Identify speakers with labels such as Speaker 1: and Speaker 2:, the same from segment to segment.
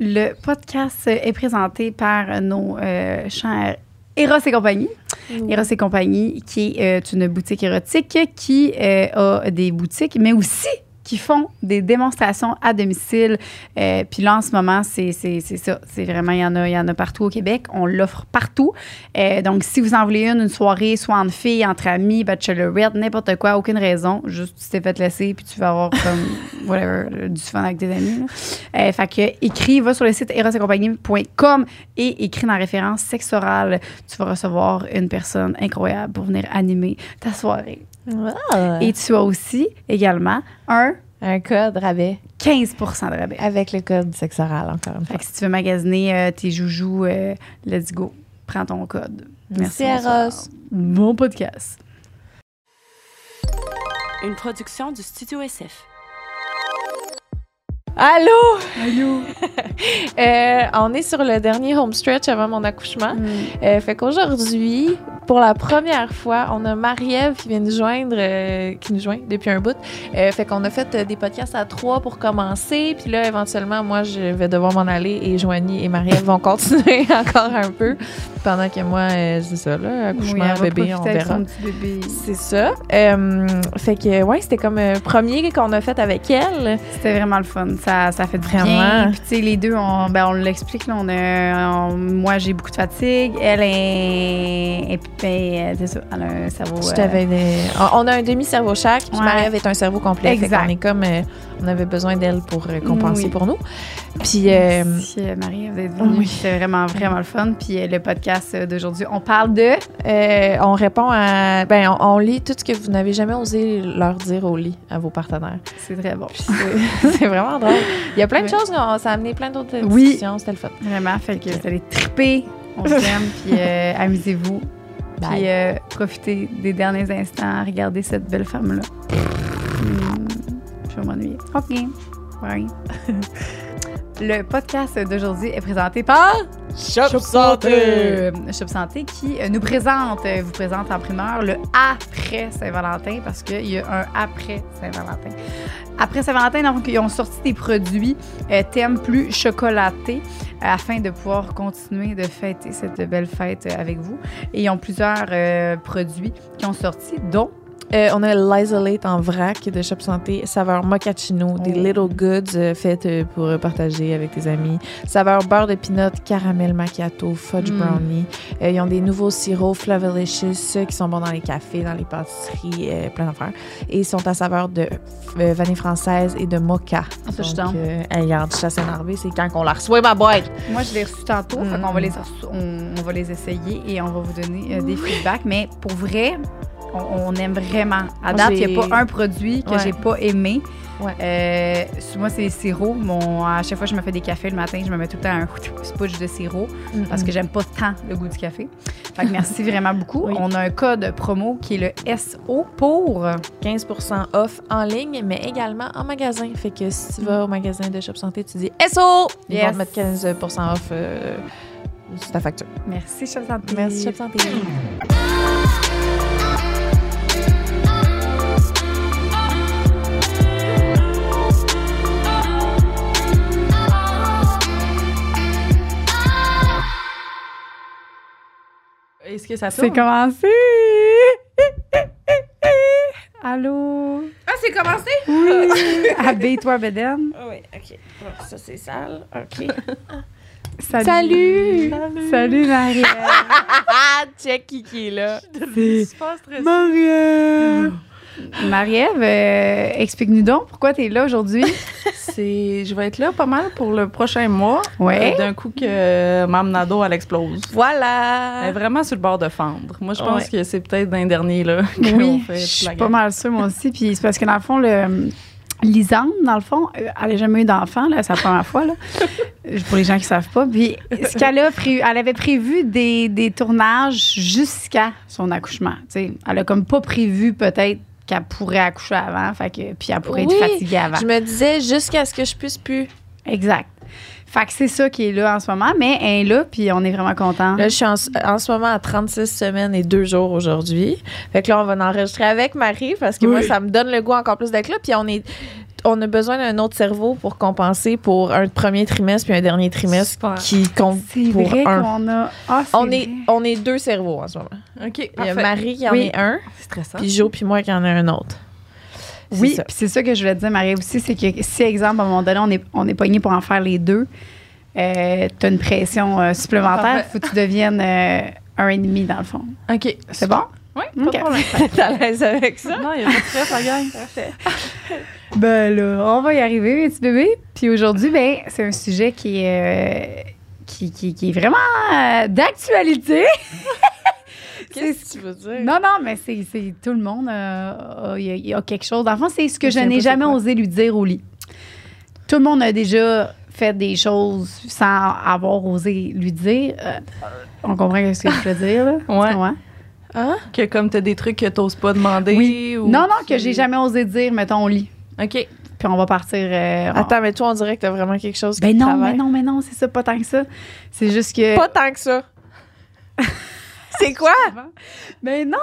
Speaker 1: Le podcast est présenté par nos euh, chers Eros et compagnie.
Speaker 2: Mm.
Speaker 1: Eros et compagnie, qui est euh, une boutique érotique qui euh, a des boutiques, mais aussi qui font des démonstrations à domicile. Euh, puis là, en ce moment, c'est c'est- c'est ça. C'est vraiment, il y, en a, il y en a partout au Québec. On l'offre partout. Euh, donc, si vous en voulez une, une soirée, soit entre filles, entre amis, bachelorette, n'importe quoi, aucune raison, juste tu t'es fait laisser, puis tu vas avoir comme, whatever, du fun avec tes amis. là. Euh, fait que, écris, va sur le site erosetcompagnie.com et écris dans la référence sexe oral. Tu vas recevoir une personne incroyable pour venir animer ta soirée. Et tu as aussi, également, un
Speaker 2: Un code rabais
Speaker 1: 15 de rabais.
Speaker 2: avec le code sexe oral, encore une fois.
Speaker 1: Fait que si tu veux magasiner euh, tes joujoux, euh, let's go. Prends ton code.
Speaker 2: Merci,
Speaker 1: bonsoir.
Speaker 2: Eros.
Speaker 1: Bon podcast.
Speaker 3: Une production du Studio SF.
Speaker 2: Allô?
Speaker 1: Allô?
Speaker 2: Euh, on est sur le dernier home stretch avant mon accouchement.
Speaker 1: Mm.
Speaker 2: Euh, fait qu'aujourd'hui, pour la première fois, on a Marie-Ève qui vient nous joindre, euh, qui nous joint depuis un bout. Euh, fait qu'on a fait euh, des podcasts à trois pour commencer. Puis là, éventuellement, moi, je vais devoir m'en aller et Joanie et Marie-Ève vont continuer encore un peu pendant que moi, euh, c'est ça, là, accouchement, bébé, on verra. C'est ça. Euh, fait que, ouais, c'était comme euh, premier qu'on a fait avec elle.
Speaker 1: C'était vraiment le fun. Ça, ça fait du
Speaker 2: Vraiment.
Speaker 1: bien. Puis, tu sais, les deux, on, ben, on l'explique. là, On a, on- moi, j'ai beaucoup de fatigue. Elle est. Et puis, ben, c'est ça. Elle a un cerveau.
Speaker 2: Je
Speaker 1: euh,
Speaker 2: t'avais des- on- On a un demi-cerveau chaque, puis
Speaker 1: Ouais.
Speaker 2: Marie-Ève est un cerveau complet. Fait
Speaker 1: Exact.
Speaker 2: qu'on est comme... euh, on avait besoin d'elle pour euh, compenser
Speaker 1: Oui.
Speaker 2: pour nous. Puis... euh,
Speaker 1: Merci, euh, Marie, vous êtes venue.
Speaker 2: Oui.
Speaker 1: C'était vraiment, vraiment le fun. Puis euh, le podcast euh, d'aujourd'hui, on parle de.
Speaker 2: euh, on répond à. Ben, on, on lit tout ce que vous n'avez jamais osé leur dire au lit à vos partenaires.
Speaker 1: C'est très bon.
Speaker 2: Puis c'est- c'est vraiment drôle. Il y a plein de
Speaker 1: Ouais.
Speaker 2: choses, on- ça a amené plein d'autres
Speaker 1: Oui.
Speaker 2: discussions, c'était le fun.
Speaker 1: Vraiment, fait que vous allez triper. On vous aime, puis euh, amusez-vous. Puis
Speaker 2: Bye.
Speaker 1: euh, profitez des derniers instants. Regardez cette belle femme-là. Hmm, je vais m'ennuyer. OK. Bye. Le podcast d'aujourd'hui est présenté par
Speaker 2: euh,
Speaker 1: Shop Santé. Shop Santé qui euh, nous présente, euh, vous présente en primeur le après Saint-Valentin parce qu'il y a un après Saint-Valentin. Après Saint-Valentin, donc, ils ont sorti des produits euh, thème plus chocolaté afin de pouvoir continuer de fêter cette belle fête euh, avec vous. Et ils ont plusieurs euh, produits qui ont sorti, dont
Speaker 2: Euh, on a l'isolate en vrac de Shop Santé, saveur mochaccino, des
Speaker 1: Oh.
Speaker 2: little goods euh, faites euh, pour euh, partager avec tes amis, saveur beurre de pinot, caramel macchiato, fudge
Speaker 1: Mm.
Speaker 2: brownie. Euh, ils ont des nouveaux sirops Flavelicious euh, qui sont bons dans les cafés, dans les pâtisseries, euh, plein d'affaires. Et ils sont à saveur de euh, vanille française et de mocha.
Speaker 1: Ah, ça, je suis
Speaker 2: Donc,
Speaker 1: down.
Speaker 2: euh, hey, regarde, chasse énervée, c'est quand qu'on la reçoit, ma boîte!
Speaker 1: moi je les ai reçus tantôt.
Speaker 2: Mm.
Speaker 1: fait qu'on va les reço- on, on va les essayer et on va vous donner euh, des feedbacks. Mais pour vrai, on, on aime vraiment. À
Speaker 2: Moi,
Speaker 1: date, il
Speaker 2: j'ai-
Speaker 1: n'y a pas un produit que
Speaker 2: Ouais.
Speaker 1: j'ai pas aimé.
Speaker 2: Ouais.
Speaker 1: Euh, sur moi, c'est les sirops. Mon, à chaque fois que je me fais des cafés le matin, je me mets tout le temps un spudge de sirop. parce que
Speaker 2: Mm.
Speaker 1: j'aime pas tant le goût du café. Fait que merci vraiment beaucoup.
Speaker 2: Oui.
Speaker 1: On a un code promo qui est le SO pour.
Speaker 2: 15% off en ligne, mais également en magasin. Fait que si tu vas au magasin de Shop Santé, tu dis SO! Ils vont
Speaker 1: Yes.
Speaker 2: te mettre 15% off euh, sur ta facture.
Speaker 1: Merci, Chef Santé.
Speaker 2: Merci Shop Santé. Est-ce que ça
Speaker 1: C'est commencé. Allô?
Speaker 4: Ah, c'est commencé?
Speaker 1: Oui. Habille-toi, Beden.
Speaker 4: Ah oui, ok. Bon, ça, c'est sale. Ok.
Speaker 1: Salut.
Speaker 2: Salut.
Speaker 1: Salut, marie
Speaker 2: Ah, check qui qui est là.
Speaker 4: super stressée.
Speaker 1: Marie-Ève. Marie-Ève, euh, explique-nous donc pourquoi t'es là aujourd'hui.
Speaker 4: C'est, je vais être là pas mal pour le prochain mois.
Speaker 1: Ouais.
Speaker 4: Euh, D'un coup que euh, Mme Nadeau, elle explose. Elle est
Speaker 2: Voilà.
Speaker 4: vraiment sur le bord de fendre. Moi, je pense
Speaker 2: Ouais.
Speaker 4: que c'est peut-être d'un dernier, là. qu'on
Speaker 1: Oui,
Speaker 4: fait
Speaker 1: je
Speaker 4: la
Speaker 1: suis pas
Speaker 4: guerre.
Speaker 1: mal sûre, moi aussi. Puis c'est parce que dans le fond, le, Lisande, dans le fond, euh, elle n'a jamais eu d'enfant, là, c'est la première fois, là. Euh, pour les gens qui ne savent pas. Puis ce qu'elle a prévu, elle avait prévu des, des tournages jusqu'à son accouchement. tu sais. Elle a comme pas prévu peut-être qu'elle pourrait accoucher avant, fait que, puis elle pourrait
Speaker 2: Oui,
Speaker 1: être fatiguée avant.
Speaker 2: Je me disais jusqu'à ce que je puisse plus.
Speaker 1: Exact. Fait que c'est ça qui est là en ce moment, mais elle est là, puis on est vraiment content.
Speaker 2: Là, je suis en, en ce moment à 36 semaines et deux jours aujourd'hui. Fait que là, on va en enregistrer avec Marie parce que moi, ça me donne le goût encore plus d'être là. Puis on est. on a besoin d'un autre cerveau pour compenser pour un premier trimestre puis un dernier trimestre
Speaker 4: Super.
Speaker 2: qui compte
Speaker 1: C'est
Speaker 2: pour
Speaker 1: vrai
Speaker 2: un.
Speaker 1: qu'on a. Ah, c'est
Speaker 2: On est,
Speaker 1: vrai.
Speaker 2: on est deux cerveaux en ce moment.
Speaker 4: OK,
Speaker 2: Il y a
Speaker 4: parfait.
Speaker 2: Marie qui en
Speaker 1: Oui.
Speaker 2: est un,
Speaker 4: C'est stressant.
Speaker 2: puis Jo puis moi qui en a un autre. C'est
Speaker 1: Oui,
Speaker 2: ça.
Speaker 1: puis c'est ça que je voulais te dire, Marie, aussi, c'est que si, exemple, à un moment donné, on est, on est pogné pour en faire les deux, euh, t'as une pression euh, supplémentaire,
Speaker 4: Parfait.
Speaker 1: faut que tu deviennes euh, un ennemi, dans le fond.
Speaker 4: OK.
Speaker 1: C'est bon?
Speaker 4: Oui,
Speaker 1: Ok.
Speaker 4: pas de problème.
Speaker 2: T'es à l'aise avec ça?
Speaker 4: Non, il n'y a pas de stress, la gang.
Speaker 1: Ben là, on va y arriver, mes petits bébés. Puis aujourd'hui, ben, c'est un sujet qui est, euh, qui, qui- qui est vraiment euh, d'actualité.
Speaker 2: Qu'est-ce que tu veux dire?
Speaker 1: Non, non, mais c'est c'est- tout le monde euh, a- il y a- il y a, quelque chose. Dans le fond, c'est ce que
Speaker 2: Je
Speaker 1: je
Speaker 2: sais pas
Speaker 1: n'ai
Speaker 2: c'est
Speaker 1: jamais
Speaker 2: quoi.
Speaker 1: osé lui dire au lit. Tout le monde a déjà fait des choses sans avoir osé lui dire. Euh, on comprend ce que je veux dire, là?
Speaker 4: Ouais.
Speaker 1: Tu comprends?
Speaker 2: Hein?
Speaker 4: Que comme t'as des trucs que t'oses pas demander.
Speaker 1: Oui.
Speaker 4: ou-
Speaker 1: Non, non, que j'ai jamais osé dire, mettons, au lit.
Speaker 4: OK.
Speaker 1: Puis on va partir. euh, on-
Speaker 2: Attends, mais toi, on dirait que t'as vraiment quelque chose qui
Speaker 1: Ben
Speaker 2: te
Speaker 1: non, mais
Speaker 2: travaille.
Speaker 1: non, mais non, c'est ça, pas tant que ça. C'est juste que.
Speaker 2: Pas tant que ça. C'est quoi?
Speaker 1: Mais non!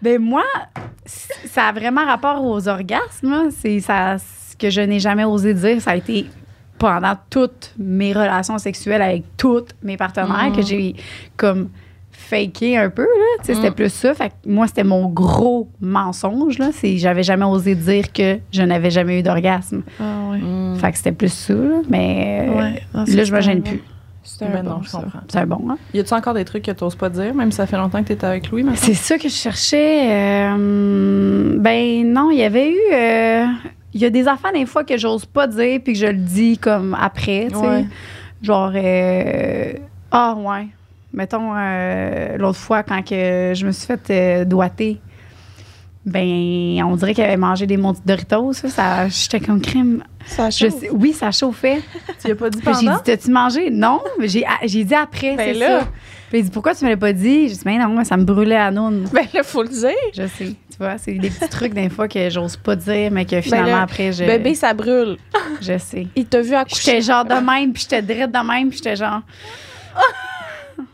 Speaker 1: Ben moi, c- ça a vraiment rapport aux orgasmes. hein. C'est ça ce que je n'ai jamais osé dire. Ça a été pendant toutes mes relations sexuelles avec tous mes partenaires
Speaker 2: Mm.
Speaker 1: que j'ai comme faké un peu. Là. Tu sais, C'était
Speaker 4: Mm.
Speaker 1: plus ça. Fait que moi, c'était mon gros mensonge. Là. C'est, j'avais jamais osé dire que je n'avais jamais eu d'orgasme.
Speaker 2: Ah ouais.
Speaker 4: Hmm.
Speaker 1: Fait que c'était plus ça. là. Mais euh,
Speaker 2: Ouais. Non,
Speaker 1: là,
Speaker 2: c'est
Speaker 1: je me gêne
Speaker 2: bon.
Speaker 1: plus.
Speaker 2: C'est un
Speaker 4: Ben
Speaker 2: bon,
Speaker 4: non, je
Speaker 2: ça.
Speaker 4: comprends.
Speaker 1: C'est un bon, hein?
Speaker 4: Y a-tu encore des trucs que t'oses pas dire, même si ça fait longtemps que t'étais avec Louis, mais
Speaker 1: C'est ça que je cherchais. euh, ben non, il y avait eu. euh, Il y a des affaires des fois que j'ose pas dire puis que je le dis comme après, tu sais.
Speaker 4: Ouais.
Speaker 1: Genre euh, ah ouais. Mettons euh, l'autre fois quand que je me suis fait euh, doigter. Ben on dirait qu'elle avait mangé des mondes Doritos, ça, ça j'étais comme crime.
Speaker 2: Ça
Speaker 1: Je
Speaker 2: chauffe.
Speaker 1: sais- oui, ça chauffait.
Speaker 4: tu y as pas dit
Speaker 1: Puis j'ai
Speaker 4: pendant?
Speaker 1: dit, t'as-tu mangé? Non, mais j'ai ah, j'ai dit après,
Speaker 2: Ben
Speaker 1: c'est
Speaker 2: là.
Speaker 1: ça. Puis il dit, pourquoi tu me l'as pas dit? J'ai dit, ben non, ça me brûlait à noun.
Speaker 2: Ben là, faut le dire.
Speaker 1: Je sais. Tu vois, c'est des petits trucs des fois que j'ose pas dire, mais
Speaker 4: Ben
Speaker 1: que finalement
Speaker 2: là,
Speaker 1: après, je,
Speaker 2: Bébé, ça brûle.
Speaker 1: je sais.
Speaker 2: Il t'a vu accoucher.
Speaker 1: J'étais genre
Speaker 4: Ah.
Speaker 1: de même, puis j'étais drette de même, puis j'étais genre,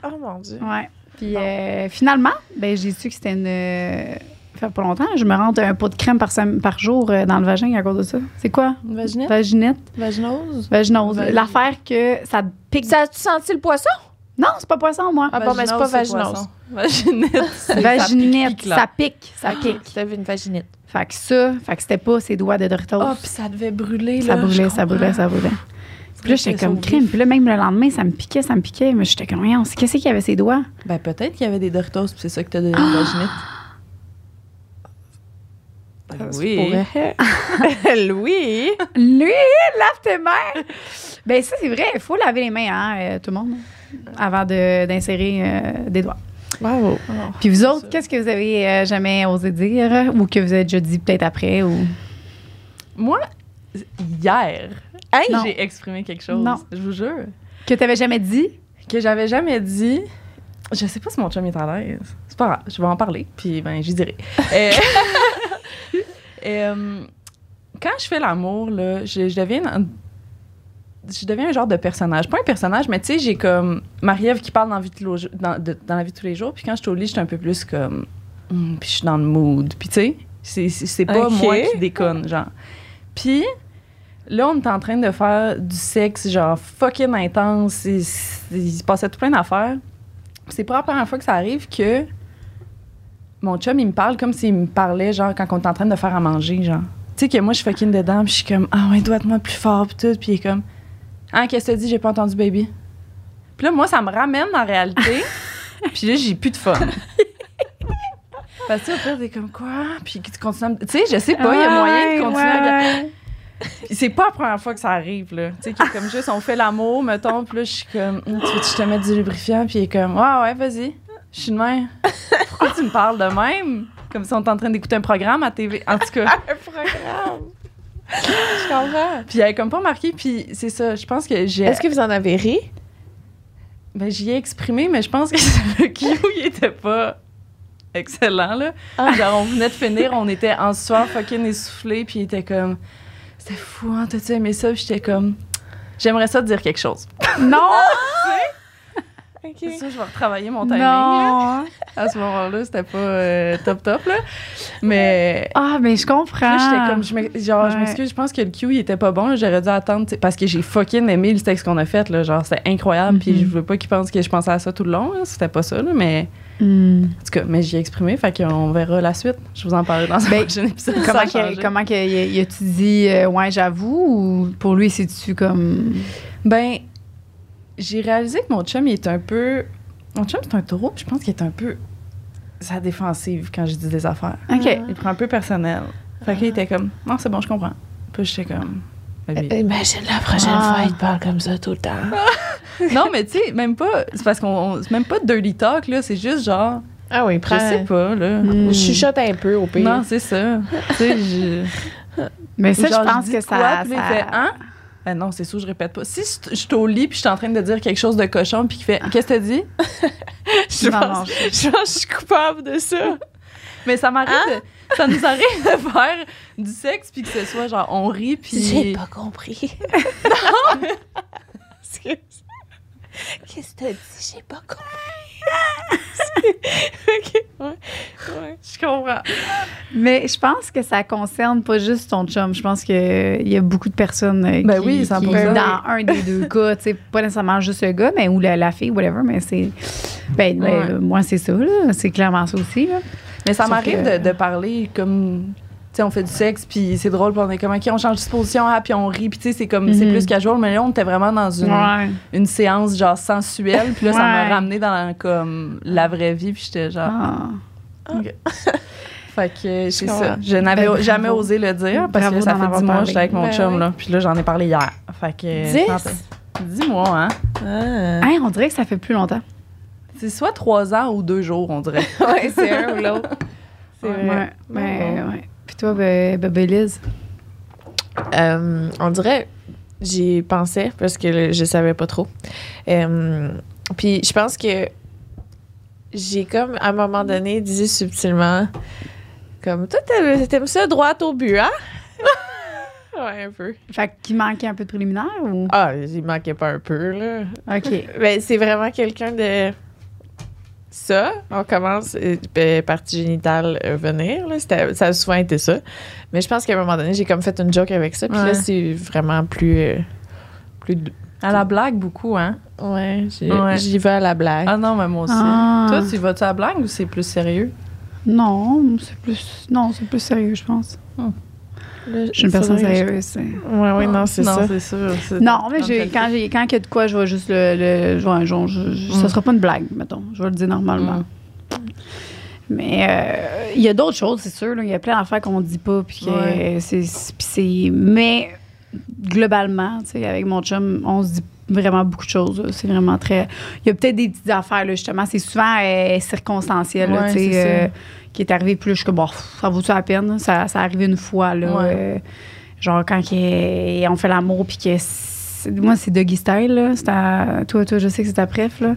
Speaker 2: Oh mon Dieu.
Speaker 1: ouais. Puis
Speaker 2: Bon.
Speaker 1: euh, finalement, ben, j'ai su que c'était une. euh, fait pas longtemps, je me rentre un pot de crème par, sem- par jour euh, dans le vagin à cause de ça. C'est quoi?
Speaker 4: Une vaginette?
Speaker 1: Vaginette?
Speaker 4: Vaginose?
Speaker 1: Vaginose.
Speaker 4: Hein? Vagin-
Speaker 1: L'affaire que ça pique.
Speaker 2: Ça as-tu senti le poisson?
Speaker 1: Non, c'est pas poisson, moi.
Speaker 2: Ah bon, mais c'est pas vaginose.
Speaker 4: Vaginette. c'est-
Speaker 1: Vaginette,
Speaker 4: ben, pique, là.
Speaker 1: ça pique, ça pique.
Speaker 2: T'as vu une vaginette.
Speaker 1: Fait que ça, fait que c'était pas ses doigts de Doritos.
Speaker 4: Ah, puis ça devait brûler,
Speaker 1: Ça
Speaker 4: là.
Speaker 1: brûlait,
Speaker 4: je
Speaker 1: ça brûlait, ça brûlait.
Speaker 4: comprends.
Speaker 1: Puis là, j'étais comme crime. Puis là, même le lendemain, ça me piquait, ça me piquait. Mais j'étais comme, voyons, c'est- qu'est-ce qu'il y avait ses doigts?
Speaker 4: Ben, peut-être qu'il y avait des Doritos, puis c'est ça que t'as donné
Speaker 1: Ah!
Speaker 4: une vaginette.
Speaker 2: Ah,
Speaker 4: Ben oui.
Speaker 2: Louis.
Speaker 1: Lui, lave tes mains! ben ça, c'est vrai, il faut laver les mains, hein, euh, tout le monde, avant de- d'insérer euh, des doigts.
Speaker 2: Bravo.
Speaker 4: Alors,
Speaker 1: Puis vous
Speaker 4: c'est
Speaker 1: autres,
Speaker 4: ça.
Speaker 1: qu'est-ce que vous avez euh, jamais osé dire ou que vous avez déjà dit peut-être après? ou
Speaker 4: Moi, hier,
Speaker 2: Hey,
Speaker 1: Non.
Speaker 4: j'ai exprimé quelque chose.
Speaker 1: Non.
Speaker 4: Je vous jure.
Speaker 1: Que t'avais jamais dit?
Speaker 4: que j'avais jamais dit. Je sais pas si mon chum est à l'aise. C'est pas grave, je vais en parler, puis ben, j'y dirai. Euh, euh, quand je fais l'amour, là, je, je deviens un, je deviens un genre de personnage. Pas un personnage, mais tu sais, j'ai comme Marie-Ève qui parle dans la, vie de tous les jours- dans, de- dans la vie de tous les jours, puis quand je suis au lit, je suis un peu plus comme. Hum, puis je suis dans le mood, puis tu sais, c'est- c'est c'est pas
Speaker 2: Ok.
Speaker 4: moi qui déconne, genre. Puis là, on est en train de faire du sexe, genre fucking intense. et c- Il se passait tout plein d'affaires. C'est pas la première fois que ça arrive que mon chum, il me parle comme s'il me parlait, genre, quand on est en train de faire à manger, genre. Tu sais, que moi, je suis fucking dedans, puis je suis comme, ah ouais, doigt-moi plus fort, puis tout. Puis il est comme, ah, qu'est-ce que t'as dit, j'ai pas entendu, baby. Puis là, moi, ça me ramène en réalité, puis là, j'ai plus de fun. Parce que, au pire, t'es comme, quoi? Puis tu continues à me- Tu sais, je sais pas, il y a moyen de continuer à. Puis c'est pas la première fois que ça arrive, là. Tu sais, qu'il est comme juste, on fait l'amour, mettons, puis là, je suis comme, Hum, tu veux que je te mette du lubrifiant? Puis il est comme, ouais, ouais, vas-y. Je suis de même. Pourquoi tu me parles de même? Comme si on était en train d'écouter un programme à TV. En tout cas.
Speaker 2: Un programme. je comprends.
Speaker 4: Puis il avait comme pas remarqué, puis c'est ça. Je pense que j'ai.
Speaker 2: Est-ce que vous en avez ri?
Speaker 4: Ben, j'y ai exprimé, mais je pense que le cue, il était pas excellent, là.
Speaker 2: Ah.
Speaker 4: Genre, on venait de finir, on était en soir fucking essoufflé, puis il était comme, c'était fou, hein, t'as-tu aimé ça? Puis j'étais comme, j'aimerais ça te dire quelque chose.
Speaker 1: Non!
Speaker 2: OK.
Speaker 4: C'est sûr, je vais retravailler mon timing. là.
Speaker 1: Non.
Speaker 4: À ce moment-là, c'était pas euh, top top, là. Mais
Speaker 1: Ah, mais je comprends.
Speaker 4: Là, j'étais comme, je m'ex- genre, je
Speaker 1: Ah. Ouais.
Speaker 4: m'excuse, je pense que le Q, il était pas bon. là, J'aurais dû attendre, tu sais, parce que j'ai fucking aimé le texte qu'on a fait, là. Genre, c'était incroyable.
Speaker 1: Mhm.
Speaker 4: Puis je veux pas qu'ils pensent que je pensais à ça tout le long, là, C'était pas ça, là, Mais
Speaker 1: Hmm.
Speaker 4: en tout cas, mais j'y ai exprimé. Fait qu'on verra la suite. Je vous en parlerai dans un
Speaker 1: Ben,
Speaker 4: prochain épisode. ça
Speaker 1: Comment,
Speaker 4: a
Speaker 1: que-
Speaker 4: changé.
Speaker 1: comment que, y, y a-tu dit euh, ouais j'avoue ou pour lui c'est-tu comme
Speaker 4: Ben, j'ai réalisé que mon chum, il est un peu. Mon chum, c'est un taureau, puis je pense qu'il est un peu. sa défensive quand je dis des affaires.
Speaker 1: ok
Speaker 4: Il prend un peu personnel. Fait qu'il était comme, non, c'est bon, je comprends. Puis j'étais comme.
Speaker 1: Euh,
Speaker 4: Ben,
Speaker 2: Imagine la prochaine
Speaker 1: Ah.
Speaker 2: fois, il te parle comme ça tout le temps.
Speaker 4: Non, mais tu sais, même pas. C'est parce qu'on. on- C'est même pas dirty talk, là. C'est juste genre.
Speaker 2: Ah oui, prends.
Speaker 4: Je sais pas, là.
Speaker 1: Hmm.
Speaker 2: Chuchote un peu au pire.
Speaker 4: Non, c'est ça. tu sais, je.
Speaker 1: mais ça
Speaker 4: genre,
Speaker 1: je pense
Speaker 4: dis
Speaker 1: que
Speaker 4: de quoi,
Speaker 1: ça,
Speaker 4: puis il
Speaker 1: ça-
Speaker 4: fait, hein? Ben non, c'est sûr, je répète pas. Si je je suis au lit, puis je suis en train de dire quelque chose de cochon, puis qu'il fait. Qu'est-ce que t'as dit?
Speaker 2: je,
Speaker 1: Non,
Speaker 2: pense,
Speaker 1: non, je-
Speaker 2: je pense que je suis coupable de ça.
Speaker 4: Mais ça m'arrive
Speaker 1: Hein?
Speaker 4: de- Ça nous arrive de faire du sexe, puis que ce soit genre, on rit, puis.
Speaker 2: compris. Excuse. Qu'est-ce que t'as dit? J'ai pas compris. ok, ouais. ouais.
Speaker 4: Je comprends.
Speaker 1: mais je pense que ça concerne pas juste ton chum je pense que euh, il y a beaucoup de personnes euh,
Speaker 4: Ben
Speaker 1: qui,
Speaker 4: oui,
Speaker 1: qui,
Speaker 4: 100%.
Speaker 1: dans un des deux cas tu sais pas nécessairement juste le gars mais ou la, la fille whatever mais c'est ben, ben,
Speaker 4: Ouais.
Speaker 1: euh, moi c'est ça là c'est clairement ça aussi là.
Speaker 4: Mais ça
Speaker 1: Sauf
Speaker 4: m'arrive
Speaker 1: que-
Speaker 4: de, de parler comme. Tu sais, on fait du sexe, puis c'est drôle, puis on est comme, OK, on change de position, ah, puis on rit, puis tu sais, c'est comme, c'est
Speaker 1: Mhm.
Speaker 4: plus casual, mais là, on était vraiment dans une,
Speaker 1: ouais
Speaker 4: une séance, genre, sensuelle, puis là, ça m'a
Speaker 1: Ouais.
Speaker 4: ramené dans, comme, la vraie vie, puis j'étais genre,
Speaker 1: Ah.
Speaker 4: fait que, c'est
Speaker 2: comprends.
Speaker 4: ça. Je n'avais
Speaker 1: Ben,
Speaker 4: jamais
Speaker 1: bravo.
Speaker 4: osé le dire, parce
Speaker 1: Bravo
Speaker 4: que ça
Speaker 1: d'en
Speaker 4: fait
Speaker 1: avoir
Speaker 4: 10 mois que
Speaker 1: parlé.
Speaker 4: j'étais avec mon
Speaker 2: Ben
Speaker 4: chum,
Speaker 2: ouais.
Speaker 4: là, puis là, j'en ai parlé hier, fait que...
Speaker 2: Dix?
Speaker 4: j'en- 10 mois, hein?
Speaker 2: Ah.
Speaker 1: Hey, on dirait que ça fait plus longtemps
Speaker 4: C'est soit 3 ans ou 2 jours, on dirait.
Speaker 2: ouais, c'est un ou l'autre. C'est
Speaker 4: euh,
Speaker 1: ouais,
Speaker 2: vrai.
Speaker 1: ouais, ouais, ouais. puis toi ben, ben, ben, Liz
Speaker 2: Euh, on dirait, j'y pensais parce que le- je savais pas trop. Euh, puis je pense que j'ai comme, à un moment donné, dit subtilement, comme, toi, t'aimes t'aimes ça droit au but, hein? ouais, un peu.
Speaker 1: fait qu'il manquait un peu de préliminaire ou
Speaker 2: Ah, il manquait pas un peu, là.
Speaker 4: Ah.
Speaker 1: ok
Speaker 2: Ben, c'est vraiment quelqu'un de. Ça, on commence euh, ben, partie génitale euh, venir. Là, C'était- ça a souvent été ça. Mais je pense qu'à un moment donné, j'ai comme fait une joke avec ça. Puis
Speaker 4: Ouais.
Speaker 2: là, c'est vraiment plus. euh, plus d-
Speaker 4: À la blague, beaucoup, hein?
Speaker 2: Ouais, j'ai-
Speaker 4: Ouais.
Speaker 2: j'y vais à la blague.
Speaker 4: Ah non, mais moi aussi.
Speaker 1: Ah.
Speaker 4: Toi, tu vas-tu à la blague ou c'est plus sérieux?
Speaker 1: Non, c'est plus non, c'est plus sérieux, je pense.
Speaker 2: Là,
Speaker 1: Je suis une personne
Speaker 2: faudrait que
Speaker 1: sérieuse. c'est-
Speaker 2: je- Ouais, ouais, non, c'est ça.
Speaker 4: Non, c'est sûr. c'est-
Speaker 1: Non, mais j'ai-
Speaker 4: Comme
Speaker 1: quand j'ai quand il y a de quoi, je vais juste le, le- je vais- je- je- je- ça
Speaker 4: Mm.
Speaker 1: sera pas une blague, mettons. Je vais le dire normalement.
Speaker 4: Mm.
Speaker 1: Mais euh, il y a d'autres choses, c'est sûr. là. Il y a plein d'affaires qu'on dit pas, puis que
Speaker 4: Ouais.
Speaker 1: c'est, puis c'est- mais globalement, tu sais, avec mon chum, on se dit vraiment beaucoup de choses. là. C'est vraiment très. Il y a peut-être des petites affaires là, justement. C'est souvent euh, circonstanciel, là,
Speaker 4: Ouais,
Speaker 1: tu sais,
Speaker 4: c'est ça.
Speaker 1: euh, qui est arrivé plus que bon, pff, ça vaut-tu la peine Ça, ça arrive une fois là.
Speaker 4: Ouais.
Speaker 1: euh, genre quand que- on fait l'amour puis que c'est- moi c'est doggy style là, c'est à- toi toi je sais que c'est ta préf là.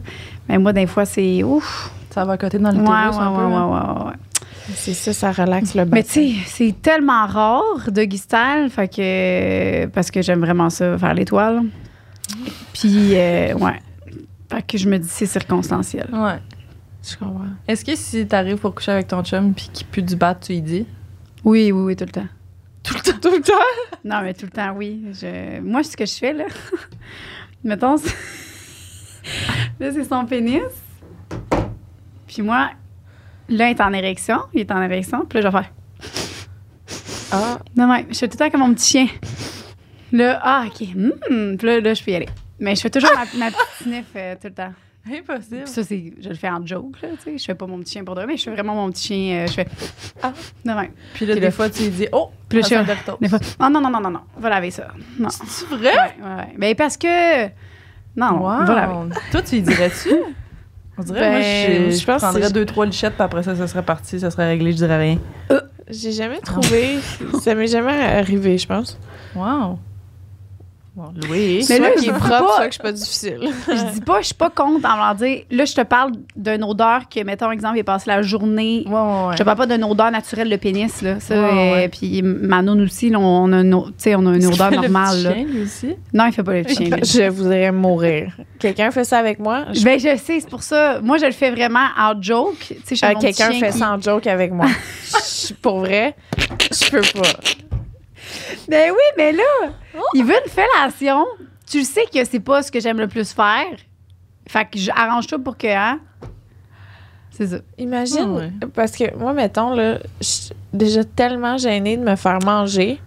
Speaker 1: Mais moi des fois c'est ouf.
Speaker 4: Ça va à côté dans le
Speaker 1: Ouais, ouais,
Speaker 4: l'utérus un
Speaker 1: ouais,
Speaker 4: peu.
Speaker 1: ouais,
Speaker 4: là. Bah,
Speaker 1: ouais, ouais.
Speaker 2: C'est ça, ça relaxe le bain.
Speaker 1: Mais tu sais, c'est tellement rare de Gustave, fait que parce que j'aime vraiment ça faire l'étoile. Puis euh, ouais. Fait que je me dis c'est circonstanciel.
Speaker 4: Ouais.
Speaker 2: Je comprends.
Speaker 4: Est-ce que si t'arrives pour coucher avec ton chum puis qu'il pue du bat, tu y dis?
Speaker 1: Oui, oui, oui, tout le temps.
Speaker 2: Tout le temps, tout le temps.
Speaker 1: Non, mais tout le temps, oui. Je- Moi, ce que je fais, là, mettons, c'est- là, c'est son pénis. Puis moi, là, il est en érection. Il est en érection. Puis là, je vais faire.
Speaker 2: Ah,
Speaker 1: Non, mais je fais tout le temps comme mon petit chien. Là, ah, OK. hmm, Puis là, là, je peux y aller. Mais je fais toujours ma, ma petite sniff euh, tout le temps.
Speaker 4: Impossible.
Speaker 1: Puis ça, c'est, je le fais en joke, là, tu sais. Je fais pas mon petit chien pour demain, mais je fais vraiment mon petit chien. euh, je fais. Ah, non, mais.
Speaker 4: Puis là,
Speaker 1: Puis
Speaker 4: des
Speaker 1: là-
Speaker 4: fois, tu y dis, oh,
Speaker 1: Puis là, je
Speaker 4: un
Speaker 1: fais- Des fois, Ah, non, non, non, non, non. Va laver ça. Non.
Speaker 4: C'est vrai?
Speaker 1: Ouais, ouais, ouais. Ben, parce que. Non,
Speaker 4: Hein? Wow.
Speaker 1: voilà. oui.
Speaker 4: Toi, tu y dirais-tu? On dirait,
Speaker 2: Ben,
Speaker 4: moi, je, je
Speaker 2: je pense que
Speaker 4: prendrais
Speaker 2: c'est-
Speaker 4: deux, trois lichettes, puis après ça, ça serait parti, ça serait réglé, je dirais rien.
Speaker 2: j'ai jamais trouvé. ça m'est jamais arrivé, je pense.
Speaker 4: Wow. Bon, Louis.
Speaker 1: Mais
Speaker 2: Mais
Speaker 1: là,
Speaker 2: là,
Speaker 1: je
Speaker 2: qui est
Speaker 1: veux
Speaker 2: propre,
Speaker 1: pas-
Speaker 2: soit que je suis pas difficile.
Speaker 1: je dis pas, je suis pas contre en leur dire. Là, je te parle d'une odeur que, mettons, exemple, il passe la journée.
Speaker 4: Ouais, ouais, ouais.
Speaker 1: Je te parle pas d'une odeur naturelle, le pénis, là. Ça,
Speaker 4: Ouais,
Speaker 1: euh,
Speaker 4: ouais.
Speaker 1: Puis Manon aussi, là, on a une, o- tu sais, on a une
Speaker 4: Est-ce
Speaker 1: odeur
Speaker 4: qu'il fait le
Speaker 1: normale,
Speaker 4: petit
Speaker 1: là.
Speaker 4: chien, lui aussi?
Speaker 1: Non, il fait pas le chien, lui.
Speaker 2: Je voudrais mourir. Quelqu'un fait ça avec moi? Je-
Speaker 1: Ben, je sais, c'est pour ça. Moi, je le fais vraiment out joke. Tu sais,
Speaker 4: Euh,
Speaker 1: j'ai
Speaker 2: Ah,
Speaker 1: mon petit
Speaker 2: Quelqu'un
Speaker 1: chien
Speaker 2: fait
Speaker 1: qui-
Speaker 2: sans joke avec moi. Je- Pour vrai, je peux pas.
Speaker 1: Ben oui, mais là, il veut une fellation. Tu le sais que c'est pas ce que j'aime le plus faire. Fait que j'arrange tout pour que, hein? C'est ça.
Speaker 2: Imagine,
Speaker 4: Ah ouais.
Speaker 2: parce que moi, mettons, là, je suis déjà tellement gênée de me faire manger.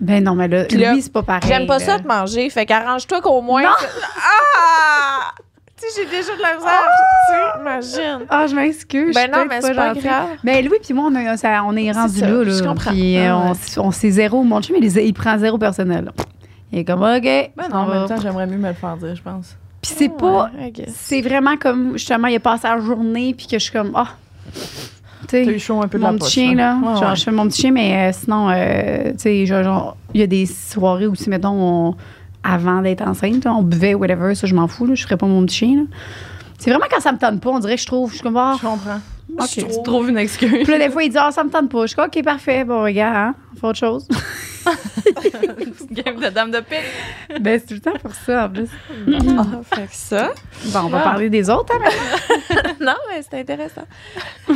Speaker 1: Ben non, mais là,
Speaker 2: Puis là,
Speaker 1: lui, c'est pas pareil.
Speaker 2: J'aime pas
Speaker 1: là.
Speaker 2: ça de manger, fait qu'arrange-toi qu'au moins.
Speaker 1: hein. Non.
Speaker 2: Ah! Tu sais, j'ai déjà de la misère. Tu sais, imagine.
Speaker 1: Ah, je m'excuse.
Speaker 2: Ben
Speaker 1: je suis peut-être
Speaker 2: non, mais c'est pas
Speaker 1: gentille.
Speaker 2: grave.
Speaker 1: Ben Louis puis moi, on, a- ça- on est rendu
Speaker 2: ça,
Speaker 1: là, là.
Speaker 2: je comprends.
Speaker 1: Puis euh,
Speaker 2: Ah ouais.
Speaker 1: on, s- on s'est zéro. Mon chum, il, il prend zéro personnel. Il est comme, OK.
Speaker 4: Ben non,
Speaker 1: on
Speaker 4: en
Speaker 1: va.
Speaker 4: même temps, j'aimerais mieux me le faire dire, je pense.
Speaker 1: Puis c'est pas...
Speaker 2: Ah Ouais, I guess.
Speaker 1: C'est vraiment comme, justement, il est passé la journée, puis que je suis comme, ah, tu sais,
Speaker 4: T'as eu chaud un peu de la
Speaker 1: mon petit
Speaker 4: poche, hein?
Speaker 1: chien, là.
Speaker 4: Ouais,
Speaker 1: genre,
Speaker 4: ouais.
Speaker 1: je fais mon petit chien, mais euh, sinon, euh, tu sais, genre, genre, il y a des soirées où, si, mettons, on- avant d'être enceinte, là, on buvait, whatever, ça, je m'en fous, là, je ferais pas mon petit chien, là. C'est vraiment quand ça me tente pas, on dirait que je trouve, je suis comme, ah,
Speaker 4: Je comprends.
Speaker 1: ok.
Speaker 4: Tu trouves une excuse.
Speaker 1: Puis là, des fois, il dit, ah, ça me tente pas. Je suis comme, ok, parfait, bon, regarde, hein, on fait autre chose.
Speaker 4: Game de dame de pique.
Speaker 1: ben, c'est tout le temps pour ça, en plus.
Speaker 2: Ah, fait que ça.
Speaker 1: Bon, on va
Speaker 4: Ah.
Speaker 1: parler des autres, hein,
Speaker 2: non, mais c'est intéressant.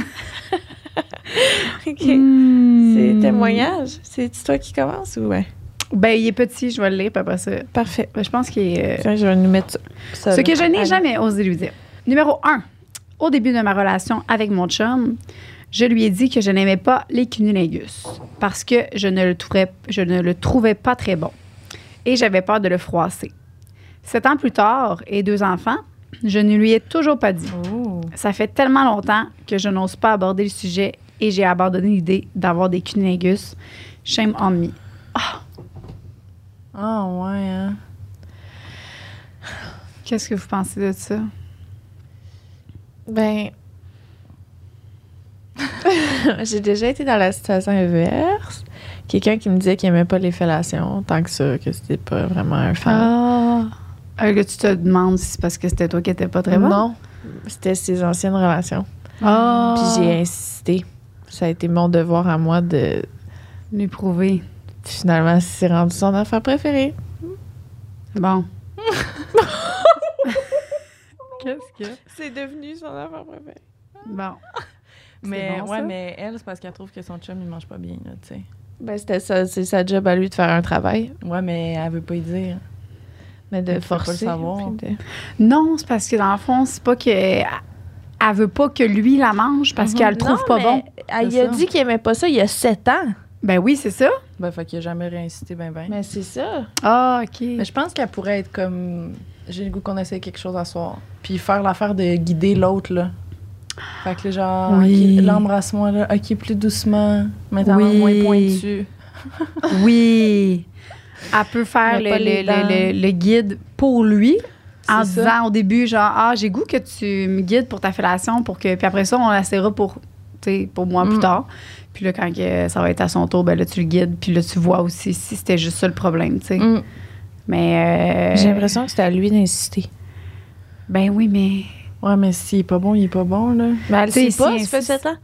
Speaker 2: OK.
Speaker 1: maintenant.
Speaker 2: C'est témoignage. C'est toi qui commence ou Hmm. ouais?
Speaker 1: Ben, il est petit, je vais le lire, puis après ça.
Speaker 2: Parfait.
Speaker 1: Ben, je pense qu'il est. euh,
Speaker 2: Tiens, je vais nous mettre ça. ça.
Speaker 1: Ce que je n'ai
Speaker 2: Allez.
Speaker 1: jamais osé lui dire. Numéro 1. Au début de ma relation avec mon chum, je lui ai dit que je n'aimais pas les cunnilingus parce que je ne le trouvais, je ne le trouvais pas très bon et j'avais peur de le froisser. Sept ans plus tard et deux enfants, je ne lui ai toujours pas dit. Ça fait tellement longtemps que je n'ose pas aborder le sujet et j'ai abandonné l'idée d'avoir des cunnilingus. Shame on me.
Speaker 4: Ah ouais, hein.
Speaker 1: Qu'est-ce que vous pensez de ça?
Speaker 2: Ben. J'ai déjà été dans la situation inverse. Quelqu'un qui me disait qu'il aimait pas les fellations, tant que ça, que c'était pas vraiment un fan.
Speaker 1: Ah! que tu te demandes si c'est parce que c'était toi qui n'étais pas très bonne?
Speaker 2: Non, c'était ses anciennes relations.
Speaker 1: Ah!
Speaker 2: Puis j'ai insisté. Ça a été mon devoir à moi de.
Speaker 1: Lui prouver.
Speaker 2: Finalement, c'est rendu son affaire préférée.
Speaker 1: Bon. Qu'est-ce que.
Speaker 2: C'est devenu son affaire préférée.
Speaker 1: Bon.
Speaker 4: Mais
Speaker 1: C'est bon,
Speaker 4: ouais,
Speaker 1: ça?
Speaker 4: mais elle, c'est parce qu'elle trouve que son chum, il mange pas bien, là, tu sais.
Speaker 2: Ben, c'était ça. C'est sa job à lui de faire un travail,
Speaker 4: Ouais, mais elle veut pas y dire.
Speaker 2: mais
Speaker 4: Mais
Speaker 2: de
Speaker 4: tu peux pas le
Speaker 2: forcer.
Speaker 4: savoir.
Speaker 2: puis de-
Speaker 1: Non, c'est parce que dans le fond, c'est pas que. Elle veut pas que lui la mange parce qu'elle le trouve
Speaker 2: Non,
Speaker 1: pas
Speaker 2: mais
Speaker 1: bon.
Speaker 2: Elle
Speaker 4: C'est
Speaker 2: il a
Speaker 4: ça.
Speaker 2: dit qu'il aimait pas ça il y a sept ans.
Speaker 1: Ben oui, c'est ça.
Speaker 4: Ben, fait qu'il a jamais réincité, ben, ben.
Speaker 2: Mais c'est ça.
Speaker 1: Ah, OK.
Speaker 4: Mais je pense qu'elle pourrait être comme. J'ai le goût qu'on essaie quelque chose à soir. Puis faire l'affaire de guider l'autre, là. Fait que là, genre,
Speaker 1: Oui.
Speaker 4: ok, l'embrasse-moi, là. Ok, plus doucement. Maintenant,
Speaker 1: Oui.
Speaker 4: moins pointu.
Speaker 1: Oui. Elle peut faire
Speaker 2: Mais
Speaker 1: le,
Speaker 2: pas les
Speaker 1: le- le- le- le guide pour lui
Speaker 4: C'est
Speaker 1: en
Speaker 4: ça.
Speaker 1: disant au début, genre, ah, j'ai goût que tu me guides pour ta fellation pour que. Puis après ça, on l'essaiera pour, tu sais, pour moi plus
Speaker 4: Mm.
Speaker 1: tard. Puis là, quand que ça va être à son tour, ben là, tu le guides. Puis là, tu vois aussi si c'était juste ça le problème, tu sais.
Speaker 4: Mm.
Speaker 1: Mais. euh,
Speaker 2: J'ai l'impression que c'était à lui d'insister.
Speaker 1: Ben oui, mais.
Speaker 4: Ouais, mais s'il est pas bon, il est pas bon, là.
Speaker 2: Mais elle
Speaker 1: Tu sais,
Speaker 2: sait pas,
Speaker 1: si-
Speaker 2: ça fait
Speaker 1: si-
Speaker 2: 7 ans.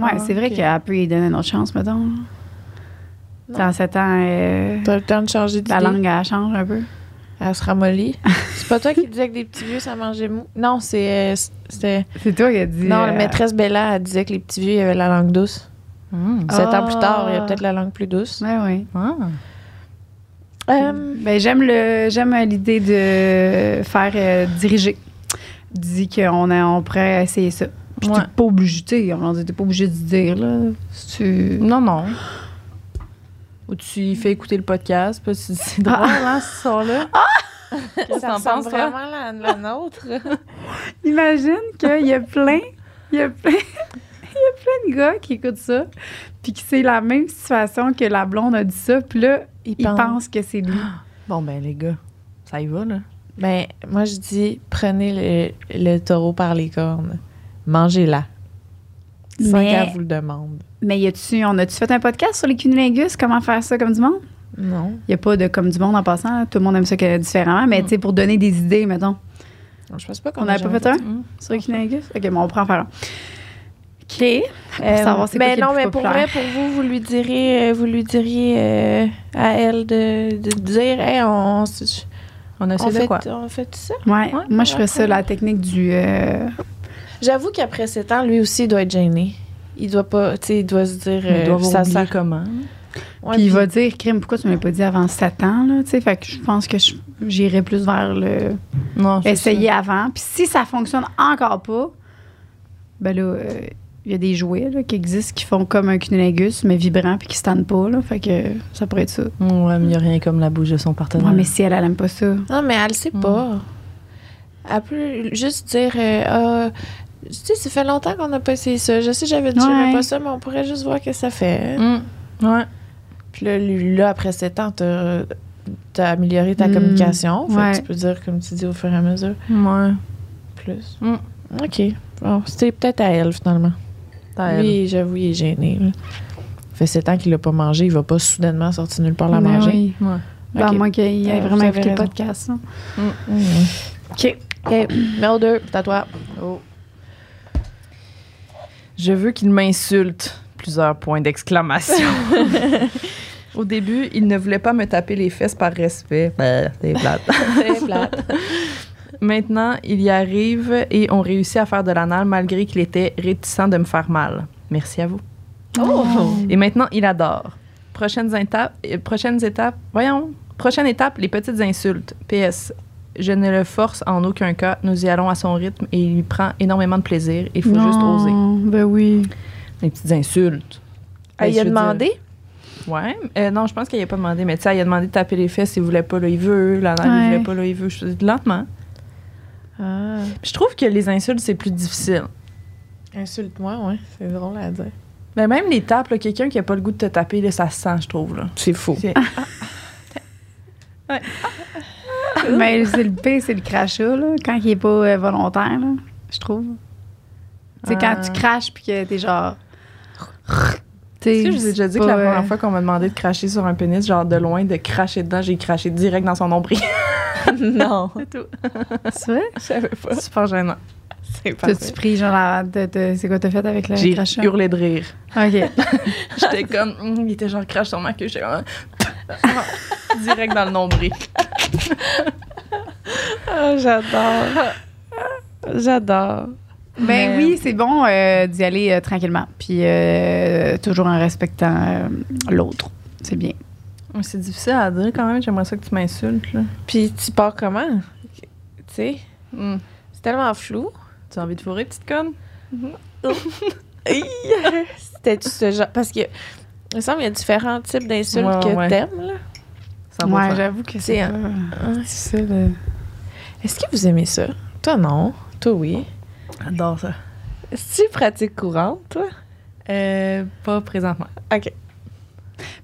Speaker 1: Ouais,
Speaker 4: Ah,
Speaker 1: c'est vrai
Speaker 4: ok.
Speaker 1: qu'elle peut lui donner une autre chance, mettons.
Speaker 2: Non.
Speaker 1: Dans 7 ans, euh,
Speaker 2: T'as le temps de changer
Speaker 1: la
Speaker 2: d'idée.
Speaker 1: langue, elle change un peu.
Speaker 2: Elle se ramollit. c'est pas toi qui disais que des petits vieux, ça mangeait mou. Non, c'est. euh, c'était.
Speaker 1: C'est toi qui as dit.
Speaker 2: Non,
Speaker 1: euh,
Speaker 2: la maîtresse Bella, elle disait que les petits vieux, il y avait la langue douce. Sept
Speaker 1: Ah.
Speaker 2: ans plus tard, il y a peut-être la langue plus douce.
Speaker 1: Ouais, ouais.
Speaker 4: Hum, Ah.
Speaker 2: Euh,
Speaker 1: Ben, j'aime le j'aime euh, l'idée de faire euh, diriger. Dit qu'on a- on pourrait essayer ça. Puis
Speaker 4: Ouais.
Speaker 1: t'es pas obligé, tu sais, on dit, t'es pas obligé de dire là. Si tu
Speaker 4: Non, non. Ou tu y fais écouter le podcast, puis tu dis, c'est drôle, hein, ce soir-là. Ah! Qu'est-ce que
Speaker 2: ça
Speaker 4: t'en
Speaker 2: ressemble
Speaker 4: penses, toi?
Speaker 2: vraiment à la, la nôtre.
Speaker 1: Imagine qu'il y a plein, il y a plein, il y a plein de gars qui écoutent ça, puis que c'est la même situation que la blonde a dit ça, puis là ils
Speaker 2: pense.
Speaker 1: pensent que c'est lui.
Speaker 4: Bon, ben, les gars, ça y va, là.
Speaker 2: ben, moi, je dis, prenez le, le taureau par les cornes. Mangez-la. Sans
Speaker 1: Mais-
Speaker 2: qu'elle vous le demande.
Speaker 1: Mais y a-tu, on a-tu fait un podcast sur les cunnilingus, comment faire ça comme du monde
Speaker 2: Non.
Speaker 1: Il n'y a pas de comme du monde en passant. là. Tout le monde aime ça que- différemment. Mais
Speaker 4: Mm.
Speaker 1: tu sais, pour donner des idées, mettons.
Speaker 2: Je pense pas qu'on
Speaker 1: On n'avait pas fait un
Speaker 4: Mm.
Speaker 1: sur Equinagus? OK, bon, on prend en faire un. OK. ben
Speaker 2: Euh,
Speaker 1: savoir c'est quoi
Speaker 2: mais
Speaker 1: qui est le
Speaker 2: non,
Speaker 1: plus
Speaker 2: mais pour vrai,
Speaker 1: populaire.
Speaker 2: pour vous, vous lui direz, euh, vous lui diriez euh, à elle de, de dire, hey, on, on, se-
Speaker 4: On a
Speaker 2: on
Speaker 4: essayé de
Speaker 2: fait,
Speaker 4: quoi?
Speaker 2: on fait ça.
Speaker 1: Ouais.
Speaker 4: Ouais,
Speaker 1: Moi, je ferais ça,
Speaker 2: ouais.
Speaker 1: la technique du. euh,
Speaker 2: J'avoue qu'après 7 ans, lui aussi, il doit être gêné. Il doit pas, tu sais, il doit se dire,
Speaker 4: On doit
Speaker 2: euh, ça
Speaker 4: oublier
Speaker 2: sert.
Speaker 4: comment.
Speaker 2: Ouais,
Speaker 1: puis il
Speaker 2: puis-
Speaker 1: va dire, Crime, pourquoi tu ne m'as pas dit avant 7 ans, là? Tu sais, fait que je pense que je- j'irais plus vers le.
Speaker 4: Non, c'est
Speaker 1: Essayer avant. Puis si ça fonctionne encore pas, ben là. euh, il y a des jouets là, qui existent qui font comme un cunilingus, mais vibrant puis qui ne pas. Là, fait que ça pourrait être ça.
Speaker 4: ça. Ouais, mais il n'y a rien comme la bouche de son partenaire.
Speaker 1: Ouais, mais si elle, elle aime pas ça.
Speaker 2: Non, mais Ben elle sait
Speaker 4: Mm.
Speaker 2: pas. Elle peut juste dire euh, Ah, tu sais, ça fait longtemps qu'on n'a pas essayé ça. Je sais, j'avais dit que j'aimais
Speaker 1: Ouais.
Speaker 2: pas ça, mais on pourrait juste voir que ça fait.
Speaker 4: Mm. Ouais.
Speaker 2: Puis là, lui, là, après 7 ans, t'as t'as amélioré ta
Speaker 1: Mm.
Speaker 2: communication. Fait
Speaker 1: Ouais.
Speaker 2: que tu peux dire, comme tu dis, au fur et à mesure,
Speaker 4: Ouais.
Speaker 2: plus.
Speaker 4: Mm.
Speaker 2: OK. Bon, c'était peut-être à elle, finalement.
Speaker 4: T'as elle.
Speaker 2: Lui, j'avoue, il est gêné. là. Ça fait 7 ans qu'il l'a pas mangé. Il va pas soudainement sortir nulle part la
Speaker 1: Mais
Speaker 2: manger.
Speaker 1: oui.
Speaker 4: Ouais.
Speaker 1: Ben, à
Speaker 2: Ok.
Speaker 1: moins qu'il
Speaker 2: Euh,
Speaker 1: ait
Speaker 2: vous
Speaker 1: vraiment
Speaker 2: avez
Speaker 1: écouté le
Speaker 2: raison.
Speaker 1: podcast. là.
Speaker 2: Mm.
Speaker 1: OK.
Speaker 2: OK. Numéro 2, à toi. Oh.
Speaker 4: Je veux qu'il m'insulte. Plusieurs points d'exclamation. Au début, il ne voulait pas me taper les fesses par respect. Ben, c'est plate.
Speaker 2: C'est plate.
Speaker 4: Maintenant, il y arrive et on réussit à faire de l'anal malgré qu'il était réticent de me faire mal. Merci à vous.
Speaker 2: Oh!
Speaker 4: Et maintenant, il adore. Prochaines étapes, euh, prochaines étapes, voyons. Prochaine étape, les petites insultes. PS. Je ne le force en aucun cas. Nous y allons à son rythme et il prend énormément de plaisir. Il faut juste
Speaker 1: Non,
Speaker 4: oser.
Speaker 1: Ben oui.
Speaker 4: Les petites insultes.
Speaker 2: Ah,
Speaker 4: Ben,
Speaker 2: il
Speaker 4: je
Speaker 2: a
Speaker 4: veux
Speaker 2: demandé?
Speaker 4: dire- Ouais. Euh, non, je pense qu'il n'a pas demandé. Mais tu sais, il a demandé de taper les fesses. Il voulait pas, là, il veut. L'anal, il
Speaker 1: Ouais.
Speaker 4: voulait pas, là, il veut. Je dis lentement.
Speaker 2: Ah,
Speaker 4: Je trouve que les insultes, c'est plus difficile.
Speaker 2: insulte-moi, ouais. C'est drôle à dire.
Speaker 4: Mais même les tapes, là, quelqu'un qui a pas le goût de te taper, là, ça se sent, je trouve. Là.
Speaker 2: C'est faux.
Speaker 4: C'est-
Speaker 1: Mais Ben, c'est le pire, c'est le crachat, là, quand il est pas euh, volontaire, là, je trouve. C'est quand
Speaker 4: Ah.
Speaker 1: tu craches puis que t'es genre. T'es-
Speaker 4: Est-ce que je vous ai déjà dit que
Speaker 1: pas,
Speaker 4: la
Speaker 1: euh,
Speaker 4: première fois qu'on m'a demandé de cracher sur un pénis, genre de loin, de cracher dedans, j'ai craché direct dans son nombril.
Speaker 2: non,
Speaker 4: C'est tout.
Speaker 1: euh, C'est vrai?
Speaker 2: je savais pas.
Speaker 4: Super gênant.
Speaker 2: C'est pas
Speaker 1: T'as-tu pris, genre, la- de- de- c'est quoi t'as fait avec le
Speaker 4: J'ai
Speaker 1: crachat?
Speaker 4: hurlé de rire.
Speaker 1: OK.
Speaker 4: J'étais comme, hum, il était genre crache sur ma queue, j'étais comme, direct dans le nombril.
Speaker 2: Oh, j'adore. J'adore.
Speaker 1: Ben
Speaker 2: Mais-
Speaker 1: oui, c'est bon euh, d'y aller euh, tranquillement. Puis euh, toujours en respectant euh, l'autre. C'est bien.
Speaker 4: Mais C'est difficile à dire quand même, j'aimerais ça que tu m'insultes. là.
Speaker 2: Puis tu pars comment? Tu sais,
Speaker 4: Hum.
Speaker 2: c'est tellement flou.
Speaker 4: Tu as envie de fourrer, petite conne?
Speaker 2: C'était tout ce genre. Parce que, il me semble qu'il y a différents types d'insultes
Speaker 4: Ouais,
Speaker 2: que
Speaker 4: ouais.
Speaker 2: t'aimes, là.
Speaker 4: 100%.
Speaker 1: Ouais, j'avoue que
Speaker 2: C'est
Speaker 1: c'est
Speaker 2: un-
Speaker 1: pas
Speaker 2: Ah,
Speaker 1: difficile. euh.
Speaker 2: Est-ce que vous aimez ça? Toi, non. Toi, oui.
Speaker 4: J'adore ça.
Speaker 2: Est-ce que tu pratiques courante, toi?
Speaker 4: Euh, pas présentement.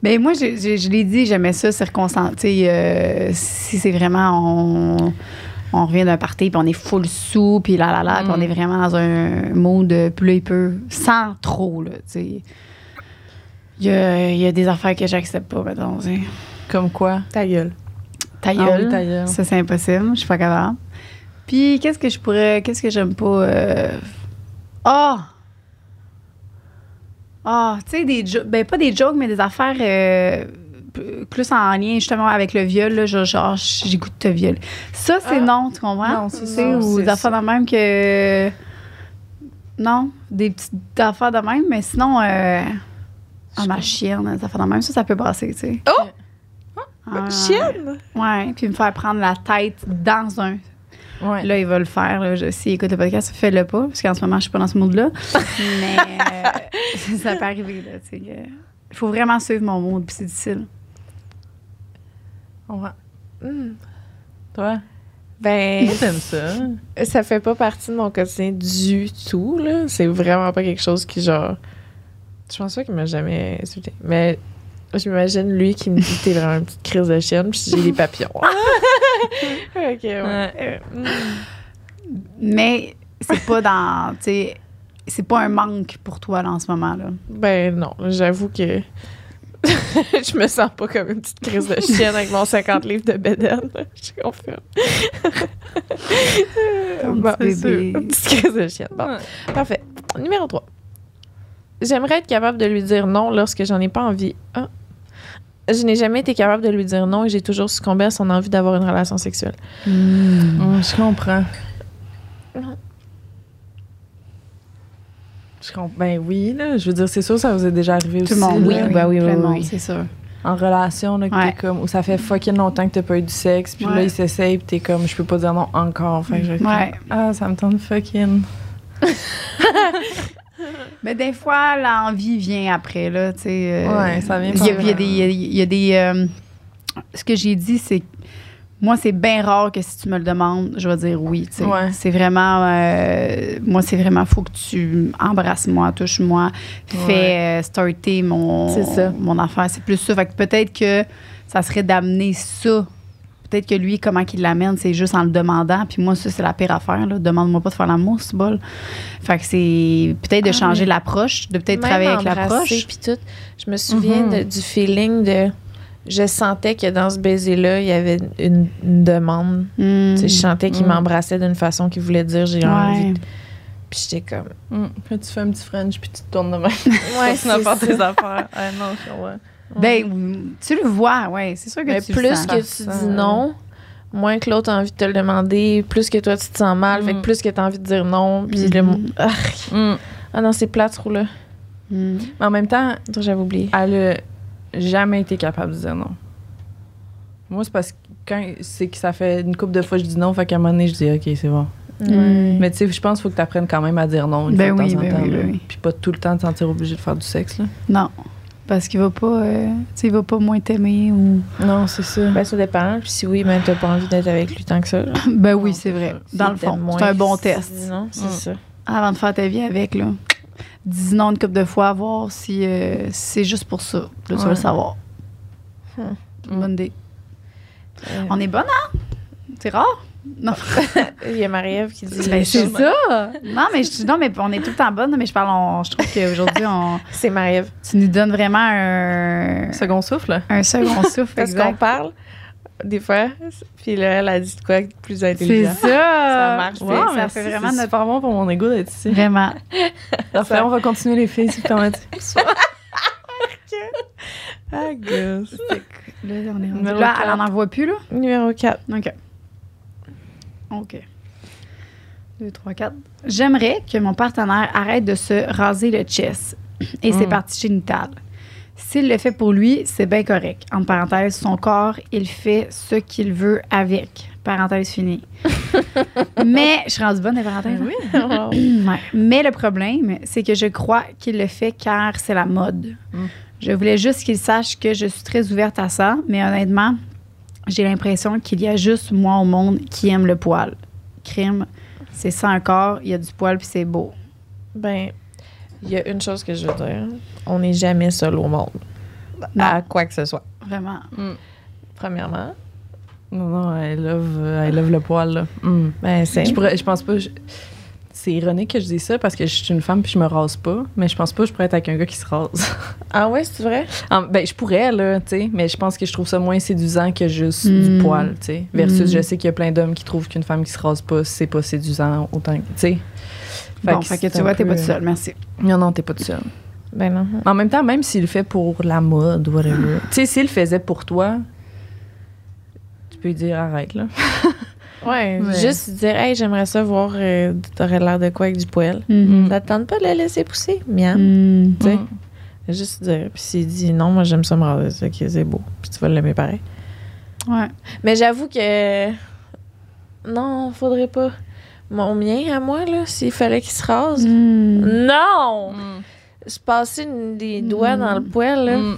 Speaker 1: Ben moi, je, je- je l'ai dit, j'aimais ça, circonstancié. euh, si c'est vraiment, on, on revient d'un party, puis on est full sous, puis là, là, là, puis
Speaker 4: Mm.
Speaker 1: on est vraiment dans un mode euh, plus et peu, sans trop, là, tu sais. Il y a, il y a des affaires que j'accepte pas, mettons, tu sais.
Speaker 4: Comme quoi?
Speaker 2: Ta gueule.
Speaker 1: Ta
Speaker 4: Ah oui,
Speaker 1: gueule.
Speaker 4: ta gueule.
Speaker 1: Ça, c'est impossible. Je suis pas capable. Puis, qu'est-ce que je pourrais. Qu'est-ce que j'aime pas. euh, Ah! Ah, tu sais, des jokes. Ben, pas des jokes, mais des affaires euh, p- plus en lien justement avec le viol. Là, genre, genre, j'ai goût de te violer. Ça, c'est
Speaker 2: Ah.
Speaker 1: non, tu comprends?
Speaker 4: Non, c'est
Speaker 1: Tu
Speaker 4: ça,
Speaker 1: sais, Ou
Speaker 4: c'est
Speaker 1: des affaires de même que. Non, des petites affaires de même, mais sinon. euh, Ah, ma chienne, des affaires de même. Ça, ça peut passer, tu sais.
Speaker 2: Oh!
Speaker 1: Ah,
Speaker 2: Bah, Chienne!
Speaker 1: Ouais, puis me faire prendre la tête dans un.
Speaker 4: Ouais.
Speaker 1: Là, il va le faire. Là, je, s'il écoute le podcast, fais-le pas, parce qu'en ce moment, je suis pas dans ce mood-là. Mais euh, ça peut arriver, là. tu sais, que- Il faut vraiment suivre mon mood, puis c'est difficile.
Speaker 4: Ouais.
Speaker 2: Hmm.
Speaker 4: Toi?
Speaker 2: Ben,
Speaker 4: Moi, t'aimes ça.
Speaker 2: ça fait pas partie de mon quotidien du tout, là. C'est vraiment pas quelque chose qui, genre. Je pense pas qu'il m'a jamais insulté. Mais je m'imagine lui qui me dit T'es vraiment une petite crise de chienne, puis j'ai des papillons. ok, Ah! ouais.
Speaker 4: Ouais.
Speaker 2: Euh, mm.
Speaker 1: Mais c'est pas dans. Tu sais, c'est pas un manque pour toi, là, en ce moment, là.
Speaker 2: Ben non, j'avoue que je me sens pas comme une petite crise de chienne avec mon 50 livres de bédaine. Je confirme.
Speaker 1: Ton
Speaker 2: Bon,
Speaker 1: petit
Speaker 2: c'est
Speaker 1: bébé.
Speaker 2: sûr. Une petite crise de chienne. Bon, parfait. Numéro 3. J'aimerais être capable de lui dire non lorsque j'en ai pas envie. Ah. Je n'ai jamais été capable de lui dire non et j'ai toujours succombé à son envie d'avoir une relation sexuelle.
Speaker 4: Hum, je comprends.
Speaker 2: Non.
Speaker 4: Je comprends. Ben oui, là. Je veux dire, c'est sûr, ça vous est déjà arrivé
Speaker 1: Tout
Speaker 4: aussi.
Speaker 1: le monde,
Speaker 4: là,
Speaker 1: oui,
Speaker 2: ben oui, oui,
Speaker 1: plein de
Speaker 2: oui,
Speaker 1: monde,
Speaker 2: oui.
Speaker 1: c'est sûr.
Speaker 4: En relation, là, que
Speaker 1: Ouais.
Speaker 4: t'es comme. Où ça fait fucking longtemps que t'as pas eu du sexe. Puis là,
Speaker 1: Ouais.
Speaker 4: ils s'essayent, puis t'es comme, je peux pas dire non encore. Enfin, je.
Speaker 1: Ouais.
Speaker 4: Ah, ça me tente fucking.
Speaker 1: Mais des fois, l'envie vient après, là, tu sais. euh,
Speaker 4: Ouais, ça vient
Speaker 1: Il y a,
Speaker 4: pas
Speaker 1: il y a des. il y a- il y a des, euh, ce que j'ai dit, c'est. Moi, c'est bien rare que si tu me le demandes, je vais dire oui. tu sais.
Speaker 4: Ouais.
Speaker 1: C'est vraiment. euh, moi, c'est vraiment. faut que tu embrasses moi, touche-moi, fais euh, starter mon,
Speaker 2: C'est ça.
Speaker 1: mon affaire. C'est plus ça. Fait que peut-être que ça serait d'amener ça. Peut-être que lui, comment qu'il l'amène, c'est juste en le demandant. Puis moi, ça, c'est la pire affaire. là. Demande-moi pas de faire l'amour, c'est bol. Fait que c'est peut-être de
Speaker 2: Ah,
Speaker 1: changer
Speaker 2: mais-
Speaker 1: l'approche, de peut-être
Speaker 2: Même
Speaker 1: travailler avec
Speaker 2: embrasser,
Speaker 1: l'approche.
Speaker 2: puis tout. Je me souviens de- du feeling de. Je sentais que dans ce baiser-là, il y avait une, une demande.
Speaker 1: Hmm.
Speaker 2: Tu sais, je sentais qu'il
Speaker 4: Mhm.
Speaker 2: m'embrassait d'une façon qui voulait dire j'ai envie.
Speaker 1: Ouais.
Speaker 2: Puis j'étais comme.
Speaker 4: Hum, Puis tu fais un petit French, puis tu te tournes de même.
Speaker 2: Ouais,
Speaker 4: tu vas faire
Speaker 2: c'est
Speaker 4: tes affaires. Ouais, non, je comprends.
Speaker 1: Ben, tu le vois, ouais, c'est sûr que
Speaker 2: Mais
Speaker 1: tu
Speaker 2: plus
Speaker 1: le sens.
Speaker 2: que tu
Speaker 4: Ça,
Speaker 2: dis non, moins que l'autre a envie de te le demander, plus que toi tu te sens mal,
Speaker 4: Mhm.
Speaker 2: fait que plus que tu as envie de dire non. Puis
Speaker 1: Mhm.
Speaker 2: le mo- ah,
Speaker 4: Hum.
Speaker 2: ah non, c'est plat ce là
Speaker 1: Hmm.
Speaker 4: Mais en même temps,
Speaker 2: J'avais oublié.
Speaker 4: elle a jamais été capable de dire non. Moi, c'est parce que quand c'est que ça fait une couple de fois que je dis non, fait qu'à un moment donné, je dis OK, c'est bon.
Speaker 2: Ah. Ouais.
Speaker 4: Mais tu sais, je pense qu'il faut que tu apprennes quand même à dire non une
Speaker 1: Ben
Speaker 4: fois de
Speaker 1: oui,
Speaker 4: temps en
Speaker 1: ben
Speaker 4: temps.
Speaker 1: oui,
Speaker 4: là.
Speaker 1: ben oui.
Speaker 4: Puis pas tout le temps te sentir obligé de faire du sexe. Là.
Speaker 1: Non, parce qu'il va pas, euh, tu sais, il va pas moins t'aimer ou.
Speaker 4: Non, c'est ça.
Speaker 2: Ben, ça dépend. Puis si oui, même t'as pas envie d'être avec lui tant que ça. genre.
Speaker 1: Ben
Speaker 4: Non,
Speaker 1: oui,
Speaker 4: c'est
Speaker 1: c'est vrai.
Speaker 4: ça.
Speaker 1: Dans le
Speaker 2: T'aimes
Speaker 1: fond,
Speaker 2: moins
Speaker 1: c'est un bon
Speaker 2: que si tu
Speaker 1: test.
Speaker 2: dis Non, c'est
Speaker 4: Mm.
Speaker 2: ça.
Speaker 1: Avant de faire ta vie avec, là, dis non une couple de fois, voir si euh, c'est juste pour ça. Là, tu vas
Speaker 4: Ouais.
Speaker 1: le savoir.
Speaker 2: Hmm.
Speaker 1: C'est une Bonne idée.
Speaker 2: Euh,
Speaker 1: On est bonne, hein? C'est rare? Non,
Speaker 2: Il y a Marie-Ève qui dit
Speaker 1: Ben, c'est
Speaker 2: C'est
Speaker 1: ça! Non, mais je, non, mais on est tout le temps bonne, mais je parle, on- je trouve qu'aujourd'hui, on,
Speaker 2: Marie-Ève.
Speaker 1: tu nous donnes vraiment un,
Speaker 4: Second souffle.
Speaker 1: un second souffle.
Speaker 2: Parce qu'on
Speaker 1: exact.
Speaker 2: parle des fois, puis là, elle a dit de quoi de plus intelligent. Ça marche.
Speaker 1: C'est-
Speaker 2: Wow,
Speaker 1: ça fait vraiment
Speaker 4: C'est
Speaker 1: notre.
Speaker 4: super bon pour mon ego d'être ici.
Speaker 1: Vraiment.
Speaker 4: Parfait, on va continuer les filles. si tu permets.
Speaker 2: Ah, gosse.
Speaker 1: Là, on est rendu-
Speaker 4: Numéro
Speaker 1: Là, elle
Speaker 4: quatre.
Speaker 1: en envoie plus, là?
Speaker 2: Numéro 4.
Speaker 1: OK. OK. 2, 3, 4. J'aimerais que mon partenaire arrête de se raser le chest et ses
Speaker 4: Mm.
Speaker 1: parties génitales. S'il le fait pour lui, c'est bien correct. En parenthèse, son corps, il fait ce qu'il veut avec. Parenthèse finie. Mais je suis rendue bonne des parenthèses. hein? Ouais. Mais le problème, c'est que je crois qu'il le fait car c'est la mode.
Speaker 4: Mm.
Speaker 1: Je voulais juste qu'il sache que je suis très ouverte à ça, mais honnêtement, j'ai l'impression qu'il y a juste moi au monde qui aime le poil. Crime, c'est ça encore, il y a du poil puis c'est beau.
Speaker 2: Ben, il y a une chose que je veux dire. On n'est jamais seul au monde.
Speaker 1: Non.
Speaker 2: À quoi que ce soit.
Speaker 1: Ah, Vraiment.
Speaker 2: Premièrement,
Speaker 4: Non, non, I love, euh, I love le poil. Là. Mm.
Speaker 2: ben, c'est.
Speaker 4: Je, pourrais- je pense pas. je- C'est ironique que je dise ça parce que je suis une femme puis je me rase pas, mais je pense pas que je pourrais être avec un gars qui se rase.
Speaker 2: Ah ouais, c'est vrai?
Speaker 4: Ah, ben, je pourrais, là, tu sais, mais je pense que je trouve ça moins séduisant que juste
Speaker 1: Mm.
Speaker 4: du poil, tu sais. Versus,
Speaker 1: Mm.
Speaker 4: je sais qu'il y a plein d'hommes qui trouvent qu'une femme qui se rase pas, c'est pas séduisant autant que, tu sais.
Speaker 1: bon, fait que
Speaker 4: c'est
Speaker 1: tu
Speaker 4: un
Speaker 1: vois, t'es
Speaker 4: peu-
Speaker 1: pas toute seule, merci.
Speaker 4: Non, non, t'es pas tout seul.
Speaker 2: Ben non.
Speaker 4: En même temps, même s'il le fait pour la mode, whatever,
Speaker 1: Ah.
Speaker 4: tu sais, s'il le faisait pour toi, tu peux lui dire arrête, là.
Speaker 2: Ouais,
Speaker 4: Ouais.
Speaker 2: juste dire, hey, j'aimerais ça voir, euh, t'aurais l'air de quoi avec du poil.
Speaker 4: euh,
Speaker 1: Hmm.
Speaker 2: Ça te tente pas de la laisser pousser? Miam.
Speaker 1: Mm.
Speaker 2: Tu sais.
Speaker 4: Mm.
Speaker 2: Juste dire. Puis s'il dit, non, moi, j'aime ça me raser, c'est ok, c'est beau. Puis tu vas l'aimer pareil.
Speaker 1: Ouais.
Speaker 2: Mais j'avoue que. Non, faudrait pas. Mon mien à moi, là, s'il fallait qu'il se rase. Hum.
Speaker 1: Mm.
Speaker 2: Non!
Speaker 4: Hmm.
Speaker 2: Je passais une- des doigts dans le poil, là.
Speaker 4: Mm.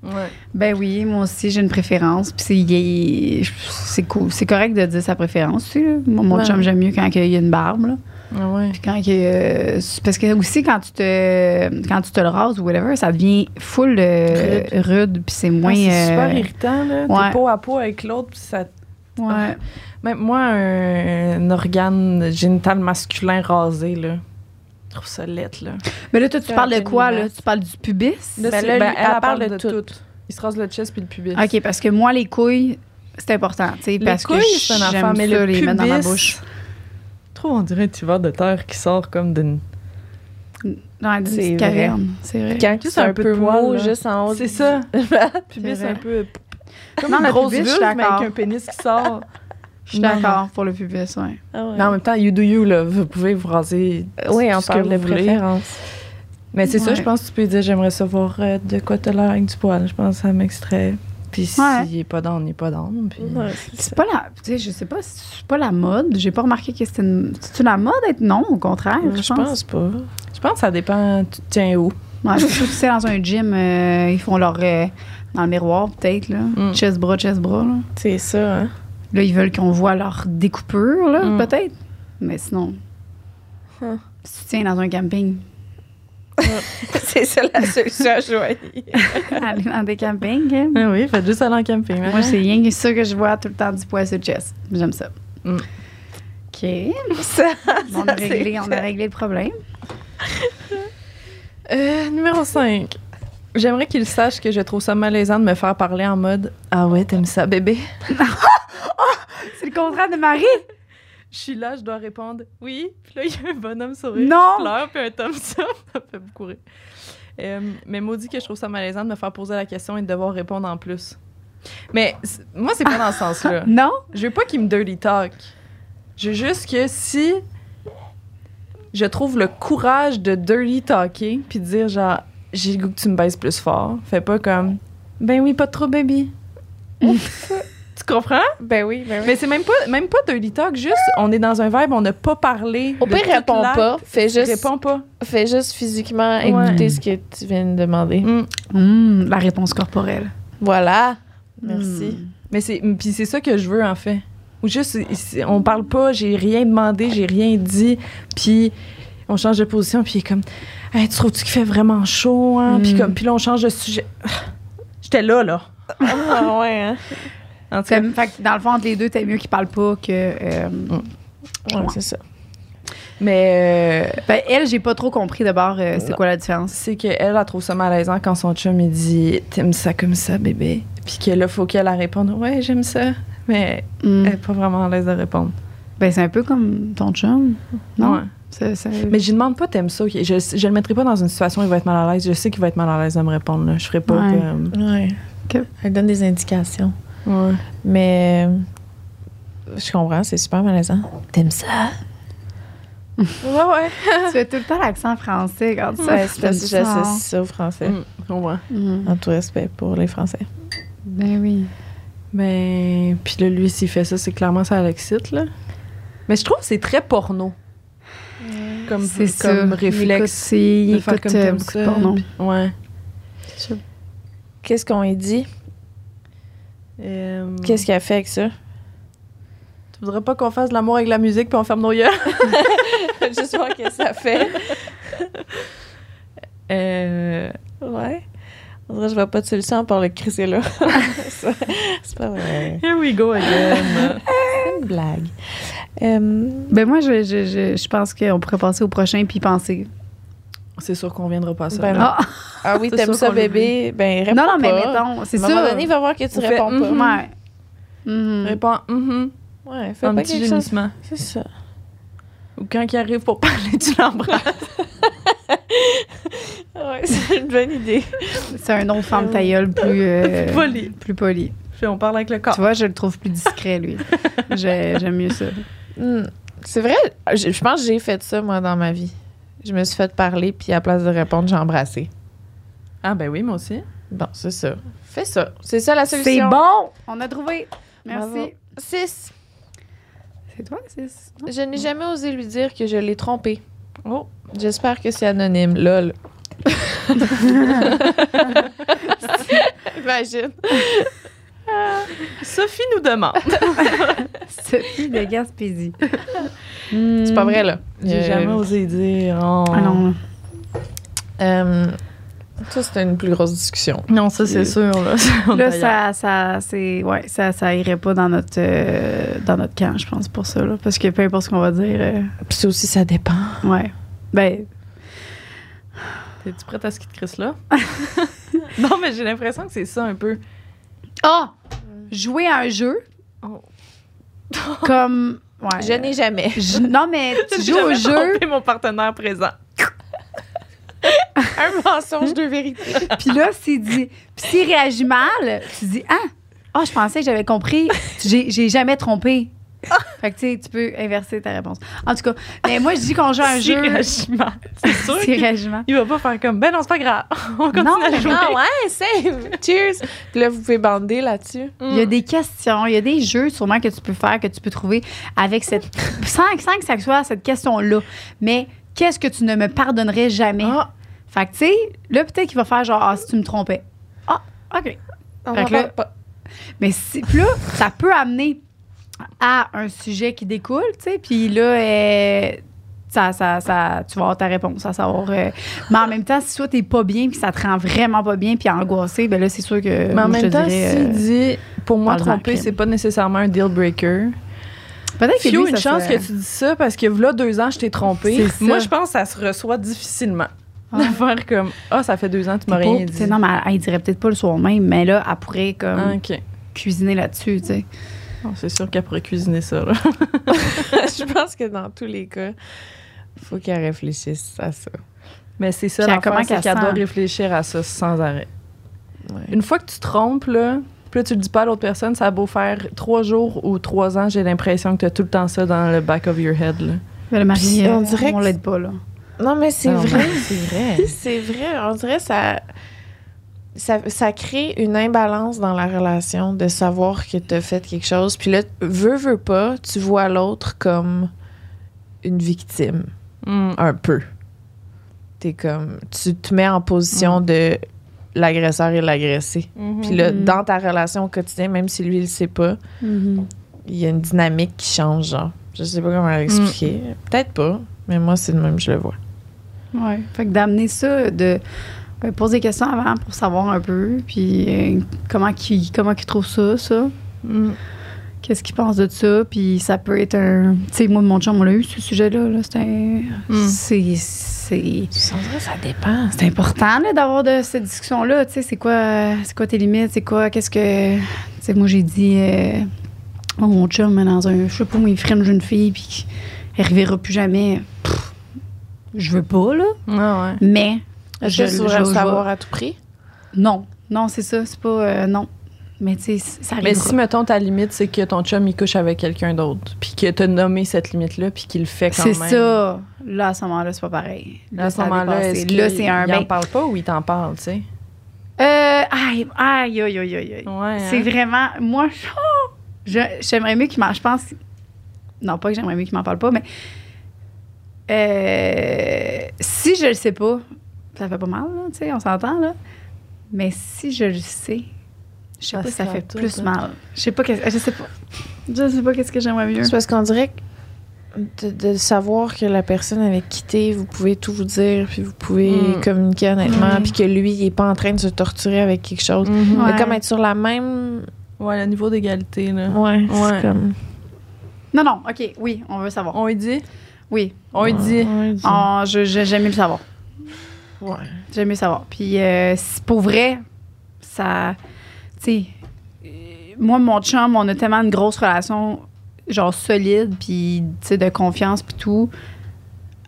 Speaker 4: Ouais.
Speaker 1: Ben oui, moi aussi, j'ai une préférence. Puis c'est, il est- c'est, cool. c'est correct de dire sa préférence, tu sais. là. Moi, mon
Speaker 2: Ouais.
Speaker 1: chum, j'aime mieux quand il y a une barbe, là.
Speaker 4: Ah ouais.
Speaker 1: Puis quand que, euh, parce que aussi quand tu te quand tu te le rases ou whatever, ça devient full euh, rude, puis c'est moins
Speaker 4: Ah, c'est super
Speaker 1: euh,
Speaker 4: irritant, là.
Speaker 1: ouais.
Speaker 4: T'es peau à peau avec l'autre, puis ça...
Speaker 1: ouais.
Speaker 4: Même moi, un, un organe génital masculin rasé, là, Je trouve ça laid, là.
Speaker 1: Mais là, toi, tu
Speaker 2: C'est
Speaker 1: parles de
Speaker 2: un
Speaker 1: quoi, là?
Speaker 2: univers.
Speaker 1: Tu parles du pubis?
Speaker 2: Ben
Speaker 4: Là, c'est-
Speaker 2: là, lui,
Speaker 4: ben,
Speaker 2: elle parle de tout.
Speaker 4: Il se rase le chest puis le pubis.
Speaker 1: OK, parce que moi, les couilles, c'est important, tu sais,
Speaker 4: Les
Speaker 1: parce
Speaker 4: couilles,
Speaker 1: que
Speaker 4: c'est un enfant,
Speaker 1: j'aime
Speaker 4: mais
Speaker 1: ça,
Speaker 4: le
Speaker 1: les
Speaker 4: pubis...
Speaker 1: mettre dans ma bouche.
Speaker 4: Trop, on dirait un petit verre de terre qui sort comme d'une...
Speaker 1: Dans la petite
Speaker 2: C'est vrai.
Speaker 1: caverne, c'est vrai.
Speaker 2: Quand
Speaker 4: Juste
Speaker 2: c'est
Speaker 4: un
Speaker 2: un
Speaker 4: peu
Speaker 2: peu
Speaker 4: de poil,
Speaker 2: mou,
Speaker 4: là.
Speaker 2: juste en haut.
Speaker 4: C'est ça. le pubis,
Speaker 1: C'est
Speaker 4: c'est un
Speaker 1: vrai.
Speaker 4: peu... Comme
Speaker 1: Non,
Speaker 4: une
Speaker 1: le
Speaker 4: grosse
Speaker 1: pubis, je suis
Speaker 4: vulve, mais
Speaker 1: d'accord.
Speaker 4: avec un pénis qui sort.
Speaker 1: Je suis d'accord pour le pubis, oui.
Speaker 2: Ah ouais.
Speaker 4: Mais en même temps, you do you, là. Vous pouvez vous raser
Speaker 2: oui,
Speaker 4: tout
Speaker 2: on
Speaker 4: ce que
Speaker 2: parle de
Speaker 4: vous voulez.
Speaker 2: préférence.
Speaker 4: Mais c'est ça,
Speaker 1: Ouais.
Speaker 4: je pense que tu peux dire j'aimerais savoir euh, de quoi t'as l'air avec du poil. Je pense que ça m'extrait. Puis s'il
Speaker 1: Ouais.
Speaker 4: est pas dans, il n'est pas dans. Puis...
Speaker 2: Ouais, c'est
Speaker 1: C'est
Speaker 2: ça.
Speaker 1: pas la... Tu sais, je sais pas si c'est pas la mode. J'ai pas remarqué que c'était une... C'est-tu la mode? être- Non, au contraire,
Speaker 2: Je pense pas.
Speaker 4: Je pense que ça dépend, tu te tiens où.
Speaker 1: Ouais, surtout si c'est dans un gym, euh, ils font leur. euh, dans le miroir, peut-être, là.
Speaker 4: Mm.
Speaker 1: Chest bras, chest bras, là.
Speaker 2: C'est ça, hein.
Speaker 1: Là, ils veulent qu'on voit leur découpure, là,
Speaker 4: Mm.
Speaker 1: peut-être. Mais sinon.
Speaker 2: Huh.
Speaker 1: Si tu tiens dans un camping,
Speaker 2: c'est ça la solution à Joanie.
Speaker 1: aller dans des campings, hein.
Speaker 4: Ah oui, faites juste aller en camping. hein.
Speaker 1: Moi, c'est rien que ça que je vois tout le temps du poids sur le chest. J'aime ça.
Speaker 4: Mm.
Speaker 1: OK.
Speaker 2: Ça,
Speaker 1: On a,
Speaker 2: ça, c'est
Speaker 1: réglé, on a réglé le problème.
Speaker 4: Euh, numéro 5. J'aimerais qu'il sache que je trouve ça malaisant de me faire parler en mode Ah ouais, t'aimes ça, bébé?
Speaker 1: C'est le contrat de Marie.
Speaker 4: Je suis là, je dois répondre Oui. Puis là, il y a un bonhomme sourire.
Speaker 1: Non!
Speaker 4: Qui pleure, puis un thumbs up. Ça me fait beaucoup rire. Euh, mais maudit que je trouve ça malaisant de me faire poser la question et de devoir répondre en plus. Mais c'est- moi, c'est pas dans ce sens-là.
Speaker 1: Non?
Speaker 4: Je veux pas qu'il me dirty talk. Je veux juste que si je trouve le courage de dirty talker puis de dire genre j'ai le goût que tu me baisses plus fort, fais pas comme ben oui, pas trop baby. tu comprends
Speaker 2: Ben oui, ben oui.
Speaker 4: Mais c'est même pas même pas dirty talk, juste on est dans un vibe, on n'a pas parlé.
Speaker 2: Au
Speaker 4: de
Speaker 2: pire,
Speaker 4: toute
Speaker 2: réponds
Speaker 4: l'acte.
Speaker 2: pas. Fais juste,
Speaker 4: Réponds pas.
Speaker 2: fais juste physiquement
Speaker 4: Ouais.
Speaker 2: écouter ce que tu viens de demander.
Speaker 4: Mm.
Speaker 1: Hum, la réponse corporelle. Hmm.
Speaker 2: Voilà. Merci.
Speaker 4: Mais c'est puis c'est ça que je veux en fait. Ou juste c'est- on parle pas, j'ai rien demandé, j'ai rien dit, puis on change de position puis il est comme Hey, tu trouves tu qu'il fait vraiment chaud hein? puis
Speaker 1: Mm.
Speaker 4: comme puis là on change de sujet. J'étais là là.
Speaker 2: Ah ouais, hein.
Speaker 4: En tout cas,
Speaker 1: T'aimes- Fait que dans le fond, entre les deux, t'es mieux qu'ils parlent pas que. euh,
Speaker 2: Ouais,
Speaker 1: Ouais.
Speaker 2: c'est ça.
Speaker 4: mais euh,
Speaker 1: Ben, elle, j'ai pas trop compris d'abord euh, c'est
Speaker 4: Non.
Speaker 1: quoi la différence.
Speaker 4: c'est que elle, elle trouve ça malaisant quand son chum il dit t'aimes ça comme ça bébé, puis que là faut qu'elle elle réponde ouais j'aime ça, mais elle est pas vraiment à l'aise de répondre.
Speaker 1: Hmm. Ben, c'est un peu comme ton chum. Non?
Speaker 4: Ouais.
Speaker 1: Ça- ça-
Speaker 4: Mais je lui demande pas t'aimes ça, ok? je, je le mettrai pas dans une situation où il va être mal à l'aise. Je sais qu'il va être mal à l'aise de me répondre là. Je ferai pas
Speaker 1: Ouais.
Speaker 4: comme
Speaker 2: Ouais.
Speaker 1: Ok.
Speaker 2: Elle donne des indications.
Speaker 4: ouais.
Speaker 2: Mais euh, je comprends, c'est super malaisant. T'aimes ça?
Speaker 4: Ouais, ouais.
Speaker 1: tu fais tout le temps l'accent français quand ça.
Speaker 2: Ouais, c'est parce que
Speaker 1: J'aime ça,
Speaker 2: j'associe ça aux Français.
Speaker 1: Mm.
Speaker 2: En tout respect pour les Français.
Speaker 1: Ben oui.
Speaker 4: Mais puis là, lui, s'il fait ça, c'est clairement ça l'excite, là. Mais je trouve que c'est très porno. Comme,
Speaker 1: C'est ça.
Speaker 4: comme
Speaker 1: Il
Speaker 4: réflexe.
Speaker 1: écoute- Il
Speaker 4: de faire
Speaker 1: écoute
Speaker 4: comme
Speaker 1: euh,
Speaker 4: t'aimes
Speaker 1: beaucoup
Speaker 4: ça,
Speaker 1: de porno.
Speaker 4: puis- Ouais.
Speaker 2: Qu'est-ce qu'on y dit?
Speaker 4: Euh,
Speaker 2: Mm. Qu'est-ce qu'elle fait avec ça?
Speaker 4: Tu voudrais pas qu'on fasse de l'amour avec la musique puis on ferme nos yeux?
Speaker 2: Juste voir qu'est-ce que ça fait.
Speaker 4: Euh,
Speaker 2: Ouais. On dirait que je vois pas de solution pour le crisser là. Ça, c'est pas vrai.
Speaker 4: here we go again.
Speaker 2: C'est une blague. Euh,
Speaker 1: Ben moi, je, je, je, je pense qu'on pourrait passer au prochain puis penser.
Speaker 4: c'est sûr qu'on viendra pas à ça.
Speaker 2: Ben
Speaker 4: là.
Speaker 2: non.
Speaker 1: Ah!
Speaker 2: ah oui,
Speaker 4: C'est
Speaker 2: t'aimes
Speaker 4: sûr
Speaker 2: ça,
Speaker 4: qu'on l'oublie.
Speaker 2: bébé? Ben, réponds
Speaker 1: non, non, mais
Speaker 2: pas.
Speaker 1: mettons, c'est
Speaker 2: À un
Speaker 1: ça.
Speaker 2: moment donné, il va voir que tu
Speaker 4: On fait,
Speaker 2: réponds pas.
Speaker 4: mhm.
Speaker 1: Ouais. Mhm.
Speaker 4: Réponds, mhm,
Speaker 2: Ouais, fais
Speaker 4: un
Speaker 2: pas
Speaker 4: petit
Speaker 2: quelque chose.
Speaker 4: gémissement.
Speaker 2: C'est ça.
Speaker 4: Ou quand il arrive pour parler, tu l'embrasses.
Speaker 2: Ah Ouais, c'est une bonne idée.
Speaker 1: Mm-hmm. C'est un autre femme ta gueule plus, euh,
Speaker 4: Plus poli.
Speaker 1: Plus poli.
Speaker 4: Puis on parle avec le corps.
Speaker 1: Tu vois, je le trouve plus discret, lui. J'ai- J'aime mieux ça.
Speaker 2: Hmm. C'est vrai, je, je pense que j'ai fait ça, moi, dans ma vie. Je me suis fait parler, puis à place de répondre, j'ai embrassé.
Speaker 4: Ah, ben oui, moi aussi.
Speaker 2: Bon, c'est ça. Fais ça. C'est ça la solution.
Speaker 1: C'est bon! On a trouvé. Merci.
Speaker 2: Bravo. 6.
Speaker 1: C'est toi, c'est.
Speaker 2: Je n'ai jamais osé lui dire que je l'ai trompé.
Speaker 4: Oh.
Speaker 2: J'espère que c'est anonyme. Lol. Imagine.
Speaker 4: Sophie nous demande.
Speaker 1: Sophie de Gaspésie. Hmm.
Speaker 2: C'est pas vrai, là.
Speaker 4: J'ai
Speaker 2: Euh,
Speaker 4: jamais osé dire. oh.
Speaker 1: Ah non.
Speaker 2: euh, ça, c'était une plus grosse discussion.
Speaker 4: Non, ça c'est
Speaker 2: Euh,
Speaker 4: sûr. Là,
Speaker 1: Là, ça, ça, c'est, ouais, ça, ça irait pas dans notre, euh, dans notre camp, je pense, pour ça. Là, parce que peu importe ce qu'on va dire, euh,
Speaker 2: Puis ça aussi, ça dépend.
Speaker 1: ouais. Ben,
Speaker 4: T'es-tu prête à ce qui te crisse là? non, mais j'ai l'impression que c'est ça un peu.
Speaker 1: Ah! Jouer à un jeu.
Speaker 4: Oh.
Speaker 1: Comme. Ouais.
Speaker 2: Je n'ai jamais.
Speaker 1: Je- Non, mais tu joues au jeu,
Speaker 4: J'ai mon partenaire présent.
Speaker 2: Un mensonge, deux vérités.
Speaker 1: puis là, c'est dit. Puis s'il réagit mal, tu dis Ah, ah je pensais que j'avais compris. J'ai j'ai jamais trompé. Fait que tu sais, tu peux inverser ta réponse. En tout cas, mais moi, je dis qu'on joue à un
Speaker 4: S'il
Speaker 1: jeu.
Speaker 4: réagit mal, C'est sûr
Speaker 1: S'il
Speaker 4: qu'il
Speaker 1: réagit mal.
Speaker 4: il va pas faire comme ben non, c'est pas grave. On continue
Speaker 1: Non,
Speaker 4: à
Speaker 1: mais
Speaker 4: jouer.
Speaker 2: Ah ouais, save. Cheers. Puis là, vous pouvez bander là-dessus.
Speaker 1: Il y a des questions, il y a des jeux sûrement que tu peux faire, que tu peux trouver avec cette. sans, sans que ça soit cette question-là. Mais qu'est-ce que tu ne me pardonnerais jamais?
Speaker 4: Ah.
Speaker 1: Fait que, tu sais, là, peut-être qu'il va faire genre, ah, si tu me trompais. Ah, OK.
Speaker 2: On
Speaker 1: Fait
Speaker 2: va
Speaker 1: que là-
Speaker 2: faire pas.
Speaker 1: Mais si, puis là, ça peut amener à un sujet qui découle, tu sais, puis là, euh, ça, ça, ça, tu vas avoir ta réponse, à savoir. euh, mais en même temps, si soit t'es pas bien, puis ça te rend vraiment pas bien, puis angoissé, ben là, c'est sûr que.
Speaker 4: Mais en
Speaker 1: moi, je
Speaker 4: même
Speaker 1: te
Speaker 4: temps,
Speaker 1: dirais,
Speaker 4: s'il
Speaker 1: euh,
Speaker 4: dit pour moi
Speaker 1: parle-en,
Speaker 4: tromper,
Speaker 1: crime.
Speaker 4: c'est pas nécessairement un deal breaker.
Speaker 1: euh, peut-être que
Speaker 4: Fio,
Speaker 1: lui,
Speaker 4: une
Speaker 1: ça
Speaker 4: chance
Speaker 1: serait-
Speaker 4: que tu dis ça parce que là deux ans, je t'ai trompé.
Speaker 1: C'est ça.
Speaker 4: Moi, je pense que ça se reçoit difficilement.
Speaker 1: Ah.
Speaker 4: De faire comme Ah, ça fait deux ans, tu m'as
Speaker 1: T'es pas-
Speaker 4: rien
Speaker 1: tu
Speaker 4: dit.
Speaker 1: sais, Non, mais elle, elle dirait peut-être pas le soir même, mais là, elle pourrait comme
Speaker 4: Ah, ok.
Speaker 1: cuisiner là-dessus, tu sais.
Speaker 4: Oh, c'est sûr qu'elle pourrait cuisiner ça. Là.
Speaker 2: Je pense que dans tous les cas, faut qu'elle réfléchisse à ça.
Speaker 4: Mais c'est ça,
Speaker 1: Puis elle,
Speaker 4: l'affaire,
Speaker 1: comment
Speaker 4: c'est
Speaker 1: qu'elle
Speaker 4: qu'elle
Speaker 1: sent?
Speaker 4: doit réfléchir à ça sans arrêt.
Speaker 2: Ouais.
Speaker 4: Une fois que tu te trompes, là, puis là, tu le dis pas à l'autre personne, ça a beau faire trois jours ou trois ans, j'ai l'impression que tu as tout le temps ça dans le back of your head. Là.
Speaker 1: Mais le mari,
Speaker 2: Puis
Speaker 1: euh,
Speaker 2: on
Speaker 1: on,
Speaker 2: dirait que-
Speaker 1: l'aide pas, là.
Speaker 2: Non, mais c'est
Speaker 4: Non,
Speaker 2: vrai.
Speaker 4: mais ben, C'est vrai.
Speaker 2: C'est vrai. On dirait ça. Ça, ça crée une imbalance dans la relation de savoir que t'as fait quelque chose. Puis là, veux, veux pas, tu vois l'autre comme une victime.
Speaker 4: Mm.
Speaker 2: un peu. T'es comme, tu te mets en position de l'agresseur et l'agressé. Puis là,
Speaker 1: Mhm.
Speaker 2: dans ta relation au quotidien, même si lui, il le sait pas,
Speaker 4: Mhm.
Speaker 2: il y a une dynamique qui change, genre. Je sais pas comment l'expliquer. Peut-être pas, mais moi, c'est le même, je le vois.
Speaker 1: Ouais. Fait que d'amener ça, de euh, poser des questions avant pour savoir un peu, puis euh, comment qui comment qu'il trouve ça, ça.
Speaker 4: Mm.
Speaker 1: Qu'est-ce qu'il pense de ça, puis ça peut être un... Tu sais, moi, mon chum, on l'a eu, ce sujet-là, là, c'est un...
Speaker 4: Mm.
Speaker 1: C'est... c'est-
Speaker 2: On dirait que Hmm. ça dépend.
Speaker 1: C'est important là, d'avoir de cette discussion-là. Tu sais, c'est quoi, euh, c'est quoi tes limites? C'est quoi, qu'est-ce que. Tu sais, moi, j'ai dit, euh, oh, mon chum, dans un. Je sais pas, moi, il fringe une fille, puis elle reverra plus jamais. Pff, je veux pas, là.
Speaker 4: Ah, ouais.
Speaker 1: Mais.
Speaker 2: Je
Speaker 1: je-
Speaker 2: voudrais
Speaker 1: je-
Speaker 2: le
Speaker 1: je-
Speaker 2: savoir à tout prix.
Speaker 1: Non. Non, c'est ça. C'est pas. euh, non. Mais, tu sais, c- ça arrive.
Speaker 4: Mais si, mettons, ta limite, c'est que ton chum, il couche avec quelqu'un d'autre, puis que t'as nommé cette limite-là, puis qu'il le fait quand
Speaker 1: c'est
Speaker 4: même.
Speaker 1: ça. Là, à ce moment-là, c'est pas pareil.
Speaker 4: À ce
Speaker 1: ça a
Speaker 4: moment-là,
Speaker 1: dépassé.
Speaker 4: est-ce
Speaker 1: Là,
Speaker 4: qu'il-
Speaker 1: c'est un ben-
Speaker 4: il en
Speaker 1: mec.
Speaker 4: parle pas ou il t'en parle, tu sais?
Speaker 1: Euh, aïe, aïe, aïe, aïe, aïe.
Speaker 4: Ouais. hein?
Speaker 1: C'est vraiment. Moi, je- j'aimerais mieux qu'il m'en. Je pense. Non, pas que j'aimerais mieux qu'il m'en parle pas, mais. euh, si je le sais pas, ça fait pas mal, là, tu sais, on s'entend, là. Mais si je le sais, je sais
Speaker 4: Ça
Speaker 1: pas si ça
Speaker 4: sera
Speaker 1: fait
Speaker 4: tout,
Speaker 1: plus
Speaker 4: hein.
Speaker 1: mal. Je sais pas, qu'est-ce- je sais pas. Je sais pas qu'est-ce que j'aimerais mieux.
Speaker 2: C'est parce qu'on dirait que de, de savoir que la personne avec qui t'es, vous pouvez tout vous dire, puis vous pouvez
Speaker 4: Mm.
Speaker 2: communiquer honnêtement,
Speaker 1: Mm.
Speaker 2: puis que lui, il est pas en train de se torturer avec quelque chose.
Speaker 4: Mhm.
Speaker 1: Ouais.
Speaker 2: Mais comme être sur la même.
Speaker 4: Ouais, le niveau d'égalité, là.
Speaker 2: Ouais,
Speaker 4: Ouais.
Speaker 2: c'est comme.
Speaker 1: Non, non, OK, oui, on veut savoir.
Speaker 4: On y dit?
Speaker 1: Oui,
Speaker 4: On y dit.
Speaker 2: Ouais, dis-
Speaker 1: on- je- je- j'aime mieux le savoir.
Speaker 2: Ouais.
Speaker 1: J'aime mieux savoir. Puis euh, si pour vrai, ça. Tu sais, euh, moi, mon chum, on a tellement une grosse relation, genre solide, puis tu sais, de confiance, puis tout.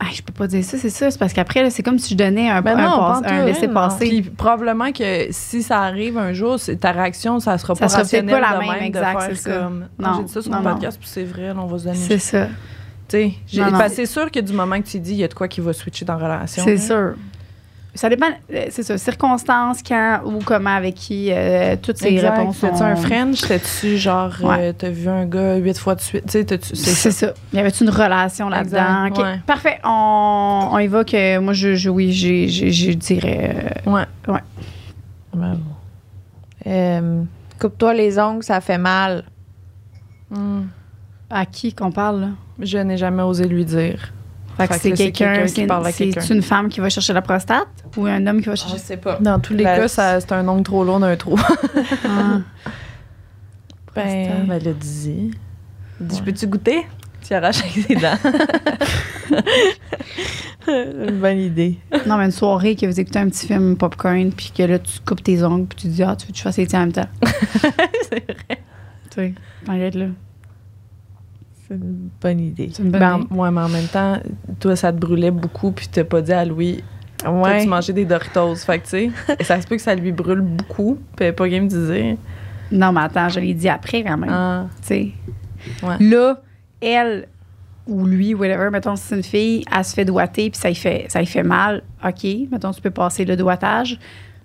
Speaker 1: Ah, je peux pas dire ça, c'est ça. C'est parce qu'après, là, c'est comme si je donnais un,
Speaker 4: Ben
Speaker 1: un
Speaker 4: non,
Speaker 1: passe-
Speaker 4: pas en
Speaker 1: un
Speaker 4: tout, Puis
Speaker 1: laisser-passer.
Speaker 4: probablement que si ça arrive un jour, c'est- ta réaction, ça sera
Speaker 1: Ça
Speaker 4: pas
Speaker 1: sera peut-être
Speaker 4: rationnelle
Speaker 1: pas la
Speaker 4: de
Speaker 1: même,
Speaker 4: de
Speaker 1: exact,
Speaker 4: faire
Speaker 1: c'est ça.
Speaker 4: comme,
Speaker 1: Non,
Speaker 4: non, j'ai dit ça sur
Speaker 1: non,
Speaker 4: mon
Speaker 1: non.
Speaker 4: podcast, puis c'est vrai, là, on va se donner. une
Speaker 1: C'est
Speaker 4: chance.
Speaker 1: ça.
Speaker 4: Tu sais, j'ai-
Speaker 1: Non, non.
Speaker 4: parce que c'est sûr que du moment que tu dis, il y a de quoi qui va switcher dans la relation.
Speaker 1: C'est
Speaker 4: là.
Speaker 1: sûr. Ça dépend, euh, c'est ça, circonstances, quand ou comment, avec qui, euh, toutes ces
Speaker 4: Exact.
Speaker 1: réponses sont...
Speaker 4: T'as-tu un French? T'as-tu genre, euh,
Speaker 1: Ouais.
Speaker 4: t'as vu un gars huit fois de suite? Tu sais, t'as-tu- c'est ça.
Speaker 1: C'est ça. Il Y avait une relation là-dedans?
Speaker 4: Exact,
Speaker 1: Ok,
Speaker 4: ouais.
Speaker 1: Parfait. On, on y va que moi, je, je- oui, j'ai- j'ai- je dirais... euh,
Speaker 4: Ouais.
Speaker 2: Ben bon. Euh, Coupe-toi les ongles, ça fait mal.
Speaker 4: Hmm.
Speaker 1: À qui qu'on parle, là?
Speaker 4: Je n'ai jamais osé lui dire.
Speaker 1: Fait que
Speaker 4: Fait que
Speaker 1: c'est
Speaker 4: là, c'est
Speaker 1: quelqu'un,
Speaker 4: quelqu'un qui
Speaker 1: c'est
Speaker 4: parle à
Speaker 1: c'est
Speaker 4: quelqu'un. Ah,
Speaker 1: une femme qui va chercher la prostate ou un homme qui va
Speaker 4: Je
Speaker 1: chercher...
Speaker 4: sais pas.
Speaker 2: Dans tous
Speaker 4: Les gars, ça- c'est un ongle trop long d'un trou.
Speaker 1: Ah.
Speaker 2: Ben,
Speaker 4: elle l'a dit. Elle dit,
Speaker 2: Ouais.
Speaker 4: Peux-tu goûter? Tu arraches avec ses dents.
Speaker 2: Une bonne idée.
Speaker 1: Non, mais une soirée que vous écoutez un petit film popcorn, puis que là, tu coupes tes ongles, puis tu dis, ah, tu veux que je fasse les tiens en même temps.
Speaker 4: C'est vrai.
Speaker 1: Tu sais, t'inquiète, là.
Speaker 2: C'est une bonne idée.
Speaker 1: C'est une bonne
Speaker 4: Ben,
Speaker 1: idée.
Speaker 4: ouais, mais en même temps, toi, ça te brûlait beaucoup, puis t'as pas dit à Louis, toi,
Speaker 2: Ouais.
Speaker 4: tu mangeais des Doritos. Fait que, tu sais, ça se peut que ça lui brûle beaucoup, puis elle est pas game de dire.
Speaker 1: Non, mais attends, je l'ai dit après, quand même.
Speaker 4: Ah,
Speaker 1: Tu sais.
Speaker 4: Ouais.
Speaker 1: Là, elle ou lui, whatever, mettons, si c'est une fille, elle se fait doigter, puis ça lui fait, ça lui fait mal. OK, mettons, tu peux passer le doigtage,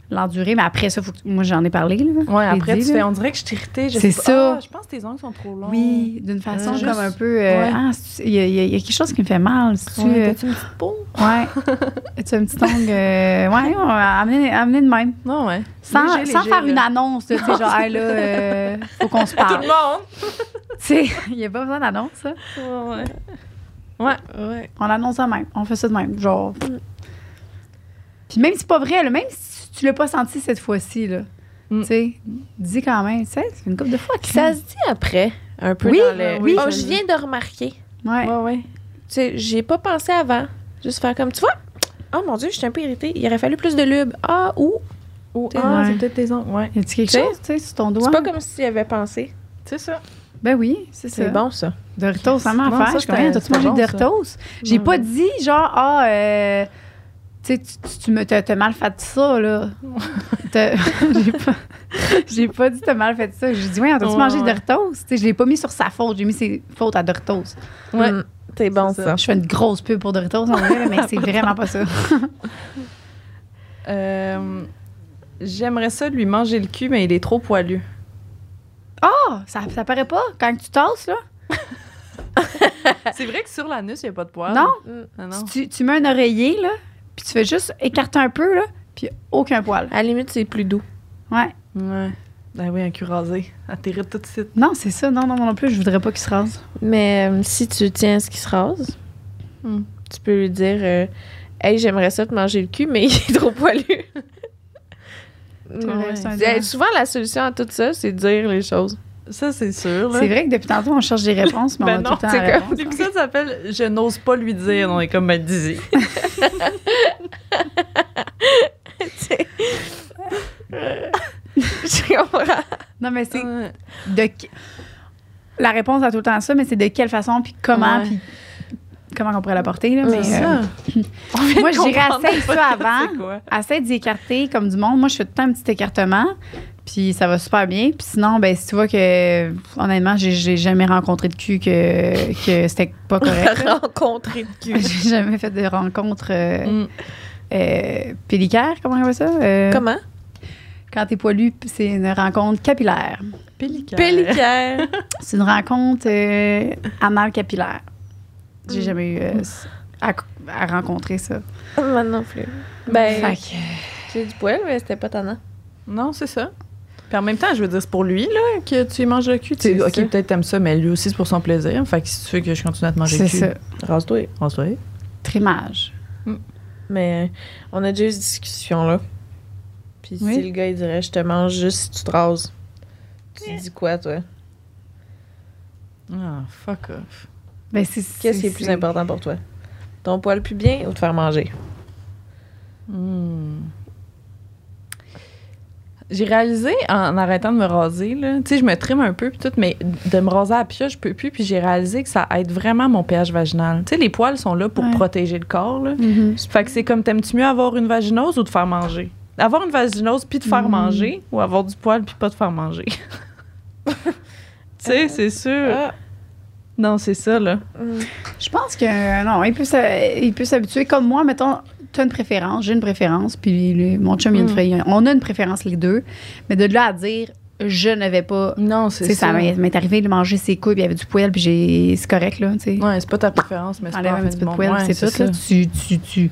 Speaker 1: l'endurer, mais après ça, faut que, moi, j'en ai parlé, là.
Speaker 4: Ouais,
Speaker 1: Je l'ai
Speaker 4: après,
Speaker 1: dit,
Speaker 4: tu
Speaker 1: là.
Speaker 4: fais, on dirait que je suis irritée. je
Speaker 1: C'est
Speaker 4: sais pas.
Speaker 1: ça.
Speaker 4: Ah, je pense que tes ongles sont trop longs.
Speaker 1: Oui, d'une façon
Speaker 4: Ah, Juste-
Speaker 1: comme un peu. euh,
Speaker 4: Ouais.
Speaker 1: Ah, c'est- il y, a- il y a- il y a quelque chose qui me fait mal. c'est-tu, euh,
Speaker 4: Ouais, t'as-tu une petite peau?
Speaker 1: Ouais. tu as une petite ongle. euh, ouais, on va amener, amener de même.
Speaker 4: Non, ouais.
Speaker 1: Sans,
Speaker 4: Léger,
Speaker 1: sans
Speaker 4: léger,
Speaker 1: faire
Speaker 4: là.
Speaker 1: une annonce, là, tu sais, genre, Hey, là, euh, faut qu'on se
Speaker 4: Tout
Speaker 1: parle.
Speaker 4: le monde!
Speaker 1: Tu sais, il n'y a pas besoin d'annonce, ça.
Speaker 2: Ouais.
Speaker 4: Ouais.
Speaker 2: Ouais.
Speaker 1: On l'annonce de même. On fait ça de même. Genre.
Speaker 2: Mm.
Speaker 1: Puis même si c'est pas vrai, là, même si tu l'as pas senti cette fois-ci, là,
Speaker 4: Mm.
Speaker 1: tu sais, dis quand même, tu sais, c'est une coupe de fois. que
Speaker 2: Ça se dit après, un peu
Speaker 1: Oui,
Speaker 2: dans le...
Speaker 4: oui,
Speaker 2: Oh,
Speaker 4: ça
Speaker 2: je
Speaker 4: se
Speaker 2: viens de remarquer. Tu
Speaker 1: Ouais.
Speaker 4: Ouais, ouais.
Speaker 2: sais, j'ai pas pensé avant. Juste faire comme, tu vois, oh mon Dieu, je suis un peu irritée. Il aurait fallu plus de lube. Ah, ou...
Speaker 4: Ou,
Speaker 2: T'es-
Speaker 4: ah,
Speaker 1: Ouais.
Speaker 4: c'est peut-être tes ongles. Ouais.
Speaker 1: Y a-tu quelque
Speaker 2: Tu sais,
Speaker 1: chose, tu sais, sur ton doigt?
Speaker 2: C'est pas comme s'il avait pensé.
Speaker 4: C'est ça.
Speaker 1: Ben oui, c'est ça.
Speaker 2: C'est bon, ça.
Speaker 1: Doritos, ça m'a
Speaker 4: Bon,
Speaker 1: affaire.
Speaker 4: ça,
Speaker 1: Je suis comme, Hein,
Speaker 4: c'était-
Speaker 1: t'as-tu mangé
Speaker 4: c'était
Speaker 1: des
Speaker 4: bon, ça.
Speaker 1: Doritos? J'ai
Speaker 2: Mm.
Speaker 4: Non,
Speaker 1: pas
Speaker 4: non.
Speaker 1: dit, genre, ah, euh, tu sais, tu- tu- tu me- t'as t'as mal fait ça, là. T'as- J'ai pas, j'ai pas dit, t'as mal fait ça. J'ai dit, ouais, t'as-tu
Speaker 4: Ouais,
Speaker 1: mangé des
Speaker 4: ouais.
Speaker 1: Doritos? Tu sais, je l'ai pas mis sur sa faute. J'ai mis ses fautes à Doritos.
Speaker 4: Ouais.
Speaker 2: Mm, C'est bon,
Speaker 4: C'est
Speaker 2: ça.
Speaker 4: ça.
Speaker 1: Je fais une grosse pub pour Doritos, en vrai, là, mais c'est vraiment pas ça.
Speaker 4: Euh, J'aimerais ça lui manger le cul, mais il est trop poilu.
Speaker 1: Ah, ça, ça paraît pas quand tu tasses, là?
Speaker 4: c'est vrai que sur l'anus, il n'y a pas de poil.
Speaker 1: Ah. Non?
Speaker 2: Mm.
Speaker 4: Non,
Speaker 1: Si
Speaker 4: non.
Speaker 1: Tu, tu mets un oreiller, là, puis tu fais juste écarter un peu, là, puis aucun poil.
Speaker 2: À la limite, c'est plus doux.
Speaker 1: Ouais.
Speaker 4: Ouais. Ben oui, un cul rasé. Elle t'irrite tout de suite.
Speaker 1: Non, c'est ça. Non, non, non, non plus, je voudrais pas qu'il se rase.
Speaker 2: Mais euh, si tu tiens à ce qui se rase,
Speaker 4: Mm.
Speaker 2: tu peux lui dire euh, Hey, j'aimerais ça te manger le cul, mais il est trop poilu.
Speaker 1: vrai,
Speaker 2: Ouais.
Speaker 1: c'est un
Speaker 2: Euh,
Speaker 1: doigt.
Speaker 2: Souvent, la solution à tout ça, c'est de dire les choses.
Speaker 4: Ça, c'est sûr. là.
Speaker 1: C'est vrai que depuis tantôt, on cherche des réponses, mais
Speaker 4: Ben
Speaker 1: on a
Speaker 4: non,
Speaker 1: tout le temps
Speaker 2: c'est
Speaker 1: la réponse, hein.
Speaker 4: L'épisode s'appelle Je n'ose pas lui dire. On est comme ma disait.
Speaker 2: C'est- Je comprends.
Speaker 1: Non, mais c'est
Speaker 4: Ouais.
Speaker 1: de... que- La réponse à tout le temps ça, mais c'est de quelle façon, puis comment,
Speaker 4: Ouais.
Speaker 1: puis comment on pourrait l'apporter. Là,
Speaker 2: Ouais,
Speaker 1: mais,
Speaker 2: c'est
Speaker 1: euh,
Speaker 4: Ça. On vient
Speaker 1: moi,
Speaker 4: de
Speaker 1: je dirais
Speaker 4: comprendre
Speaker 1: assez
Speaker 4: dans le
Speaker 1: ça
Speaker 4: podcast,
Speaker 1: avant.
Speaker 4: c'est quoi.
Speaker 1: essaie d'y écarter comme du monde. Moi, je fais tout le temps un petit écartement, puis ça va super bien. Puis sinon, ben, si tu vois que, honnêtement, j'ai, j'ai jamais rencontré de cul que, que c'était pas correct. là.
Speaker 2: Rencontrer de cul.
Speaker 1: j'ai jamais fait de rencontre euh,
Speaker 4: Mm.
Speaker 1: euh, pellicaire, comment on appelle ça? Euh,
Speaker 2: Comment?
Speaker 1: Quand t'es poilu, c'est une rencontre capillaire.
Speaker 4: Pellicaire.
Speaker 2: Pellicaire.
Speaker 1: C'est une rencontre euh, anal capillaire. J'ai
Speaker 2: Mm.
Speaker 1: jamais eu euh, à, à rencontrer ça.
Speaker 2: Moi non plus.
Speaker 1: Fait
Speaker 2: Ben,
Speaker 1: que-
Speaker 2: j'ai du poil, mais c'était pas tannant.
Speaker 4: Non, c'est ça. Puis en même temps, je veux dire, c'est pour lui là, que tu lui manges le cul. Tu sais,
Speaker 2: C'est
Speaker 4: ok,
Speaker 2: ça.
Speaker 4: peut-être t'aimes ça, mais lui aussi, c'est pour son plaisir. Fait que si tu veux que je continue à te manger
Speaker 1: c'est
Speaker 4: le cul,
Speaker 1: ça.
Speaker 2: Rase-toi.
Speaker 4: rase-toi.
Speaker 1: Trimage.
Speaker 2: Mais euh, on a déjà eu cette discussion-là. Puis
Speaker 1: Oui.
Speaker 2: si le gars, il dirait, je te mange juste si tu te rases. Tu dis quoi, toi?
Speaker 4: Ah, fuck off.
Speaker 1: Ben, c'est, c'est-
Speaker 2: Qu'est-ce qui est plus
Speaker 1: c'est-
Speaker 2: important pour toi? Ton poil plus bien ou te faire manger?
Speaker 4: Hmm. J'ai réalisé en arrêtant de me raser, là, tu sais, je me trime un peu, puis tout, mais de me raser à la pioche, je peux plus, puis j'ai réalisé que ça aide vraiment mon pH vaginal. Tu sais, les poils sont là pour
Speaker 1: Ouais.
Speaker 4: protéger le corps, là.
Speaker 1: Mhm.
Speaker 4: Fait que c'est comme, t'aimes-tu mieux avoir une vaginose ou te faire manger? Avoir une vaginose puis te faire
Speaker 1: Mm.
Speaker 4: manger ou avoir du poil puis pas te faire manger? tu
Speaker 1: Euh,
Speaker 4: sais, c'est sûr.
Speaker 2: Ah.
Speaker 4: Non, c'est ça, là.
Speaker 2: Mm.
Speaker 1: Je pense que euh, non, il peut, s'a- il peut s'habituer. Comme moi, mettons, tu as une préférence, j'ai une préférence, puis le- mon chum, il a une
Speaker 4: Mm.
Speaker 1: pré- on a une préférence les deux. Mais de là à dire, je ne vais pas.
Speaker 4: Non,
Speaker 1: Tu
Speaker 4: c'est
Speaker 1: sais, ça
Speaker 4: ça.
Speaker 1: m'est m'est arrivé de manger ses couilles, puis il y avait du poil, puis j'ai, c'est correct, là, tu sais.
Speaker 4: Ouais, c'est pas ta préférence, mais c'est
Speaker 1: Enlève
Speaker 4: pas
Speaker 1: un petit peu de poil,
Speaker 4: ouais,
Speaker 1: c'est tout. Là, tu, tu, tu, tu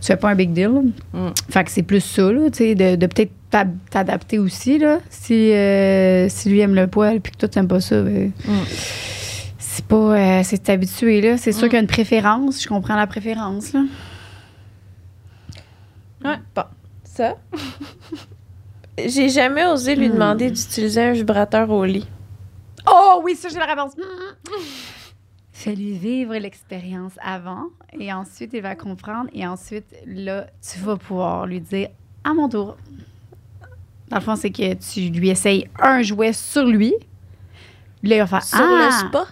Speaker 1: fais pas un big deal.
Speaker 4: Mm.
Speaker 1: Fait que c'est plus ça, là, tu sais, de, de peut-être t'a- t'adapter aussi. Là, si, euh, si lui aime le poil puis que toi, tu n'aimes pas ça, ben,
Speaker 4: Mm.
Speaker 1: c'est pas. euh, c'est habitué. là. C'est sûr
Speaker 4: Mm.
Speaker 1: qu'il y a une préférence. Je comprends la préférence. Là.
Speaker 4: Ouais.
Speaker 2: hmm. Bon. Ça? J'ai jamais osé lui
Speaker 1: Mm.
Speaker 2: demander d'utiliser un vibrateur au lit.
Speaker 1: Oh oui, ça, j'ai la réponse. Fais-lui vivre l'expérience avant et ensuite il va comprendre et ensuite là, tu vas pouvoir lui dire à mon tour. Dans le fond, c'est que tu lui essayes un jouet sur lui. Là, il va faire
Speaker 2: Sur
Speaker 1: Ah!
Speaker 2: le spa.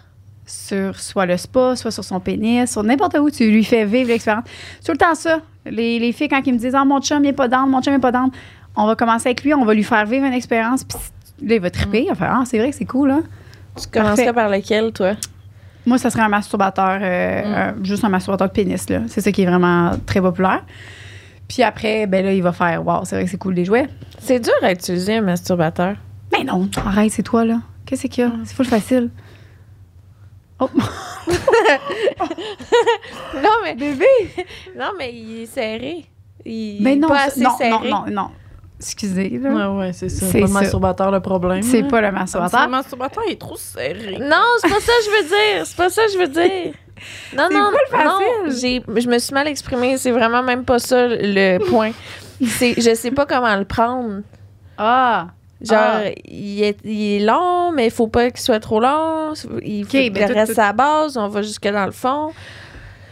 Speaker 1: sur soit le spa, soit sur son pénis, sur n'importe où, tu lui fais vivre l'expérience. Tout le temps, ça, les, les filles, quand ils me disent Ah, mon chum, il est pas d'âme, mon chum, il est pas d'âme, on va commencer avec lui, on va lui faire vivre une expérience, puis là, il va triper, il va faire Ah, c'est vrai que c'est cool, hein.
Speaker 2: Tu commencerais par lequel, toi?
Speaker 1: Moi, ça serait un masturbateur, euh,
Speaker 2: Mm.
Speaker 1: un- juste un masturbateur de pénis, là. C'est ça qui est vraiment très populaire. Puis après, ben là, il va faire Waouh, c'est vrai que c'est cool les jouets.
Speaker 2: C'est dur à utiliser, un masturbateur.
Speaker 1: Mais non, arrête, c'est toi, là. Qu'est-ce qu'il y
Speaker 2: Mm.
Speaker 1: a? C'est full facile.
Speaker 2: Non, mais... Bébé! non, mais il est serré. Il
Speaker 1: Mais
Speaker 2: est
Speaker 1: Ben non,
Speaker 2: pas
Speaker 1: ça-
Speaker 2: assez
Speaker 1: non,
Speaker 2: serré.
Speaker 1: non, non, non. Excusez, là.
Speaker 4: Ouais, ouais, c'est ça.
Speaker 1: C'est
Speaker 4: C'est pas le
Speaker 1: ça.
Speaker 4: masturbateur le problème.
Speaker 1: C'est
Speaker 4: là.
Speaker 1: pas le
Speaker 4: Le
Speaker 1: masturbateur.
Speaker 4: masturbateur il est trop serré.
Speaker 2: Non, c'est pas ça que je veux dire. C'est pas ça que je veux dire. Non,
Speaker 1: C'est
Speaker 2: non,
Speaker 1: pas le
Speaker 2: non. J'ai, je me suis mal exprimée. C'est vraiment même pas ça le point. C'est, je sais pas comment le prendre.
Speaker 1: Ah!
Speaker 2: Genre,
Speaker 1: Ah.
Speaker 2: il, est, il est long, mais il faut pas qu'il soit trop long. Il faut
Speaker 1: Ok,
Speaker 2: qu'il
Speaker 1: ben, tout-
Speaker 2: reste
Speaker 1: tout-
Speaker 2: à la base. On va jusque dans le fond.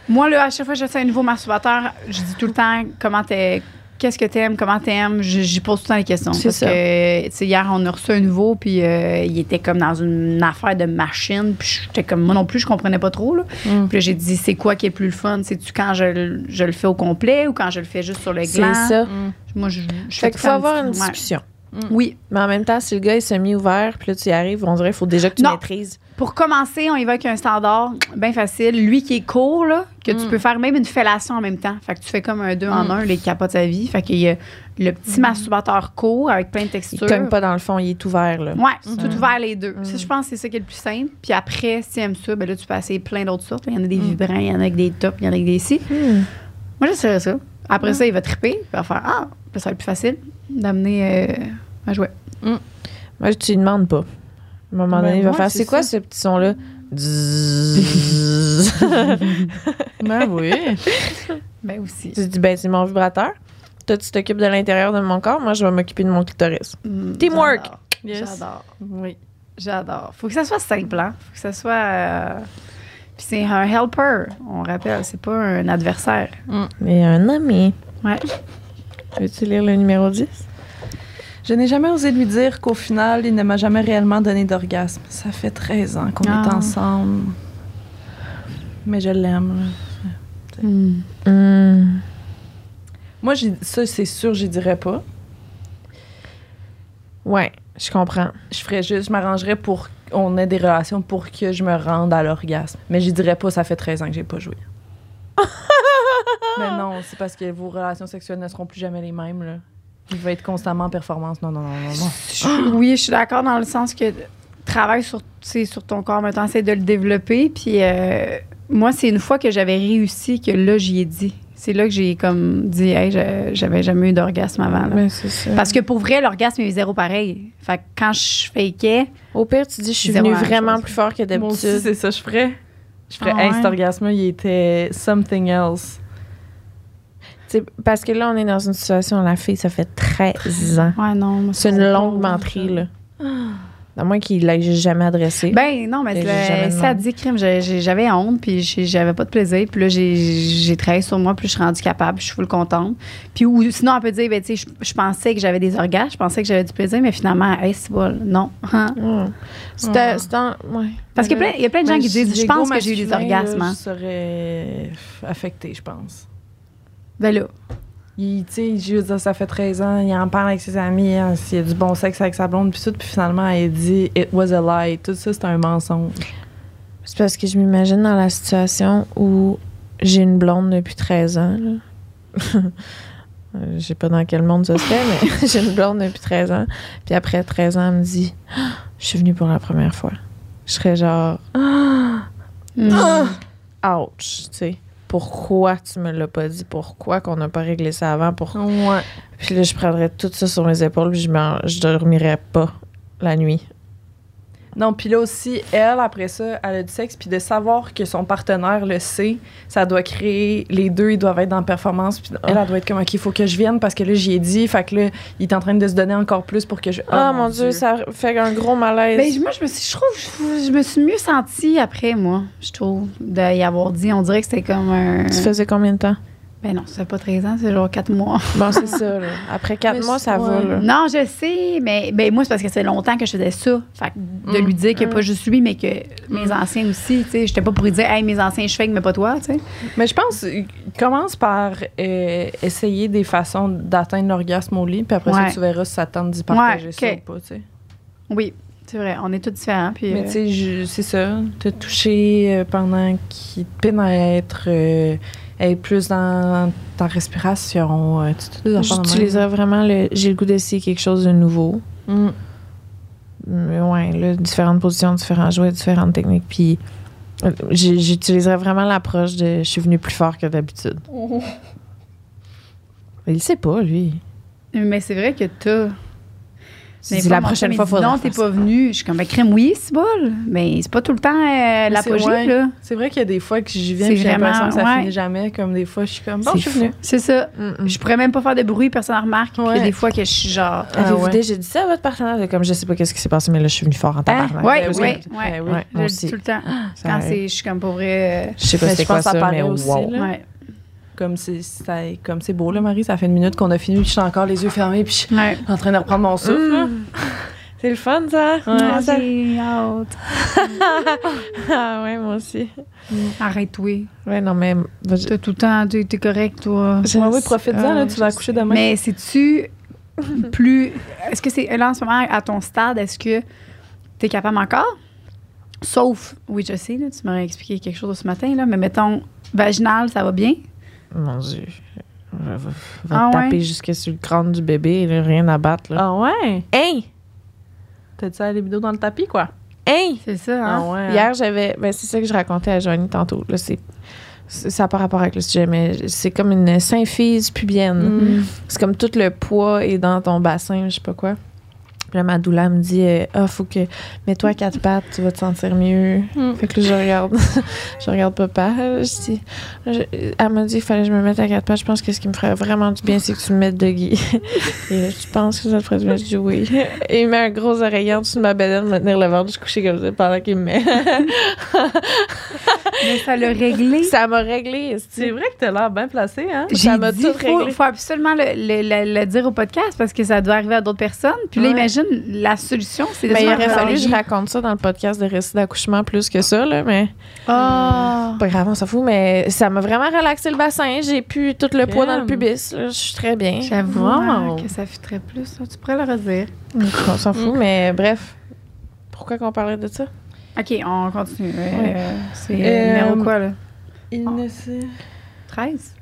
Speaker 1: Moi, là, à chaque fois que j'essaie un nouveau masturbateur, je dis tout le temps comment t'es. Qu'est-ce que t'aimes, comment t'aimes, je- j'y pose tout le temps les questions.
Speaker 2: C'est
Speaker 1: parce
Speaker 2: ça.
Speaker 1: que, tu sais, hier, on a reçu un nouveau, puis euh, il était comme dans une affaire de machine, puis j'étais comme, moi non plus, je comprenais pas trop, là.
Speaker 4: Mm.
Speaker 1: Puis là, j'ai dit, c'est quoi qui est plus le fun? C'est-tu quand je, le- je le fais au complet ou quand je le fais juste sur le
Speaker 2: C'est
Speaker 1: Ben, gland?
Speaker 2: ça.
Speaker 4: Mm.
Speaker 1: Moi, je, je
Speaker 2: Fait
Speaker 1: fais
Speaker 2: qu'il
Speaker 1: tout
Speaker 2: faut
Speaker 1: le temps
Speaker 2: avoir une
Speaker 1: petit- ouais.
Speaker 2: discussion.
Speaker 1: Oui.
Speaker 2: Mais en même temps, si le gars est semi-ouvert, puis là, tu y arrives, on dirait qu'il faut déjà que tu
Speaker 1: Non.
Speaker 2: maîtrises.
Speaker 1: Pour commencer, on évoque un standard bien facile. Lui qui est court, là, que tu
Speaker 4: Mm.
Speaker 1: peux faire même une fellation en même temps. Fait que tu fais comme un deux en
Speaker 4: Mm.
Speaker 1: un, les capas de sa vie. Fait qu'il y a le petit masturbateur court avec plein de
Speaker 2: Il
Speaker 1: textures.
Speaker 2: cogne pas dans le fond, il est ouvert, là.
Speaker 1: Ouais,
Speaker 4: Mm.
Speaker 1: tout ouvert les deux.
Speaker 2: Mm.
Speaker 1: Ça, je pense que c'est ça qui est le plus simple. Puis après, si tu aimes ça, ben là, tu peux essayer plein d'autres sortes. Il y en a des vibrants, il y en a avec des tops, il y en a avec des si.
Speaker 2: Hmm.
Speaker 1: Moi, j'essaierais ça. Après ça, il va triper. puis Il va faire Ah, ben, ça va être plus facile d'amener euh, un jouet.
Speaker 2: Moi, tu lui demandes pas. À un moment
Speaker 4: Ben,
Speaker 2: donné, il va
Speaker 4: moi,
Speaker 2: faire
Speaker 4: c'est
Speaker 2: c'est quoi ce petit son-là? tu
Speaker 4: Ben oui.
Speaker 1: Ben aussi.
Speaker 2: dis, ben, c'est mon vibrateur. Toi, tu t'occupes de l'intérieur de mon corps. Moi, je vais m'occuper de mon clitoris.
Speaker 1: Mm,
Speaker 2: Teamwork.
Speaker 1: j'adore.
Speaker 4: Yes.
Speaker 1: J'adore.
Speaker 4: Oui.
Speaker 1: J'adore. Faut que ça soit simple, hein? Faut que ça soit. euh, Puis c'est un helper, on rappelle, c'est pas un adversaire.
Speaker 2: Mais un ami.
Speaker 1: Ouais.
Speaker 2: Veux-tu lire le numéro 10?
Speaker 4: Je n'ai jamais osé lui dire qu'au final, il ne m'a jamais réellement donné d'orgasme. Ça fait 13 ans qu'on est
Speaker 1: Ah.
Speaker 4: ensemble. Mais je l'aime. là.
Speaker 2: Hmm.
Speaker 4: Moi, j'ai- ça, c'est sûr, je dirais pas.
Speaker 2: Ouais, je comprends.
Speaker 4: Je ferais juste, je m'arrangerais pour qu'on ait des relations pour que je me rende à l'orgasme. Mais je dirais pas, ça fait 13 ans que j'ai pas joué. Mais non, c'est parce que vos relations sexuelles ne seront plus jamais les mêmes. Là. Il va être constamment en performance. Non, non, non, non, non.
Speaker 1: Je- Oui, je suis d'accord dans le sens que travaille sur, tu sais, sur ton corps maintenant, essaie de le développer. Puis euh, moi, c'est une fois que j'avais réussi que là, j'y ai dit. C'est là que j'ai comme dit, hey, je- j'avais jamais eu d'orgasme avant. là.
Speaker 2: Ben, c'est ça.
Speaker 1: Parce que pour vrai, l'orgasme est zéro pareil. Fait que quand je fakeais,
Speaker 2: Au pire, tu dis, je suis
Speaker 1: Zéro
Speaker 2: venue
Speaker 1: la même
Speaker 2: vraiment
Speaker 1: chose.
Speaker 2: plus fort que
Speaker 4: Moi aussi,
Speaker 2: d'habitude.
Speaker 4: c'est ça, je ferais. Je ferais,
Speaker 1: Ah
Speaker 4: hey,
Speaker 1: ouais.
Speaker 4: cet orgasme, il était something else.
Speaker 2: T'sais, Parce que là, on est dans une situation, la fille, ça fait 13 ans.
Speaker 1: ouais, non. moi,
Speaker 2: C'est une longue menterie, là. À moins qu'il l'ait jamais adressé.
Speaker 1: Ben non, mais
Speaker 2: Et j'ai jamais
Speaker 1: le- ça
Speaker 2: demandé.
Speaker 1: dit crime. j'ai- j'ai- J'avais honte, puis j'ai- j'avais pas de plaisir. Puis là, j'ai- j'ai travaillé sur moi, puis je suis rendue capable, puis je suis full contente. Puis ou, sinon, on peut dire, ben, tu sais, je, je pensais que j'avais des orgasmes, je pensais que j'avais du plaisir, mais finalement, hey, c'est bon, non. Hein?
Speaker 2: Hmm. C'est
Speaker 4: Ouais.
Speaker 2: un- c'est un- ouais.
Speaker 1: Parce qu'il y a
Speaker 4: Mais ben,
Speaker 1: plein- il y a plein de gens
Speaker 4: Mais
Speaker 1: qui disent, je
Speaker 4: l'ego
Speaker 1: pense que j'ai eu des
Speaker 4: masculin, là,
Speaker 1: orgasmes. hein.
Speaker 4: Je serais affectée, je pense.
Speaker 1: Ben là,
Speaker 4: Il, tu sais, je veux dire, ça fait 13 ans, il en parle avec ses amis, hein, il y a du bon sexe avec sa blonde, puis tout, puis finalement, elle dit « it was a lie », tout ça, c'est un mensonge.
Speaker 2: C'est parce que je m'imagine dans la situation où j'ai une blonde depuis 13 ans. là. Euh, Je sais pas dans quel monde ça se fait, mais j'ai une blonde depuis 13 ans. Puis après 13 ans, elle me dit Ah, Je suis venue pour la première fois. Je serais genre Ah!
Speaker 1: hmm.
Speaker 2: Ouch, tu sais. Pourquoi tu me l'as pas dit? Pourquoi qu'on n'a pas réglé ça avant? Pourquoi?
Speaker 4: Ouais.
Speaker 2: Puis là, je prendrais tout ça sur mes épaules, puis je, m'en- je dormirais pas la nuit.
Speaker 4: Non, puis là aussi, elle, après ça, elle a du sexe, puis de savoir que son partenaire le sait, ça doit créer. Les deux, ils doivent être dans la performance, puis
Speaker 2: Ah.
Speaker 4: elle, elle doit être comme, OK, il faut que je vienne parce que là, j'y ai dit, fait que là, il est en train de se donner encore plus pour que je. oh
Speaker 2: Ah, mon Dieu, ça fait un gros malaise.
Speaker 1: Ben, je- moi, je me suis, je trouve, je, je me suis mieux sentie après, moi, je trouve, d'y avoir dit. On dirait que c'était comme un.
Speaker 2: Tu faisais combien de temps?
Speaker 1: Ben non, c'est pas 13 ans, c'est genre 4 mois.
Speaker 2: Bon, c'est ça, là. Après quatre
Speaker 4: Mais
Speaker 2: mois, ça
Speaker 4: ouais.
Speaker 2: va, là.
Speaker 1: Non, je sais, mais ben, moi, c'est parce que c'est longtemps que je faisais ça. Fait que de
Speaker 4: Mm.
Speaker 1: lui dire que
Speaker 2: Mm.
Speaker 1: pas juste lui, mais que mes anciens aussi, tu sais. J'étais pas pour lui dire, hey, mes anciens, je fais, mais pas toi, tu sais.
Speaker 4: Mais je pense, euh, commence par euh, essayer des façons d'atteindre l'orgasme au lit, puis après
Speaker 1: Ouais.
Speaker 4: ça, tu verras si ça te tente d'y partager
Speaker 1: Ouais,
Speaker 4: ça
Speaker 1: ok.
Speaker 4: ou pas, tu sais.
Speaker 1: Oui, c'est vrai, on est tous différents. Puis,
Speaker 4: Mais
Speaker 1: euh,
Speaker 4: tu sais, je- c'est ça, te toucher euh, pendant qu'il te peine à être, euh, à être plus dans ta respiration, euh, tu te
Speaker 2: J'utilise vraiment le. J'ai le goût d'essayer quelque chose de nouveau.
Speaker 1: Mm.
Speaker 2: Mais ouais, là, différentes positions, différents jouets, différentes techniques. Puis euh, j'ai- j'utiliserais vraiment l'approche de je suis venu plus fort que d'habitude. Mais Il sait pas, lui.
Speaker 1: Mais c'est vrai que t'as.
Speaker 2: Il dit, la prochaine fois, faudra.
Speaker 1: Non, t'es
Speaker 2: faire
Speaker 1: pas
Speaker 2: ça.
Speaker 1: venu. Je suis comme, ben, crème, oui, c'est bon. Mais c'est pas tout le temps euh, l'apogée,
Speaker 4: ouais.
Speaker 1: là.
Speaker 4: C'est vrai qu'il y a des fois que j'y viens,
Speaker 1: C'est
Speaker 4: puis j'ai l'impression
Speaker 1: vraiment-
Speaker 4: que ça
Speaker 1: ouais.
Speaker 4: finit jamais. Comme des fois, je suis comme, bon,
Speaker 2: C'est
Speaker 4: je suis venue.
Speaker 1: C'est ça.
Speaker 2: Mm, mm.
Speaker 1: Je pourrais même pas faire de bruit, personne ne remarque. Puis il y a
Speaker 4: Ouais.
Speaker 1: des fois que je suis genre.
Speaker 4: Ah
Speaker 2: Avez-vous
Speaker 4: ouais.
Speaker 2: déjà dit ça à votre partenaire? De Comme je sais pas qu'est-ce qui s'est passé, mais là, je suis venue fort en tabarnak.
Speaker 1: Ouais,
Speaker 4: ben oui.
Speaker 1: ouais,
Speaker 4: Ben
Speaker 1: ouais.
Speaker 4: oui.
Speaker 2: Ouais,
Speaker 1: Je
Speaker 2: moi
Speaker 1: le
Speaker 2: aussi. Ah,
Speaker 1: dis tout le temps.
Speaker 2: Ça
Speaker 1: Quand
Speaker 2: arrive.
Speaker 1: c'est, je suis comme pour vrai.
Speaker 2: Je sais pas
Speaker 4: Mais
Speaker 2: c'était
Speaker 4: je
Speaker 2: quoi
Speaker 4: pense que ça
Speaker 2: ça,
Speaker 4: paraît
Speaker 2: mais
Speaker 4: aussi,
Speaker 2: wow.
Speaker 1: euh,
Speaker 4: Là.
Speaker 1: ouais.
Speaker 4: Comme c'est, ça- comme c'est beau, là, Marie, ça fait une minute qu'on a fini, puis je suis encore les yeux fermés, puis je suis
Speaker 1: Ouais.
Speaker 4: en train de reprendre mon souffle. là.
Speaker 2: Mm. C'est le fun, ça.
Speaker 1: Ah,
Speaker 2: Ah, ça-
Speaker 1: j'ai hâte.
Speaker 2: ah ouais, moi aussi.
Speaker 1: Arrête-toi.
Speaker 2: Ouais, non, mais.
Speaker 1: T'as tout le temps, t'es t'es correct, toi.
Speaker 2: Je-
Speaker 4: Ouais, oui, profite-en, là,
Speaker 2: Ouais,
Speaker 4: tu vas
Speaker 2: je
Speaker 4: accoucher demain.
Speaker 1: Mais c'est-tu plus. Est-ce que c'est. Là, en ce moment, à ton stade, est-ce que t'es capable encore? Sauf. Oui, je sais, là, tu m'aurais expliqué quelque chose ce matin, là, mais mettons, vaginal, ça va bien?
Speaker 2: Mon Dieu. Va, va- va
Speaker 1: Ah
Speaker 2: taper
Speaker 1: ouais?
Speaker 2: jusque sur le crâne du bébé, là, rien à battre. Là.
Speaker 4: Ah ouais?
Speaker 2: Hein?
Speaker 4: T'as-tu ça à libido dans le tapis, quoi?
Speaker 2: Hein?
Speaker 1: C'est ça, hein?
Speaker 4: Ah ouais.
Speaker 2: Hier, j'avais. Ben, c'est ça que je racontais à Joanie tantôt. Là, c'est, c'est- ça n'a pas rapport avec le sujet, mais c'est comme une symphyse pubienne.
Speaker 4: Mm.
Speaker 2: C'est comme tout le poids est dans ton bassin, je sais pas quoi. Puis là, ma doula me dit euh, Ah, faut que. Mets-toi à quatre pattes, tu vas te sentir mieux.
Speaker 4: Mm.
Speaker 2: Fait que là, je regarde. je regarde papa. Euh, Je dis, je- elle m'a dit qu'il fallait que je me mette à quatre pattes. Je pense que ce qui me ferait vraiment du bien, c'est que tu me mettes de Guy. Et là, tu penses que ça te ferait du bien? Je dis oui. Et il met un gros oreiller en dessous de ma bedaine, me tenir le ventre, je couchais comme ça pendant qu'il me met.
Speaker 1: Mais ça l'a réglé.
Speaker 2: ça m'a réglé.
Speaker 4: C'est vrai que t'as l'air bien placé, hein?
Speaker 1: J'ai
Speaker 2: m'a
Speaker 1: dit,
Speaker 2: tout
Speaker 1: faut,
Speaker 2: réglé.
Speaker 1: faut absolument le, le- le- le dire au podcast parce que ça doit arriver à d'autres personnes. Puis là,
Speaker 4: Ouais.
Speaker 1: imagine, la solution, c'est de
Speaker 2: Mais il
Speaker 1: faire
Speaker 2: aurait fallu que je
Speaker 1: travailler.
Speaker 2: raconte ça dans le podcast de récits d'accouchement plus que ça, là, mais.
Speaker 1: Ah.
Speaker 2: Pas grave, on s'en fout, mais ça m'a vraiment relaxé le bassin. J'ai pu tout le poids dans le
Speaker 4: Crème.
Speaker 2: pubis. là. Je suis très bien.
Speaker 1: J'avoue
Speaker 4: Wow.
Speaker 1: hein, que ça fitterait plus. hein. Tu pourrais le redire.
Speaker 2: On s'en fout,
Speaker 1: Mm.
Speaker 2: mais bref. Pourquoi qu'on parlait de ça?
Speaker 1: OK, on continue. Euh,
Speaker 2: Ouais.
Speaker 1: C'est
Speaker 4: Euh,
Speaker 1: numéro quoi, là?
Speaker 4: Il
Speaker 1: ne
Speaker 4: sait.
Speaker 1: 13?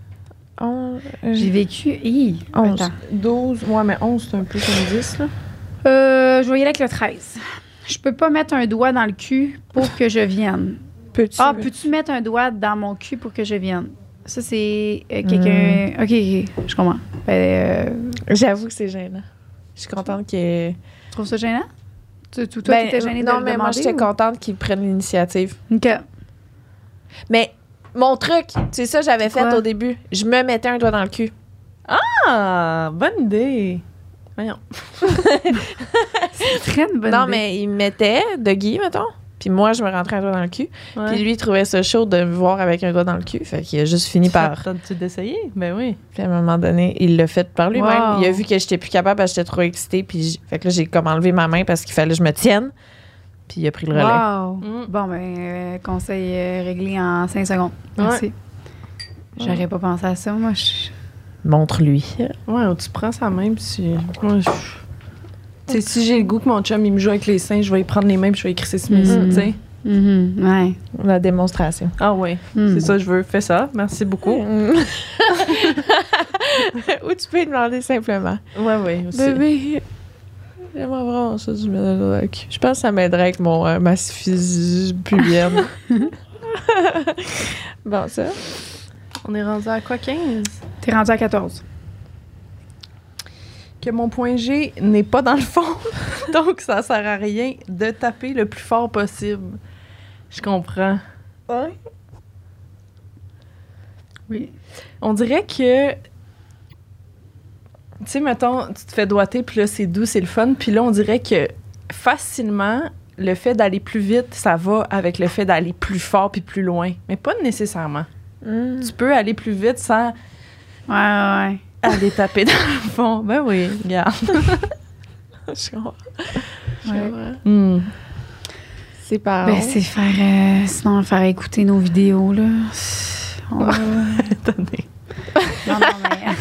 Speaker 2: On-
Speaker 1: J'ai
Speaker 2: j'ai-
Speaker 1: vécu... Hi,
Speaker 2: Onze.
Speaker 1: attends.
Speaker 4: 12, ouais, mais 11, c'est un peu comme 10, là.
Speaker 1: Euh, je vais y aller avec le 13. Je peux pas mettre un doigt dans le cul pour que je vienne.
Speaker 2: Peux-tu-
Speaker 1: Ah, peux-tu mettre un doigt dans mon cul pour que je vienne? Ça, c'est euh, quelqu'un... OK, OK, je comprends. Ben, euh,
Speaker 2: J'avoue que c'est gênant. Je suis contente que.
Speaker 1: Tu trouves ça gênant? Tu, tu- toi,
Speaker 2: Ben,
Speaker 1: tu étais gênée de
Speaker 2: Non,
Speaker 1: le
Speaker 2: mais moi,
Speaker 1: demander
Speaker 2: j'étais
Speaker 1: ou-
Speaker 2: contente qu'ils prennent l'initiative.
Speaker 1: OK.
Speaker 2: Mais mon truc, c'est ça que j'avais fait
Speaker 1: Quoi?
Speaker 2: au début. Je me mettais un doigt dans le cul.
Speaker 4: Ah, bonne idée. Voyons.
Speaker 1: C'est très une bonne
Speaker 2: non,
Speaker 1: idée.
Speaker 2: mais il me mettait de Guy, mettons. Puis moi, je me rentrais un doigt dans le cul.
Speaker 4: Ouais.
Speaker 2: Puis lui, il trouvait ça chaud de me voir avec un doigt dans le cul. Fait qu'il a juste fini
Speaker 4: Tu
Speaker 2: par.
Speaker 4: tu d'essayer? Ben oui.
Speaker 2: Puis à un moment donné, il l'a fait par lui-même.
Speaker 4: Wow.
Speaker 2: Il a vu que j'étais plus capable parce que j'étais trop excitée. Puis j- fait que là, j'ai comme enlevé ma main parce qu'il fallait que je me tienne. Puis il a pris le relais.
Speaker 1: Wow!
Speaker 4: Mm.
Speaker 1: Bon, ben, euh, conseil euh, réglé en 5 secondes.
Speaker 4: Ouais.
Speaker 1: Merci. J'aurais pas pensé à ça, moi. je-
Speaker 2: Montre-lui.
Speaker 4: Ouais, ou tu prends sa main, puis tu. Moi, je- Tu sais, si j'ai le goût que mon chum, il me joue avec les seins, je vais y prendre les mains, puis je vais y crisser sur mes
Speaker 1: Mm.
Speaker 4: seins, tu sais.
Speaker 1: Mhm, ouais.
Speaker 2: La démonstration.
Speaker 4: Ah ouais,
Speaker 1: Mm.
Speaker 4: c'est ça, je veux. Fais ça. Merci beaucoup.
Speaker 2: Ou tu peux lui demander simplement.
Speaker 4: Ouais, ouais, aussi.
Speaker 2: Bébé, j'aimerais vraiment ça, du mélange dans le cul. Je pense que ça m'aiderait avec mon euh, ma syphilis pubienne. bon, ça.
Speaker 4: On est rendu à quoi, 15?
Speaker 1: T'es rendu à 14.
Speaker 4: que mon point G n'est pas dans le fond, donc ça sert à rien de taper le plus fort possible. Je comprends.
Speaker 1: Oui.
Speaker 4: On dirait que. Tu sais, mettons, tu te fais doigter, puis là, c'est doux, c'est le fun. Puis là, on dirait que facilement, le fait d'aller plus vite, ça va avec le fait d'aller plus fort puis plus loin. Mais pas nécessairement.
Speaker 2: Mm.
Speaker 4: Tu peux aller plus vite sans
Speaker 1: Ouais, ouais, ouais.
Speaker 4: aller taper dans le fond. Ben oui, regarde.
Speaker 2: Je comprends. Je
Speaker 1: Ouais.
Speaker 2: comprends.
Speaker 4: Hmm.
Speaker 2: C'est pas
Speaker 1: Ben, c'est faire. euh, sinon, faire écouter nos vidéos, là. On va-
Speaker 4: Attendez.
Speaker 1: non, non, mais,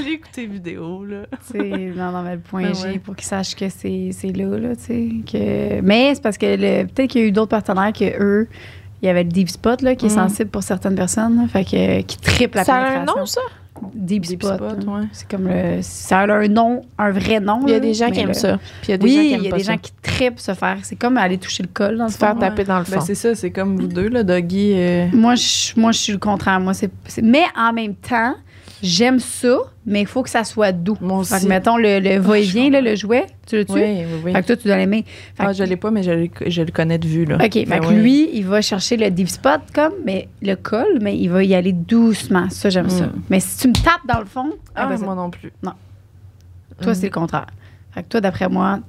Speaker 4: Allez écouter vidéo, là.
Speaker 1: tu sais, non, non, mais le point
Speaker 4: Ben
Speaker 1: G,
Speaker 4: ouais.
Speaker 1: pour qu'ils sachent que c'est c'est là, là, tu sais. que- Mais c'est parce que le- peut-être qu'il y a eu d'autres partenaires que eux. Il y avait le Deep Spot, là, qui est
Speaker 4: Mm.
Speaker 1: sensible pour certaines personnes, là, fait que, qui triple la
Speaker 2: Ça a un
Speaker 1: pénétration.
Speaker 2: nom, ça?
Speaker 1: Deep,
Speaker 4: Deep
Speaker 1: Spot.
Speaker 4: Spot,
Speaker 1: hein.
Speaker 4: ouais.
Speaker 1: C'est comme le. Ça a un nom, un vrai nom.
Speaker 2: Il y a
Speaker 1: là,
Speaker 2: des gens
Speaker 1: mais
Speaker 2: qui aiment
Speaker 1: le-
Speaker 2: ça. Puis il y a des gens
Speaker 1: Oui,
Speaker 2: qui
Speaker 1: il
Speaker 2: aiment
Speaker 1: y a
Speaker 2: pas
Speaker 1: des
Speaker 2: ça.
Speaker 1: gens qui tripent se faire. C'est comme aller toucher le col, dans le
Speaker 2: Se faire
Speaker 1: fond.
Speaker 4: Ouais.
Speaker 2: taper dans le fond.
Speaker 4: Ben c'est ça, c'est comme vous deux, là, Doggy. euh,
Speaker 1: Moi, je, moi, je suis le contraire. Moi, c'est, c'est- mais en même temps, j'aime ça, mais il faut que ça soit doux.
Speaker 4: Moi
Speaker 1: Fait que,
Speaker 4: aussi. Ah,
Speaker 1: mettons, le, le va-et-vient, là, le jouet, tu le tues.
Speaker 4: Oui, oui, oui.
Speaker 1: Fait que toi, tu dois l'aimer. Fait
Speaker 4: Ah,
Speaker 1: que-
Speaker 4: je l'ai pas, mais je, l'ai- je le connais de vue, là.
Speaker 1: OK, fait
Speaker 4: Ben
Speaker 1: que
Speaker 4: oui.
Speaker 1: lui, il va chercher le deep spot, comme, mais le col, mais il va y aller doucement. Ça, j'aime ça.
Speaker 4: Mm.
Speaker 1: Mais si tu me tapes dans le fond,
Speaker 4: Ah,
Speaker 1: après ça,
Speaker 4: moi non plus.
Speaker 1: Non. toi,
Speaker 4: Mm.
Speaker 1: c'est le contraire. Fait que toi, d'après moi,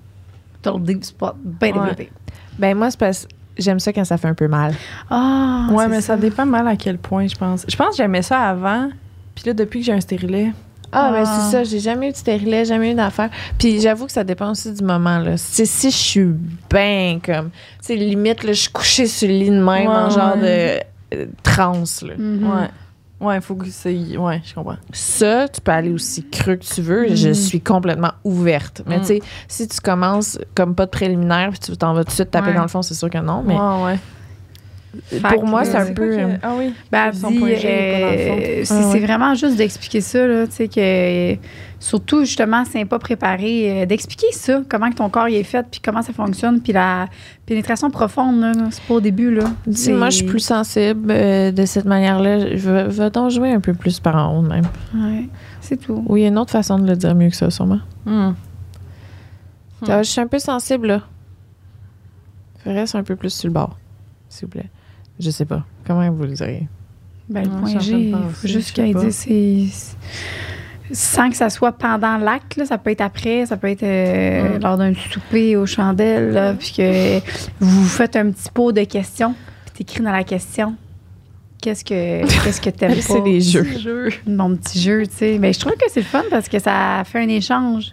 Speaker 1: ton deep spot bien
Speaker 4: Ouais.
Speaker 1: développé.
Speaker 2: Ben moi, c'est parce j'aime ça quand ça fait un peu mal.
Speaker 1: Ah,
Speaker 4: ouais,
Speaker 1: c'est
Speaker 4: mais ça. dépend mal à quel point, je pense. Je pense que j'aimais ça avant, puis là, depuis que j'ai un stérilet,
Speaker 2: Ah, ben
Speaker 1: Ah.
Speaker 2: c'est ça. J'ai jamais eu de stérilet, jamais eu d'affaires. Puis j'avoue que ça dépend aussi du moment, là. C'est si je suis ben comme... Tu sais, limite, là, je suis couchée sur le lit de même
Speaker 4: Ouais,
Speaker 2: en genre de euh, transe, là.
Speaker 1: Mhm.
Speaker 4: ouais. Ouais, il faut que c'est. Ouais, je comprends.
Speaker 2: Ça, tu peux aller aussi cru que tu veux.
Speaker 1: Mm.
Speaker 2: Je suis complètement ouverte. Mais
Speaker 4: Mm.
Speaker 2: tu sais, si tu commences comme pas de préliminaire puis tu t'en vas tout de suite taper
Speaker 1: Ouais.
Speaker 2: dans le fond, c'est sûr que non. Mais
Speaker 4: Ouais, ouais.
Speaker 1: Fait
Speaker 2: pour moi,
Speaker 1: que-
Speaker 2: c'est un peu. euh,
Speaker 4: Ah oui.
Speaker 1: Ben,
Speaker 4: Son
Speaker 1: dis,
Speaker 4: point G est pas dans le
Speaker 1: euh,
Speaker 4: fond.
Speaker 1: c'est
Speaker 2: Ah ouais.
Speaker 1: c'est vraiment juste d'expliquer ça, là, tu sais, que surtout, justement, c'est pas préparé, euh, d'expliquer ça, comment que ton corps il est fait, puis comment ça fonctionne, puis la pénétration profonde, là, là, c'est pas au début, là.
Speaker 2: dis, moi, je suis plus sensible euh, de cette manière-là. Je vais, vais t'en jouer un peu plus par en haut, de même.
Speaker 1: Ouais, c'est tout.
Speaker 2: Oui, il y a une autre façon de le dire mieux que ça, sûrement.
Speaker 4: Hmm. Mm.
Speaker 2: Ah, Je suis un peu sensible, là. Reste un peu plus sur le bord, s'il vous plaît. Je sais pas. Comment vous le diriez?
Speaker 1: Ben, le
Speaker 4: Ouais,
Speaker 1: point
Speaker 4: je suis en
Speaker 1: G,
Speaker 4: train de
Speaker 1: il faut
Speaker 4: penser,
Speaker 1: juste
Speaker 4: je sais
Speaker 1: qu'elle
Speaker 4: pas.
Speaker 1: dise, c'est... c'est- Sans que ça soit pendant l'acte, là, ça peut être après, ça peut être euh,
Speaker 4: Mm.
Speaker 1: lors d'un souper aux chandelles, là, puis que vous faites un petit pot de questions, puis t'écris dans la question qu'est-ce que qu'est-ce que t'aimes pas.
Speaker 2: C'est des jeux.
Speaker 1: mon petit jeu, tu sais. Mais je trouve que c'est le fun parce que ça fait un échange.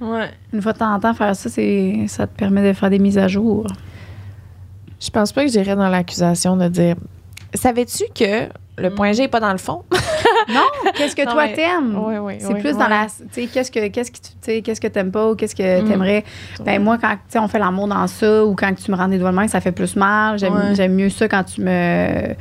Speaker 4: Ouais.
Speaker 1: Une fois de temps en temps, faire ça, c'est, ça te permet de faire des mises à jour.
Speaker 2: Je pense pas que j'irais dans l'accusation de dire Savais-tu que le point G est pas dans le fond?
Speaker 1: Non, qu'est-ce que
Speaker 2: Non,
Speaker 1: toi
Speaker 2: mais-
Speaker 1: t'aimes?
Speaker 2: oui.
Speaker 1: C'est plus dans la. Tu sais, qu'est-ce que, qu'est-ce que tu tu sais, qu'est-ce que t'aimes pas ou qu'est-ce que
Speaker 4: Mm.
Speaker 1: t'aimerais? Ben, moi, quand tu sais, on fait l'amour dans ça ou quand tu me rends des doigts de main, ça fait plus mal. J'aime,
Speaker 4: Ouais.
Speaker 1: j'aime mieux ça quand tu me.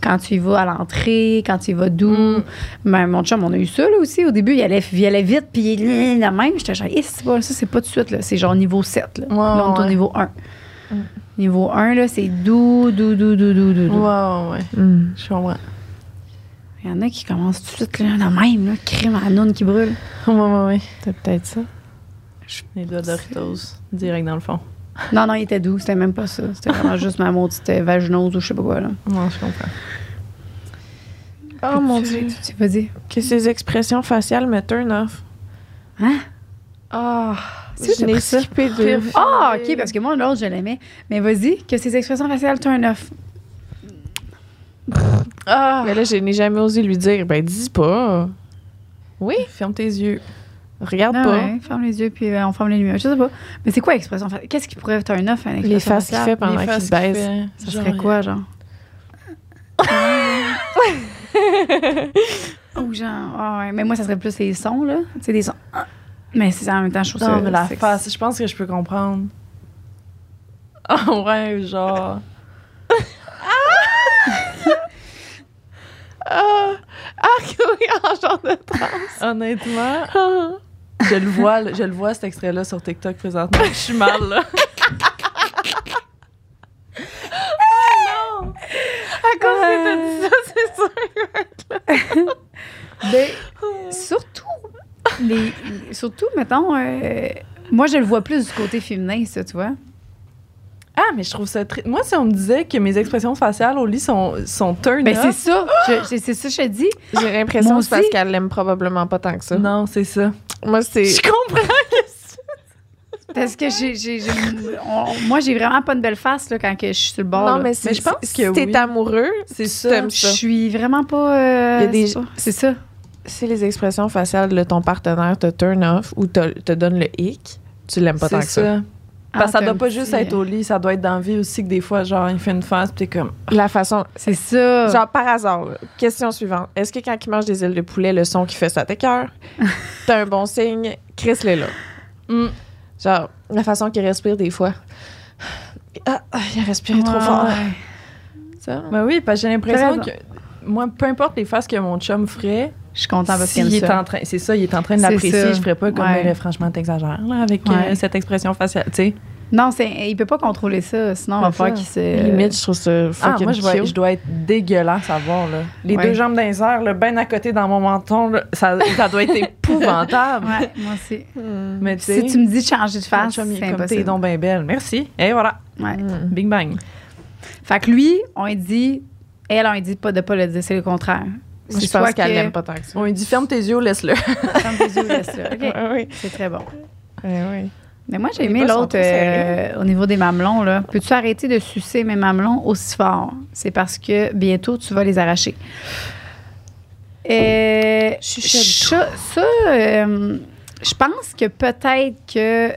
Speaker 1: Quand tu y vas à l'entrée, quand tu y vas doux.
Speaker 4: Mm.
Speaker 1: Ben, mon chum, on a eu ça là, aussi. Au début, il allait, il allait vite, puis il est la même. J'étais genre, Eh, c'est pas, ça, c'est pas tout de suite. Là. C'est genre niveau 7. Là.
Speaker 4: Ouais,
Speaker 1: Là, on est au
Speaker 4: ouais.
Speaker 1: niveau 1.
Speaker 2: Mm.
Speaker 1: Niveau 1, là, c'est doux, doux, doux, doux, doux, doux.
Speaker 4: Ouais,
Speaker 1: doux.
Speaker 4: ouais, ouais.
Speaker 2: Hmm.
Speaker 4: Je comprends.
Speaker 1: Il y en a qui commencent tout de suite, là, la même, là, crème à la noune qui brûle.
Speaker 4: Ouais, ouais, ouais.
Speaker 2: C'est peut-être ça.
Speaker 4: Les doigts Doritos, direct dans le fond.
Speaker 1: Non, non, il était doux, c'était même pas ça. C'était vraiment juste ma maudite euh, vaginose ou je sais pas quoi, là.
Speaker 4: Non, je comprends.
Speaker 2: Oh mon dieu.
Speaker 1: Tu vas dire.
Speaker 2: Que ces expressions faciales me turn off.
Speaker 1: Hein?
Speaker 2: Ah,
Speaker 1: C'est
Speaker 2: je n'ai
Speaker 1: pris ça?
Speaker 2: skippé deux.
Speaker 1: Ah, OK, parce que moi, l'autre, je l'aimais. Mais vas-y, que ces expressions faciales, t'as un œuf.
Speaker 4: Ah!
Speaker 2: Mais là, je n'ai jamais osé lui dire. Ben, dis pas. Oui,
Speaker 4: Ferme tes yeux.
Speaker 2: regarde
Speaker 1: Ah
Speaker 2: pas.
Speaker 1: ouais, ferme les yeux, puis euh, on ferme les lumières. Je sais pas. Mais c'est quoi expression faciale? Qu'est-ce qui pourrait être un œuf, à une expression
Speaker 2: Les faces qu'il
Speaker 1: faciale?
Speaker 2: fait pendant
Speaker 4: Les
Speaker 2: qu'il
Speaker 4: faces
Speaker 2: se baise.
Speaker 4: qu'il fait,
Speaker 1: Ça serait
Speaker 4: genre,
Speaker 1: quoi, genre? Ou genre, ah ouais, mais moi, ça serait plus les sons, là. Tu sais, des sons. Ah. Mais c'est en même temps, je trouve ça.
Speaker 4: Non, mais la
Speaker 1: c'est-
Speaker 4: face, je pense que je peux comprendre. Ah ouais, genre.
Speaker 2: Ah, ah, oui, en genre de
Speaker 4: Honnêtement,
Speaker 2: temps.
Speaker 4: je le vois, je le vois cet extrait-là sur TikTok présentement. Je suis mal
Speaker 2: À
Speaker 4: là.
Speaker 2: cause que t'as dit ça, c'est sûr.
Speaker 4: Oh.
Speaker 1: Ben, surtout, les, surtout, mettons, euh, moi, je le vois plus du côté féminin, ça, tu vois.
Speaker 4: Ah, mais je trouve ça très. Moi, si on me disait que mes expressions faciales au lit sont, sont turn
Speaker 1: Ben, c'est
Speaker 4: off,
Speaker 1: ça. Je- je- C'est ça que je te dis.
Speaker 2: J'ai l'impression
Speaker 1: Moi
Speaker 2: que c'est parce
Speaker 1: aussi.
Speaker 2: qu'elle l'aime probablement pas tant que ça.
Speaker 4: Non, c'est ça.
Speaker 2: Moi, c'est.
Speaker 4: Je comprends.
Speaker 1: Parce que j'ai, j'ai- j'ai- on- moi, j'ai vraiment pas une belle face là, quand que je suis sur le bord.
Speaker 2: Non,
Speaker 1: là.
Speaker 2: mais, c'est-
Speaker 4: Mais je pense
Speaker 2: si
Speaker 4: que
Speaker 2: t'es
Speaker 4: oui.
Speaker 2: amoureux,
Speaker 4: C'est ça.
Speaker 2: t'aimes
Speaker 1: je
Speaker 2: ça.
Speaker 1: suis vraiment pas. euh,
Speaker 2: Il y a des-
Speaker 1: c'est pas- C'est ça.
Speaker 2: Si les expressions faciales de ton partenaire te turn off ou te, te donnent le hic, tu l'aimes pas tant
Speaker 4: C'est
Speaker 2: que ça.
Speaker 4: ça. Parce que ça
Speaker 1: Ah,
Speaker 4: doit
Speaker 1: t'as
Speaker 4: pas
Speaker 1: un
Speaker 4: juste
Speaker 1: petit-
Speaker 4: être au lit, ça doit être dans la vie aussi que des fois, genre, il fait une face, pis t'es comme.
Speaker 2: La façon.
Speaker 1: C'est
Speaker 4: Ah.
Speaker 1: ça.
Speaker 2: Genre, par hasard, là. question suivante. Est-ce que quand il mange des ailes de poulet, le son qu'il fait, ça t'écœure? T'as un bon signe, Chris l'est là.
Speaker 4: Hmm.
Speaker 2: Genre, la façon qu'il respire des fois. Ah, ah, il a respiré trop
Speaker 1: Ouais,
Speaker 2: fort. Euh,
Speaker 1: ouais.
Speaker 2: Ça.
Speaker 4: Ben oui, parce que j'ai l'impression
Speaker 1: T'as
Speaker 4: que. Moi, peu importe les faces que mon chum ferait,
Speaker 1: Je suis contente parce qu'elle
Speaker 4: s'il est
Speaker 1: ça.
Speaker 4: en train, c'est ça, il est en train de
Speaker 1: C'est ça.
Speaker 4: l'apprécier, je ferais pas comme,
Speaker 1: Ouais.
Speaker 4: mais là, franchement, t'exagères, là, avec euh,
Speaker 1: Ouais.
Speaker 4: cette expression faciale, tu sais.
Speaker 1: Non, c'est, il peut pas contrôler ça. Sinon, on va
Speaker 4: C'est
Speaker 1: falloir
Speaker 4: ça.
Speaker 1: qu'il se.
Speaker 2: Limite, je trouve ça
Speaker 4: Ah,
Speaker 2: fucking
Speaker 4: moi, je, vais-
Speaker 2: cute.
Speaker 4: je dois être dégueulasse à voir, là. Les
Speaker 1: Ouais.
Speaker 4: deux jambes dans les airs, le ben à côté dans mon menton, là, ça, ça doit être épouvantable.
Speaker 1: Ouais, moi aussi.
Speaker 2: Hmm.
Speaker 4: Mais tu sais,
Speaker 1: Si tu me dis de changer de
Speaker 4: mon
Speaker 1: face,
Speaker 4: chum, il est
Speaker 1: c'est
Speaker 4: comme t'es
Speaker 1: impossible.
Speaker 4: donc ben belle. Merci. Et voilà,
Speaker 1: Ouais.
Speaker 2: Hmm.
Speaker 4: bing bang.
Speaker 1: Fait que lui, on lui dit, elle, on lui dit pas de pas le dire, c'est le contraire.
Speaker 2: Moi,
Speaker 1: C'est
Speaker 2: Je pense
Speaker 1: soit
Speaker 2: qu'elle
Speaker 1: que-
Speaker 2: l'aime pas tant que ça.
Speaker 4: On lui dit ferme tes yeux, laisse-le.
Speaker 1: Ferme tes yeux, reste là. OK,
Speaker 2: Ouais, ouais.
Speaker 1: c'est très bon.
Speaker 2: Ouais, ouais.
Speaker 1: Mais moi, j'ai
Speaker 2: Les
Speaker 1: aimé
Speaker 2: bas sont
Speaker 1: l'autre
Speaker 2: trop serrés.
Speaker 1: euh, au niveau des mamelons. Là. Peux-tu arrêter de sucer mes mamelons aussi fort? C'est parce que bientôt, tu vas les arracher. Euh,
Speaker 2: Chuchote.
Speaker 1: ça, ça, euh, je pense que peut-être que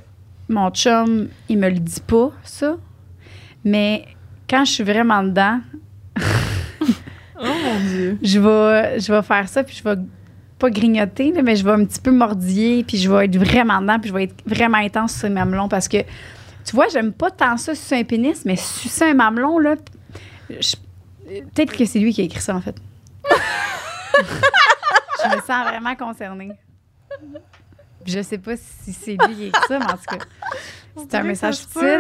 Speaker 1: mon chum, il me le dit pas, ça. Mais quand je suis vraiment dedans,
Speaker 4: Oh mon Dieu.
Speaker 1: je vais, je vais faire ça, puis je vais pas grignoter, là, mais je vais un petit peu mordiller, puis je vais être vraiment dedans, puis je vais être vraiment intense sur les mamelons parce que, tu vois, j'aime pas tant ça sucer un pénis, mais sucer un mamelon, là, je- peut-être que c'est lui qui a écrit ça, en fait. je me sens vraiment concernée. Je sais pas si c'est lui qui a écrit ça, mais en tout cas, c'est un message subtil.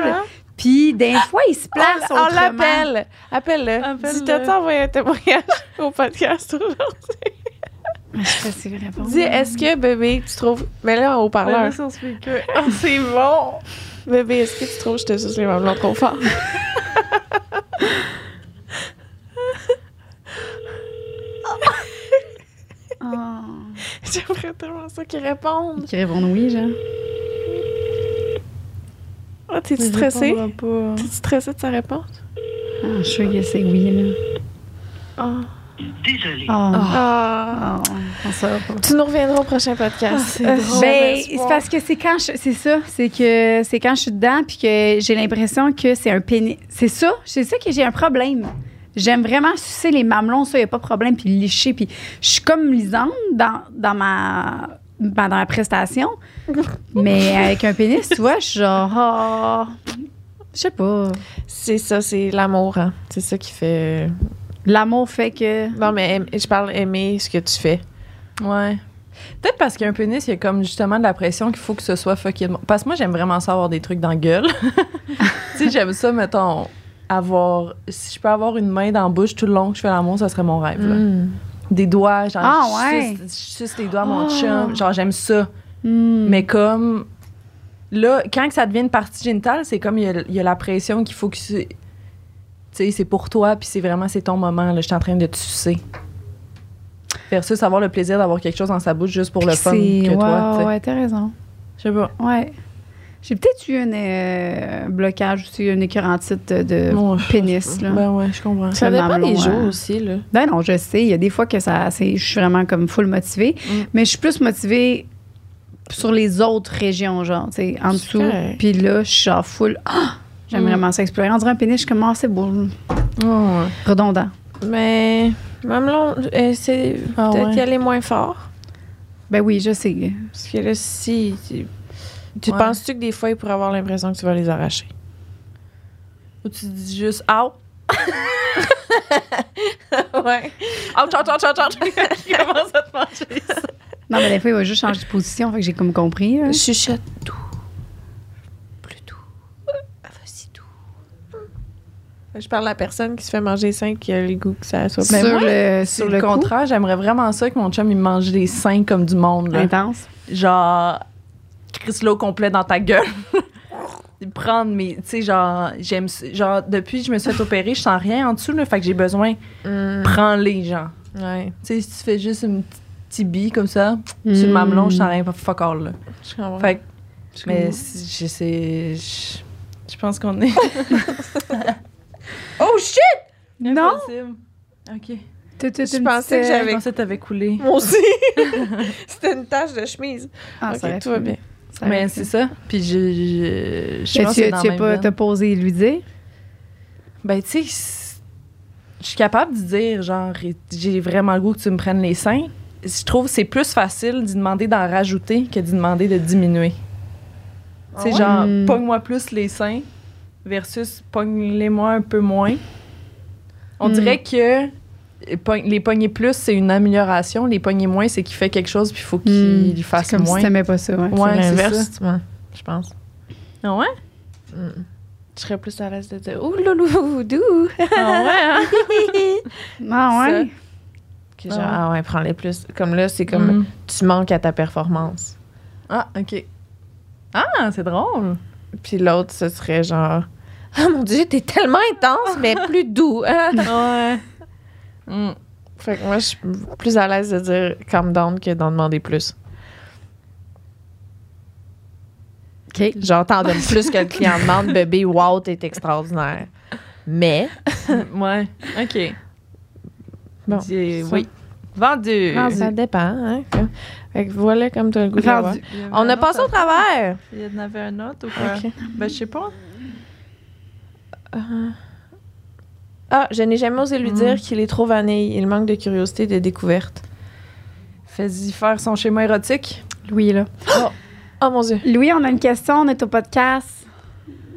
Speaker 1: Puis, des fois, il se place
Speaker 2: hein. Ah, On,
Speaker 1: autrement.
Speaker 2: l'appelle. Appelle-le.
Speaker 4: Appelle-le.
Speaker 2: Dis, t'as-tu envoyé un témoignage au podcast aujourd'hui?
Speaker 1: Je sais pas si répond.
Speaker 2: Dis, est-ce que bébé, tu trouves. Mets-le en haut-parleur.
Speaker 4: Oh, c'est bon.
Speaker 2: Bébé, est-ce que tu trouves que je te suce les mamelons trop fort?
Speaker 1: Oh.
Speaker 2: J'aimerais tellement ça qu'ils répondent.
Speaker 1: Qui répond oui, genre.
Speaker 2: Ah, T'es-tu stressée? T'es-tu stressée de sa réponse?
Speaker 1: Ah, je suis sûre que c'est oui, là.
Speaker 2: Ah.
Speaker 1: Ah.
Speaker 2: Ah.
Speaker 1: Ah, on saura pas.
Speaker 2: Tu nous reviendras au prochain podcast.
Speaker 4: Ah, c'est drôle.
Speaker 1: Ben,
Speaker 4: espoir.
Speaker 1: c'est parce que c'est quand je, c'est ça, c'est que c'est quand je suis dedans puis que j'ai l'impression que c'est un pénis. C'est ça, c'est ça que j'ai un problème. J'aime vraiment sucer les mamelons, ça y a pas de problème puis licher puis je suis comme lisante dans, dans ma ben, dans ma prestation, mais avec un pénis, tu vois, je suis genre ah, je sais pas.
Speaker 2: C'est ça, c'est l'amour. hein. C'est ça qui fait. euh,
Speaker 1: L'amour fait que
Speaker 2: Non, mais aim- je parle aimer ce que tu fais.
Speaker 4: Ouais. Peut-être parce qu'un pénis, il y a comme justement de la pression qu'il faut que ce soit fucking. bon. Parce que moi, j'aime vraiment ça avoir des trucs dans la gueule. tu sais, j'aime ça, mettons, avoir. Si je peux avoir une main dans la bouche tout le long que je fais l'amour, ça serait mon rêve. là.
Speaker 2: Hmm.
Speaker 4: Des doigts, genre,
Speaker 1: Mm. Ah,
Speaker 4: je,
Speaker 1: ouais.
Speaker 4: suce, je suce les doigts à mon
Speaker 1: Oh.
Speaker 4: chum. Genre, j'aime ça.
Speaker 1: hmm,
Speaker 4: Mais comme. Là, quand que ça devient une partie génitale, c'est comme il y a- il y, a la pression qu'il faut que. Tu tu sais, c'est pour toi, puis c'est vraiment, c'est ton moment. Là, je suis en train de te sucer. Versus avoir le plaisir d'avoir quelque chose dans sa bouche juste pour le fun
Speaker 1: c'est-
Speaker 4: que toi.
Speaker 1: ouais,
Speaker 4: tu sais.
Speaker 1: ouais, t'as raison.
Speaker 4: Je sais pas.
Speaker 1: Ouais. J'ai peut-être eu un euh, blocage aussi, une écœurantite de, de
Speaker 4: Non, je-
Speaker 1: pénis. Là.
Speaker 4: Ben ouais, je comprends.
Speaker 2: Ça
Speaker 1: Le
Speaker 2: dépend des
Speaker 1: mamelon,
Speaker 2: jours
Speaker 1: hein.
Speaker 2: aussi, là.
Speaker 1: Ben non, je sais. Il y a des fois que ça, c'est- je suis vraiment comme full motivée.
Speaker 4: Mm.
Speaker 1: Mais je suis plus motivée sur les autres régions, genre, tu sais, en
Speaker 2: C'est
Speaker 1: dessous.
Speaker 2: correct.
Speaker 1: Puis là, je suis genre full. Ah! J'aime
Speaker 4: Mm.
Speaker 1: vraiment ça explorer. On dirait un pénis, je suis comme, ah, c'est beau.
Speaker 4: Ah Ouais.
Speaker 1: Redondant.
Speaker 2: Mais mamelon, euh, c'est
Speaker 4: Ah
Speaker 2: peut-être
Speaker 4: ouais.
Speaker 2: y aller moins fort.
Speaker 1: Ben oui, je sais.
Speaker 2: Parce que là, si. Tu, tu
Speaker 4: Ouais.
Speaker 2: penses-tu que des fois, il pourrait avoir l'impression que tu vas les arracher?
Speaker 4: Ou tu dis juste, out,
Speaker 2: ouais.
Speaker 4: out, out, out, out, out. Il commence à te manger.
Speaker 1: Non, mais des fois, il va juste changer de position. Fait que j'ai comme compris.
Speaker 2: Hmm.
Speaker 1: hein.
Speaker 2: Chuchote Ah, doux. Plus doux. Vas-y doux. Je parle à la personne qui se fait manger sain qui a le goût que ça soit
Speaker 4: Ben,
Speaker 1: sur,
Speaker 4: moi,
Speaker 1: le,
Speaker 4: Sur
Speaker 1: sur
Speaker 4: le,
Speaker 1: le coup,
Speaker 4: contraire, j'aimerais vraiment ça que mon chum, il me mange des seins comme du monde. Là.
Speaker 1: intense.
Speaker 4: Genre, crisse l'eau complet dans ta gueule. Prendre mes. Tu sais, genre, j'aime. Genre, depuis que je me suis fait opérer, je sens rien en dessous, là. Fait que j'ai besoin.
Speaker 2: Mm,
Speaker 4: Prends-les, genre.
Speaker 2: Hmm, ouais,
Speaker 4: Tu sais, si tu fais juste une petite tibie comme ça,
Speaker 1: Mm.
Speaker 4: sur le
Speaker 1: Hmm.
Speaker 4: mamelon, je sens rien. Fuck all, là.
Speaker 2: je comprends.
Speaker 4: Fait que,
Speaker 2: Je
Speaker 4: mais
Speaker 2: comprends.
Speaker 4: si- je sais. Je, je pense qu'on est.
Speaker 2: Oh shit!
Speaker 1: Non.
Speaker 4: Impossible. Ok.
Speaker 1: Tout, tout,
Speaker 2: Je
Speaker 1: une
Speaker 2: pensais
Speaker 1: petite,
Speaker 2: que j'avais-
Speaker 4: Je
Speaker 2: Avec-
Speaker 4: pensais que t'avais coulé.
Speaker 2: Moi aussi! C'était une tache de chemise.
Speaker 1: Ah, ça
Speaker 2: ok, ben,
Speaker 1: aurait
Speaker 2: tout va
Speaker 1: pu.
Speaker 2: bien.
Speaker 1: Ça aurait
Speaker 4: Mais
Speaker 1: pu.
Speaker 4: c'est ça. Puis je. je, je
Speaker 1: Mais
Speaker 4: pense
Speaker 1: tu
Speaker 4: que c'est
Speaker 1: tu
Speaker 4: dans
Speaker 1: as
Speaker 4: la
Speaker 1: pas
Speaker 4: même veine.
Speaker 1: t'as pas osé lui dire.
Speaker 4: Ben, tu sais, c'est- je suis capable de dire, genre, j'ai vraiment le goût que tu me prennes les seins. Je trouve que c'est plus facile d'y demander d'en rajouter que d'y demander de diminuer. Tu sais,
Speaker 2: Ah ouais?
Speaker 4: genre,
Speaker 1: Hmm.
Speaker 4: pogne-moi plus les seins versus pogne-les-moi un peu moins. On
Speaker 1: Hmm.
Speaker 4: dirait que euh, pogn- les pogner plus, c'est une amélioration. Les pogner moins, c'est qu'il fait quelque chose, puis il faut qu'il
Speaker 1: Hmm.
Speaker 4: fasse
Speaker 1: C'est comme
Speaker 4: moins.
Speaker 1: si t'aimais pas ça. ouais.
Speaker 4: Ouais,
Speaker 2: c'est
Speaker 4: c'est
Speaker 2: l'inverse, moi, je pense.
Speaker 4: Ah ouais?
Speaker 2: Mm. Je serais plus à l'aise de dire Ouh loulou, doux!
Speaker 4: Ah ouais, hein?
Speaker 1: Ah ouais.
Speaker 2: Que genre,
Speaker 4: Ah ouais.
Speaker 2: ah ouais, prends-les plus. Comme là, c'est comme
Speaker 4: Hmm.
Speaker 2: tu manques à ta performance.
Speaker 4: Ah, OK. Ah, c'est drôle.
Speaker 2: Puis l'autre, ce serait genre Ah mon Dieu, t'es tellement intense, mais plus doux. hein?
Speaker 4: ouais. Mm.
Speaker 2: Fait que moi, je suis plus à l'aise de dire calm down que d'en demander plus.
Speaker 1: OK.
Speaker 2: Genre, t'en donnes plus que le client demande, bébé, wow, t'es extraordinaire. Mais,
Speaker 4: ouais. OK.
Speaker 2: Bon.
Speaker 4: Dis- oui. Vendu.
Speaker 2: Ah, ça dépend. Hein? comme- Fait que voilà comme t'as le goût de l'avoir.
Speaker 1: Vendu.
Speaker 2: On a passé au travers.
Speaker 4: Il y en avait un autre ou quoi?
Speaker 2: Ok.
Speaker 4: Ben, je sais pas.
Speaker 2: Euh. Ah, je n'ai jamais osé lui
Speaker 4: Mm.
Speaker 2: dire qu'il est trop vanille. Il manque de curiosité et de découverte.
Speaker 4: Fais-y faire son schéma érotique.
Speaker 1: Louis, là.
Speaker 2: Oh mon Dieu.
Speaker 1: Louis, on a une question. On est au podcast.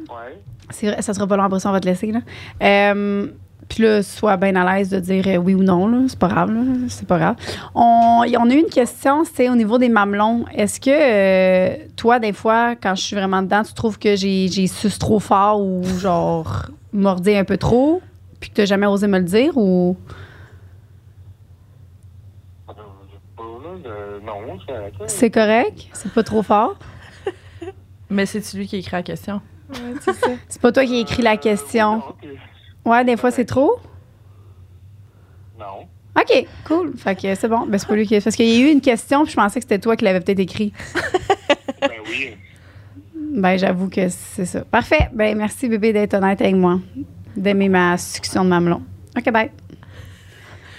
Speaker 5: Ouais.
Speaker 1: C'est vrai, ça sera pas long après ça, on va te laisser. Là. Euh, puis là, sois bien à l'aise de dire euh, oui ou non, là, c'est pas grave, là, c'est pas grave. On, y- on a eu une question, c'est au niveau des mamelons. Est-ce que euh, toi, des fois, quand je suis vraiment dedans, tu trouves que j'ai, j'ai suce trop fort ou genre mordi un peu trop, puis que t'as jamais osé me le dire ou
Speaker 5: Euh, euh, Non, c'est correct, hein.
Speaker 1: c'est correct, c'est pas trop fort?
Speaker 4: Mais c'est lui qui écrit la question.
Speaker 1: C'est pas toi qui écris la question.
Speaker 5: Euh, oui,
Speaker 1: Ouais, des fois, c'est trop?
Speaker 5: Non. puis-
Speaker 1: OK, cool. Fait que c'est bon. Ben, c'est pas lui qui. Parce qu'il y a eu une question, puis je pensais que c'était toi qui l'avais peut-être écrit.
Speaker 5: non. Ben oui.
Speaker 1: Ben, j'avoue que c'est ça. Parfait. Ben, merci bébé d'être honnête avec moi, d'aimer ma succion de mamelon. OK, bye.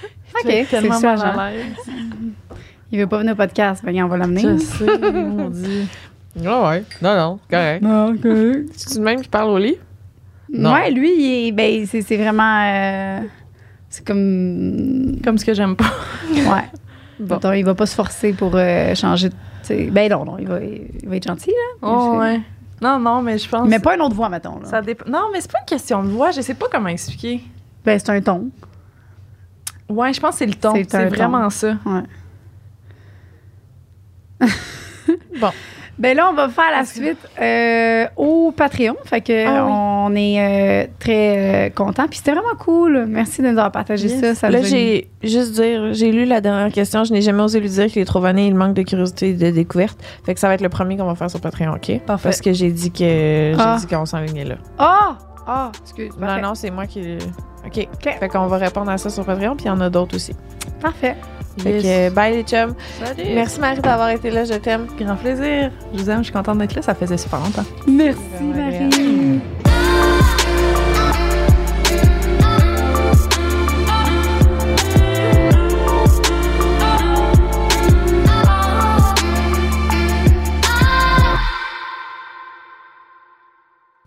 Speaker 1: OK,
Speaker 4: J'ai
Speaker 1: c'est
Speaker 4: tellement
Speaker 1: ça,
Speaker 4: mal
Speaker 1: genre.
Speaker 4: à l'aise.
Speaker 1: Il veut pas venir au podcast. Ben, on va l'amener.
Speaker 4: Je sais, mon Dieu.
Speaker 2: Ah ouais. Non, non, correct. C'est-tu le même qui parle au lit? Non.
Speaker 1: Ouais, lui, il est- ben, c'est c'est vraiment. euh, c'est comme.
Speaker 4: Comme ce que j'aime pas.
Speaker 1: Ouais.
Speaker 2: Bon.
Speaker 1: Mettons, il va pas se forcer pour euh, changer. de- tu sais. Ben, non, non, il va, il va être gentil, là.
Speaker 4: Oh, ouais. Non, non, mais je pense.
Speaker 1: Mais pas une autre voix, mettons. Là.
Speaker 4: Ça dépend. Non, mais c'est pas une question de voix. Je sais pas comment expliquer.
Speaker 1: Ben, c'est un ton.
Speaker 4: Ouais, je pense que c'est le ton.
Speaker 1: C'est
Speaker 4: C'est
Speaker 1: un
Speaker 4: vraiment ça.
Speaker 1: Ben là, on va faire la suite euh, au Patreon. Fait que
Speaker 4: Ah oui.
Speaker 1: on est euh, très euh, contents. Puis c'était vraiment cool. Merci de nous avoir partagé
Speaker 4: Yes.
Speaker 1: ça. ça
Speaker 2: Là,
Speaker 1: nous a mis-
Speaker 2: j'ai juste dire, j'ai lu la dernière question, je n'ai jamais osé lui dire qu'il est trop vanné, il manque de curiosité et de découverte. Fait que ça va être le premier qu'on va faire sur Patreon, OK?
Speaker 4: Parfait.
Speaker 2: Parce que j'ai dit que j'ai
Speaker 1: Ah.
Speaker 2: dit qu'on s'enlignait là.
Speaker 1: Ah! Ah! Excuse.
Speaker 2: Non,
Speaker 1: Parfait.
Speaker 2: non, c'est moi qui. OK.
Speaker 1: OK.
Speaker 2: Fait qu'on va répondre à ça sur Patreon, puis il y en a d'autres aussi.
Speaker 1: Parfait.
Speaker 2: Fait
Speaker 4: Yes.
Speaker 2: que bye les chums.
Speaker 4: Salut.
Speaker 2: Merci Marie d'avoir été là, je t'aime.
Speaker 4: Grand plaisir. Je vous aime, je suis contente d'être là. Ça faisait super longtemps.
Speaker 1: Merci,
Speaker 2: Vraiment
Speaker 1: Marie.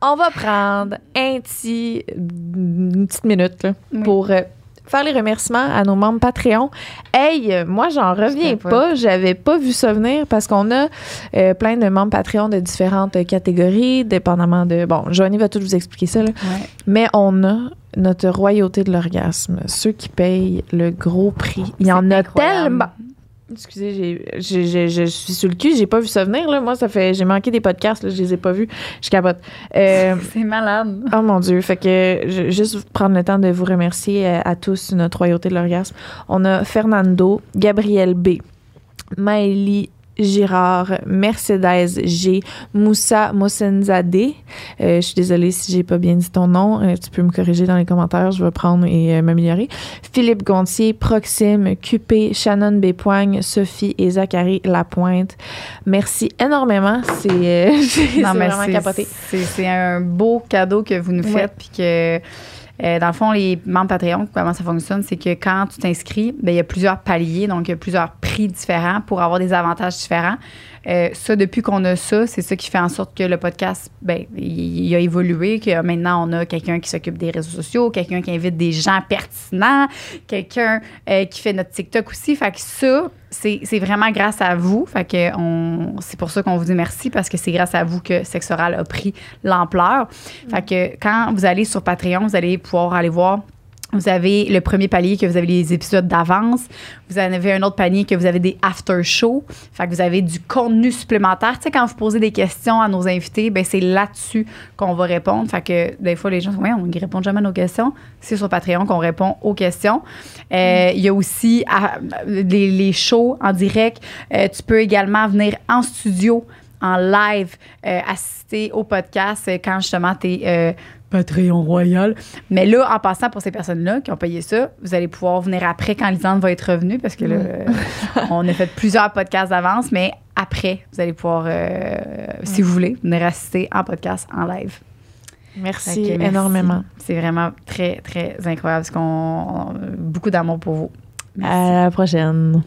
Speaker 2: On va prendre un petit, une petite minute là,
Speaker 1: Oui.
Speaker 2: pour euh, faire les remerciements à nos membres Patreon. Hey, euh, moi, j'en reviens
Speaker 1: capote.
Speaker 2: pas. J'avais pas vu ça venir parce qu'on a euh, plein de membres Patreon de différentes euh, catégories, dépendamment de. Bon, Joanie va tout vous expliquer ça. là.
Speaker 1: Ouais.
Speaker 2: Mais on a notre royauté de l'orgasme. Ceux qui payent le gros prix. Il y
Speaker 1: C'est
Speaker 2: en a
Speaker 1: incroyable.
Speaker 2: tellement. Excusez, j'ai- j'ai- j'ai- je suis sur le cul, j'ai pas vu ça venir, là. Moi, ça fait. J'ai manqué des podcasts, là, je les ai pas vus. Je capote. Euh,
Speaker 1: C'est malade.
Speaker 2: Oh mon Dieu, fait que je- juste prendre le temps de vous remercier euh, à, tous notre royauté de l'orgasme. On a Fernando, Gabriel B, Maëlie Girard, Mercedes G, Moussa Moussenzadeh. Euh, je suis désolée si j'ai pas bien dit ton nom. Euh, tu peux me corriger dans les commentaires, je vais prendre et euh, m'améliorer. Philippe Gontier, Proxime, QP, Shannon Bépoigne, Sophie et Zachary Lapointe. Merci énormément. C'est euh, c'est
Speaker 1: Non, mais
Speaker 2: vraiment
Speaker 1: c'est-
Speaker 2: capoté.
Speaker 1: C'est c'est un beau cadeau que vous nous
Speaker 2: Ouais.
Speaker 1: faites. Puis que, euh, dans le fond, les membres Patreon, comment ça fonctionne, c'est que quand tu t'inscris, ben, il y a plusieurs paliers, donc il y a plusieurs prix différents pour avoir des avantages différents. Euh, ça, depuis qu'on a ça, c'est ça qui fait en sorte que le podcast, ben, il il a évolué, que maintenant, on a quelqu'un qui s'occupe des réseaux sociaux, quelqu'un qui invite des gens pertinents, quelqu'un euh, qui fait notre TikTok aussi. Fait que ça, c'est c'est vraiment grâce à vous. Fait que on- c'est pour ça qu'on vous dit merci parce que c'est grâce à vous que Sexoral a pris l'ampleur. Fait que quand vous allez sur Patreon, vous allez pouvoir aller voir. Vous avez le premier palier que vous avez les épisodes d'avance. Vous en avez un autre panier que vous avez des after shows. Fait que vous avez du contenu supplémentaire. Tu sais, quand vous posez des questions à nos invités, ben c'est là-dessus qu'on va répondre. Fait que des fois, les gens sont, ouais, on ne répond jamais à nos questions. C'est sur Patreon qu'on répond aux questions. Euh, Il y a aussi à- les, les shows en direct. Euh, tu peux également venir en studio, en live, euh, assister au podcast euh, quand justement tu es Patreon Royal. Mais là, en passant pour ces personnes-là qui ont payé ça, vous allez pouvoir venir après quand Lisande va être revenue parce que là, euh, on a fait plusieurs podcasts d'avance, mais après, vous allez pouvoir, euh, si vous voulez, venir assister en podcast, en live. Fait
Speaker 2: Merci
Speaker 1: que merci.
Speaker 2: énormément.
Speaker 1: C'est vraiment très, très incroyable. Parce qu'on, on- beaucoup d'amour pour vous. Merci.
Speaker 2: À la prochaine.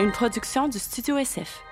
Speaker 3: Une production du Studio SF.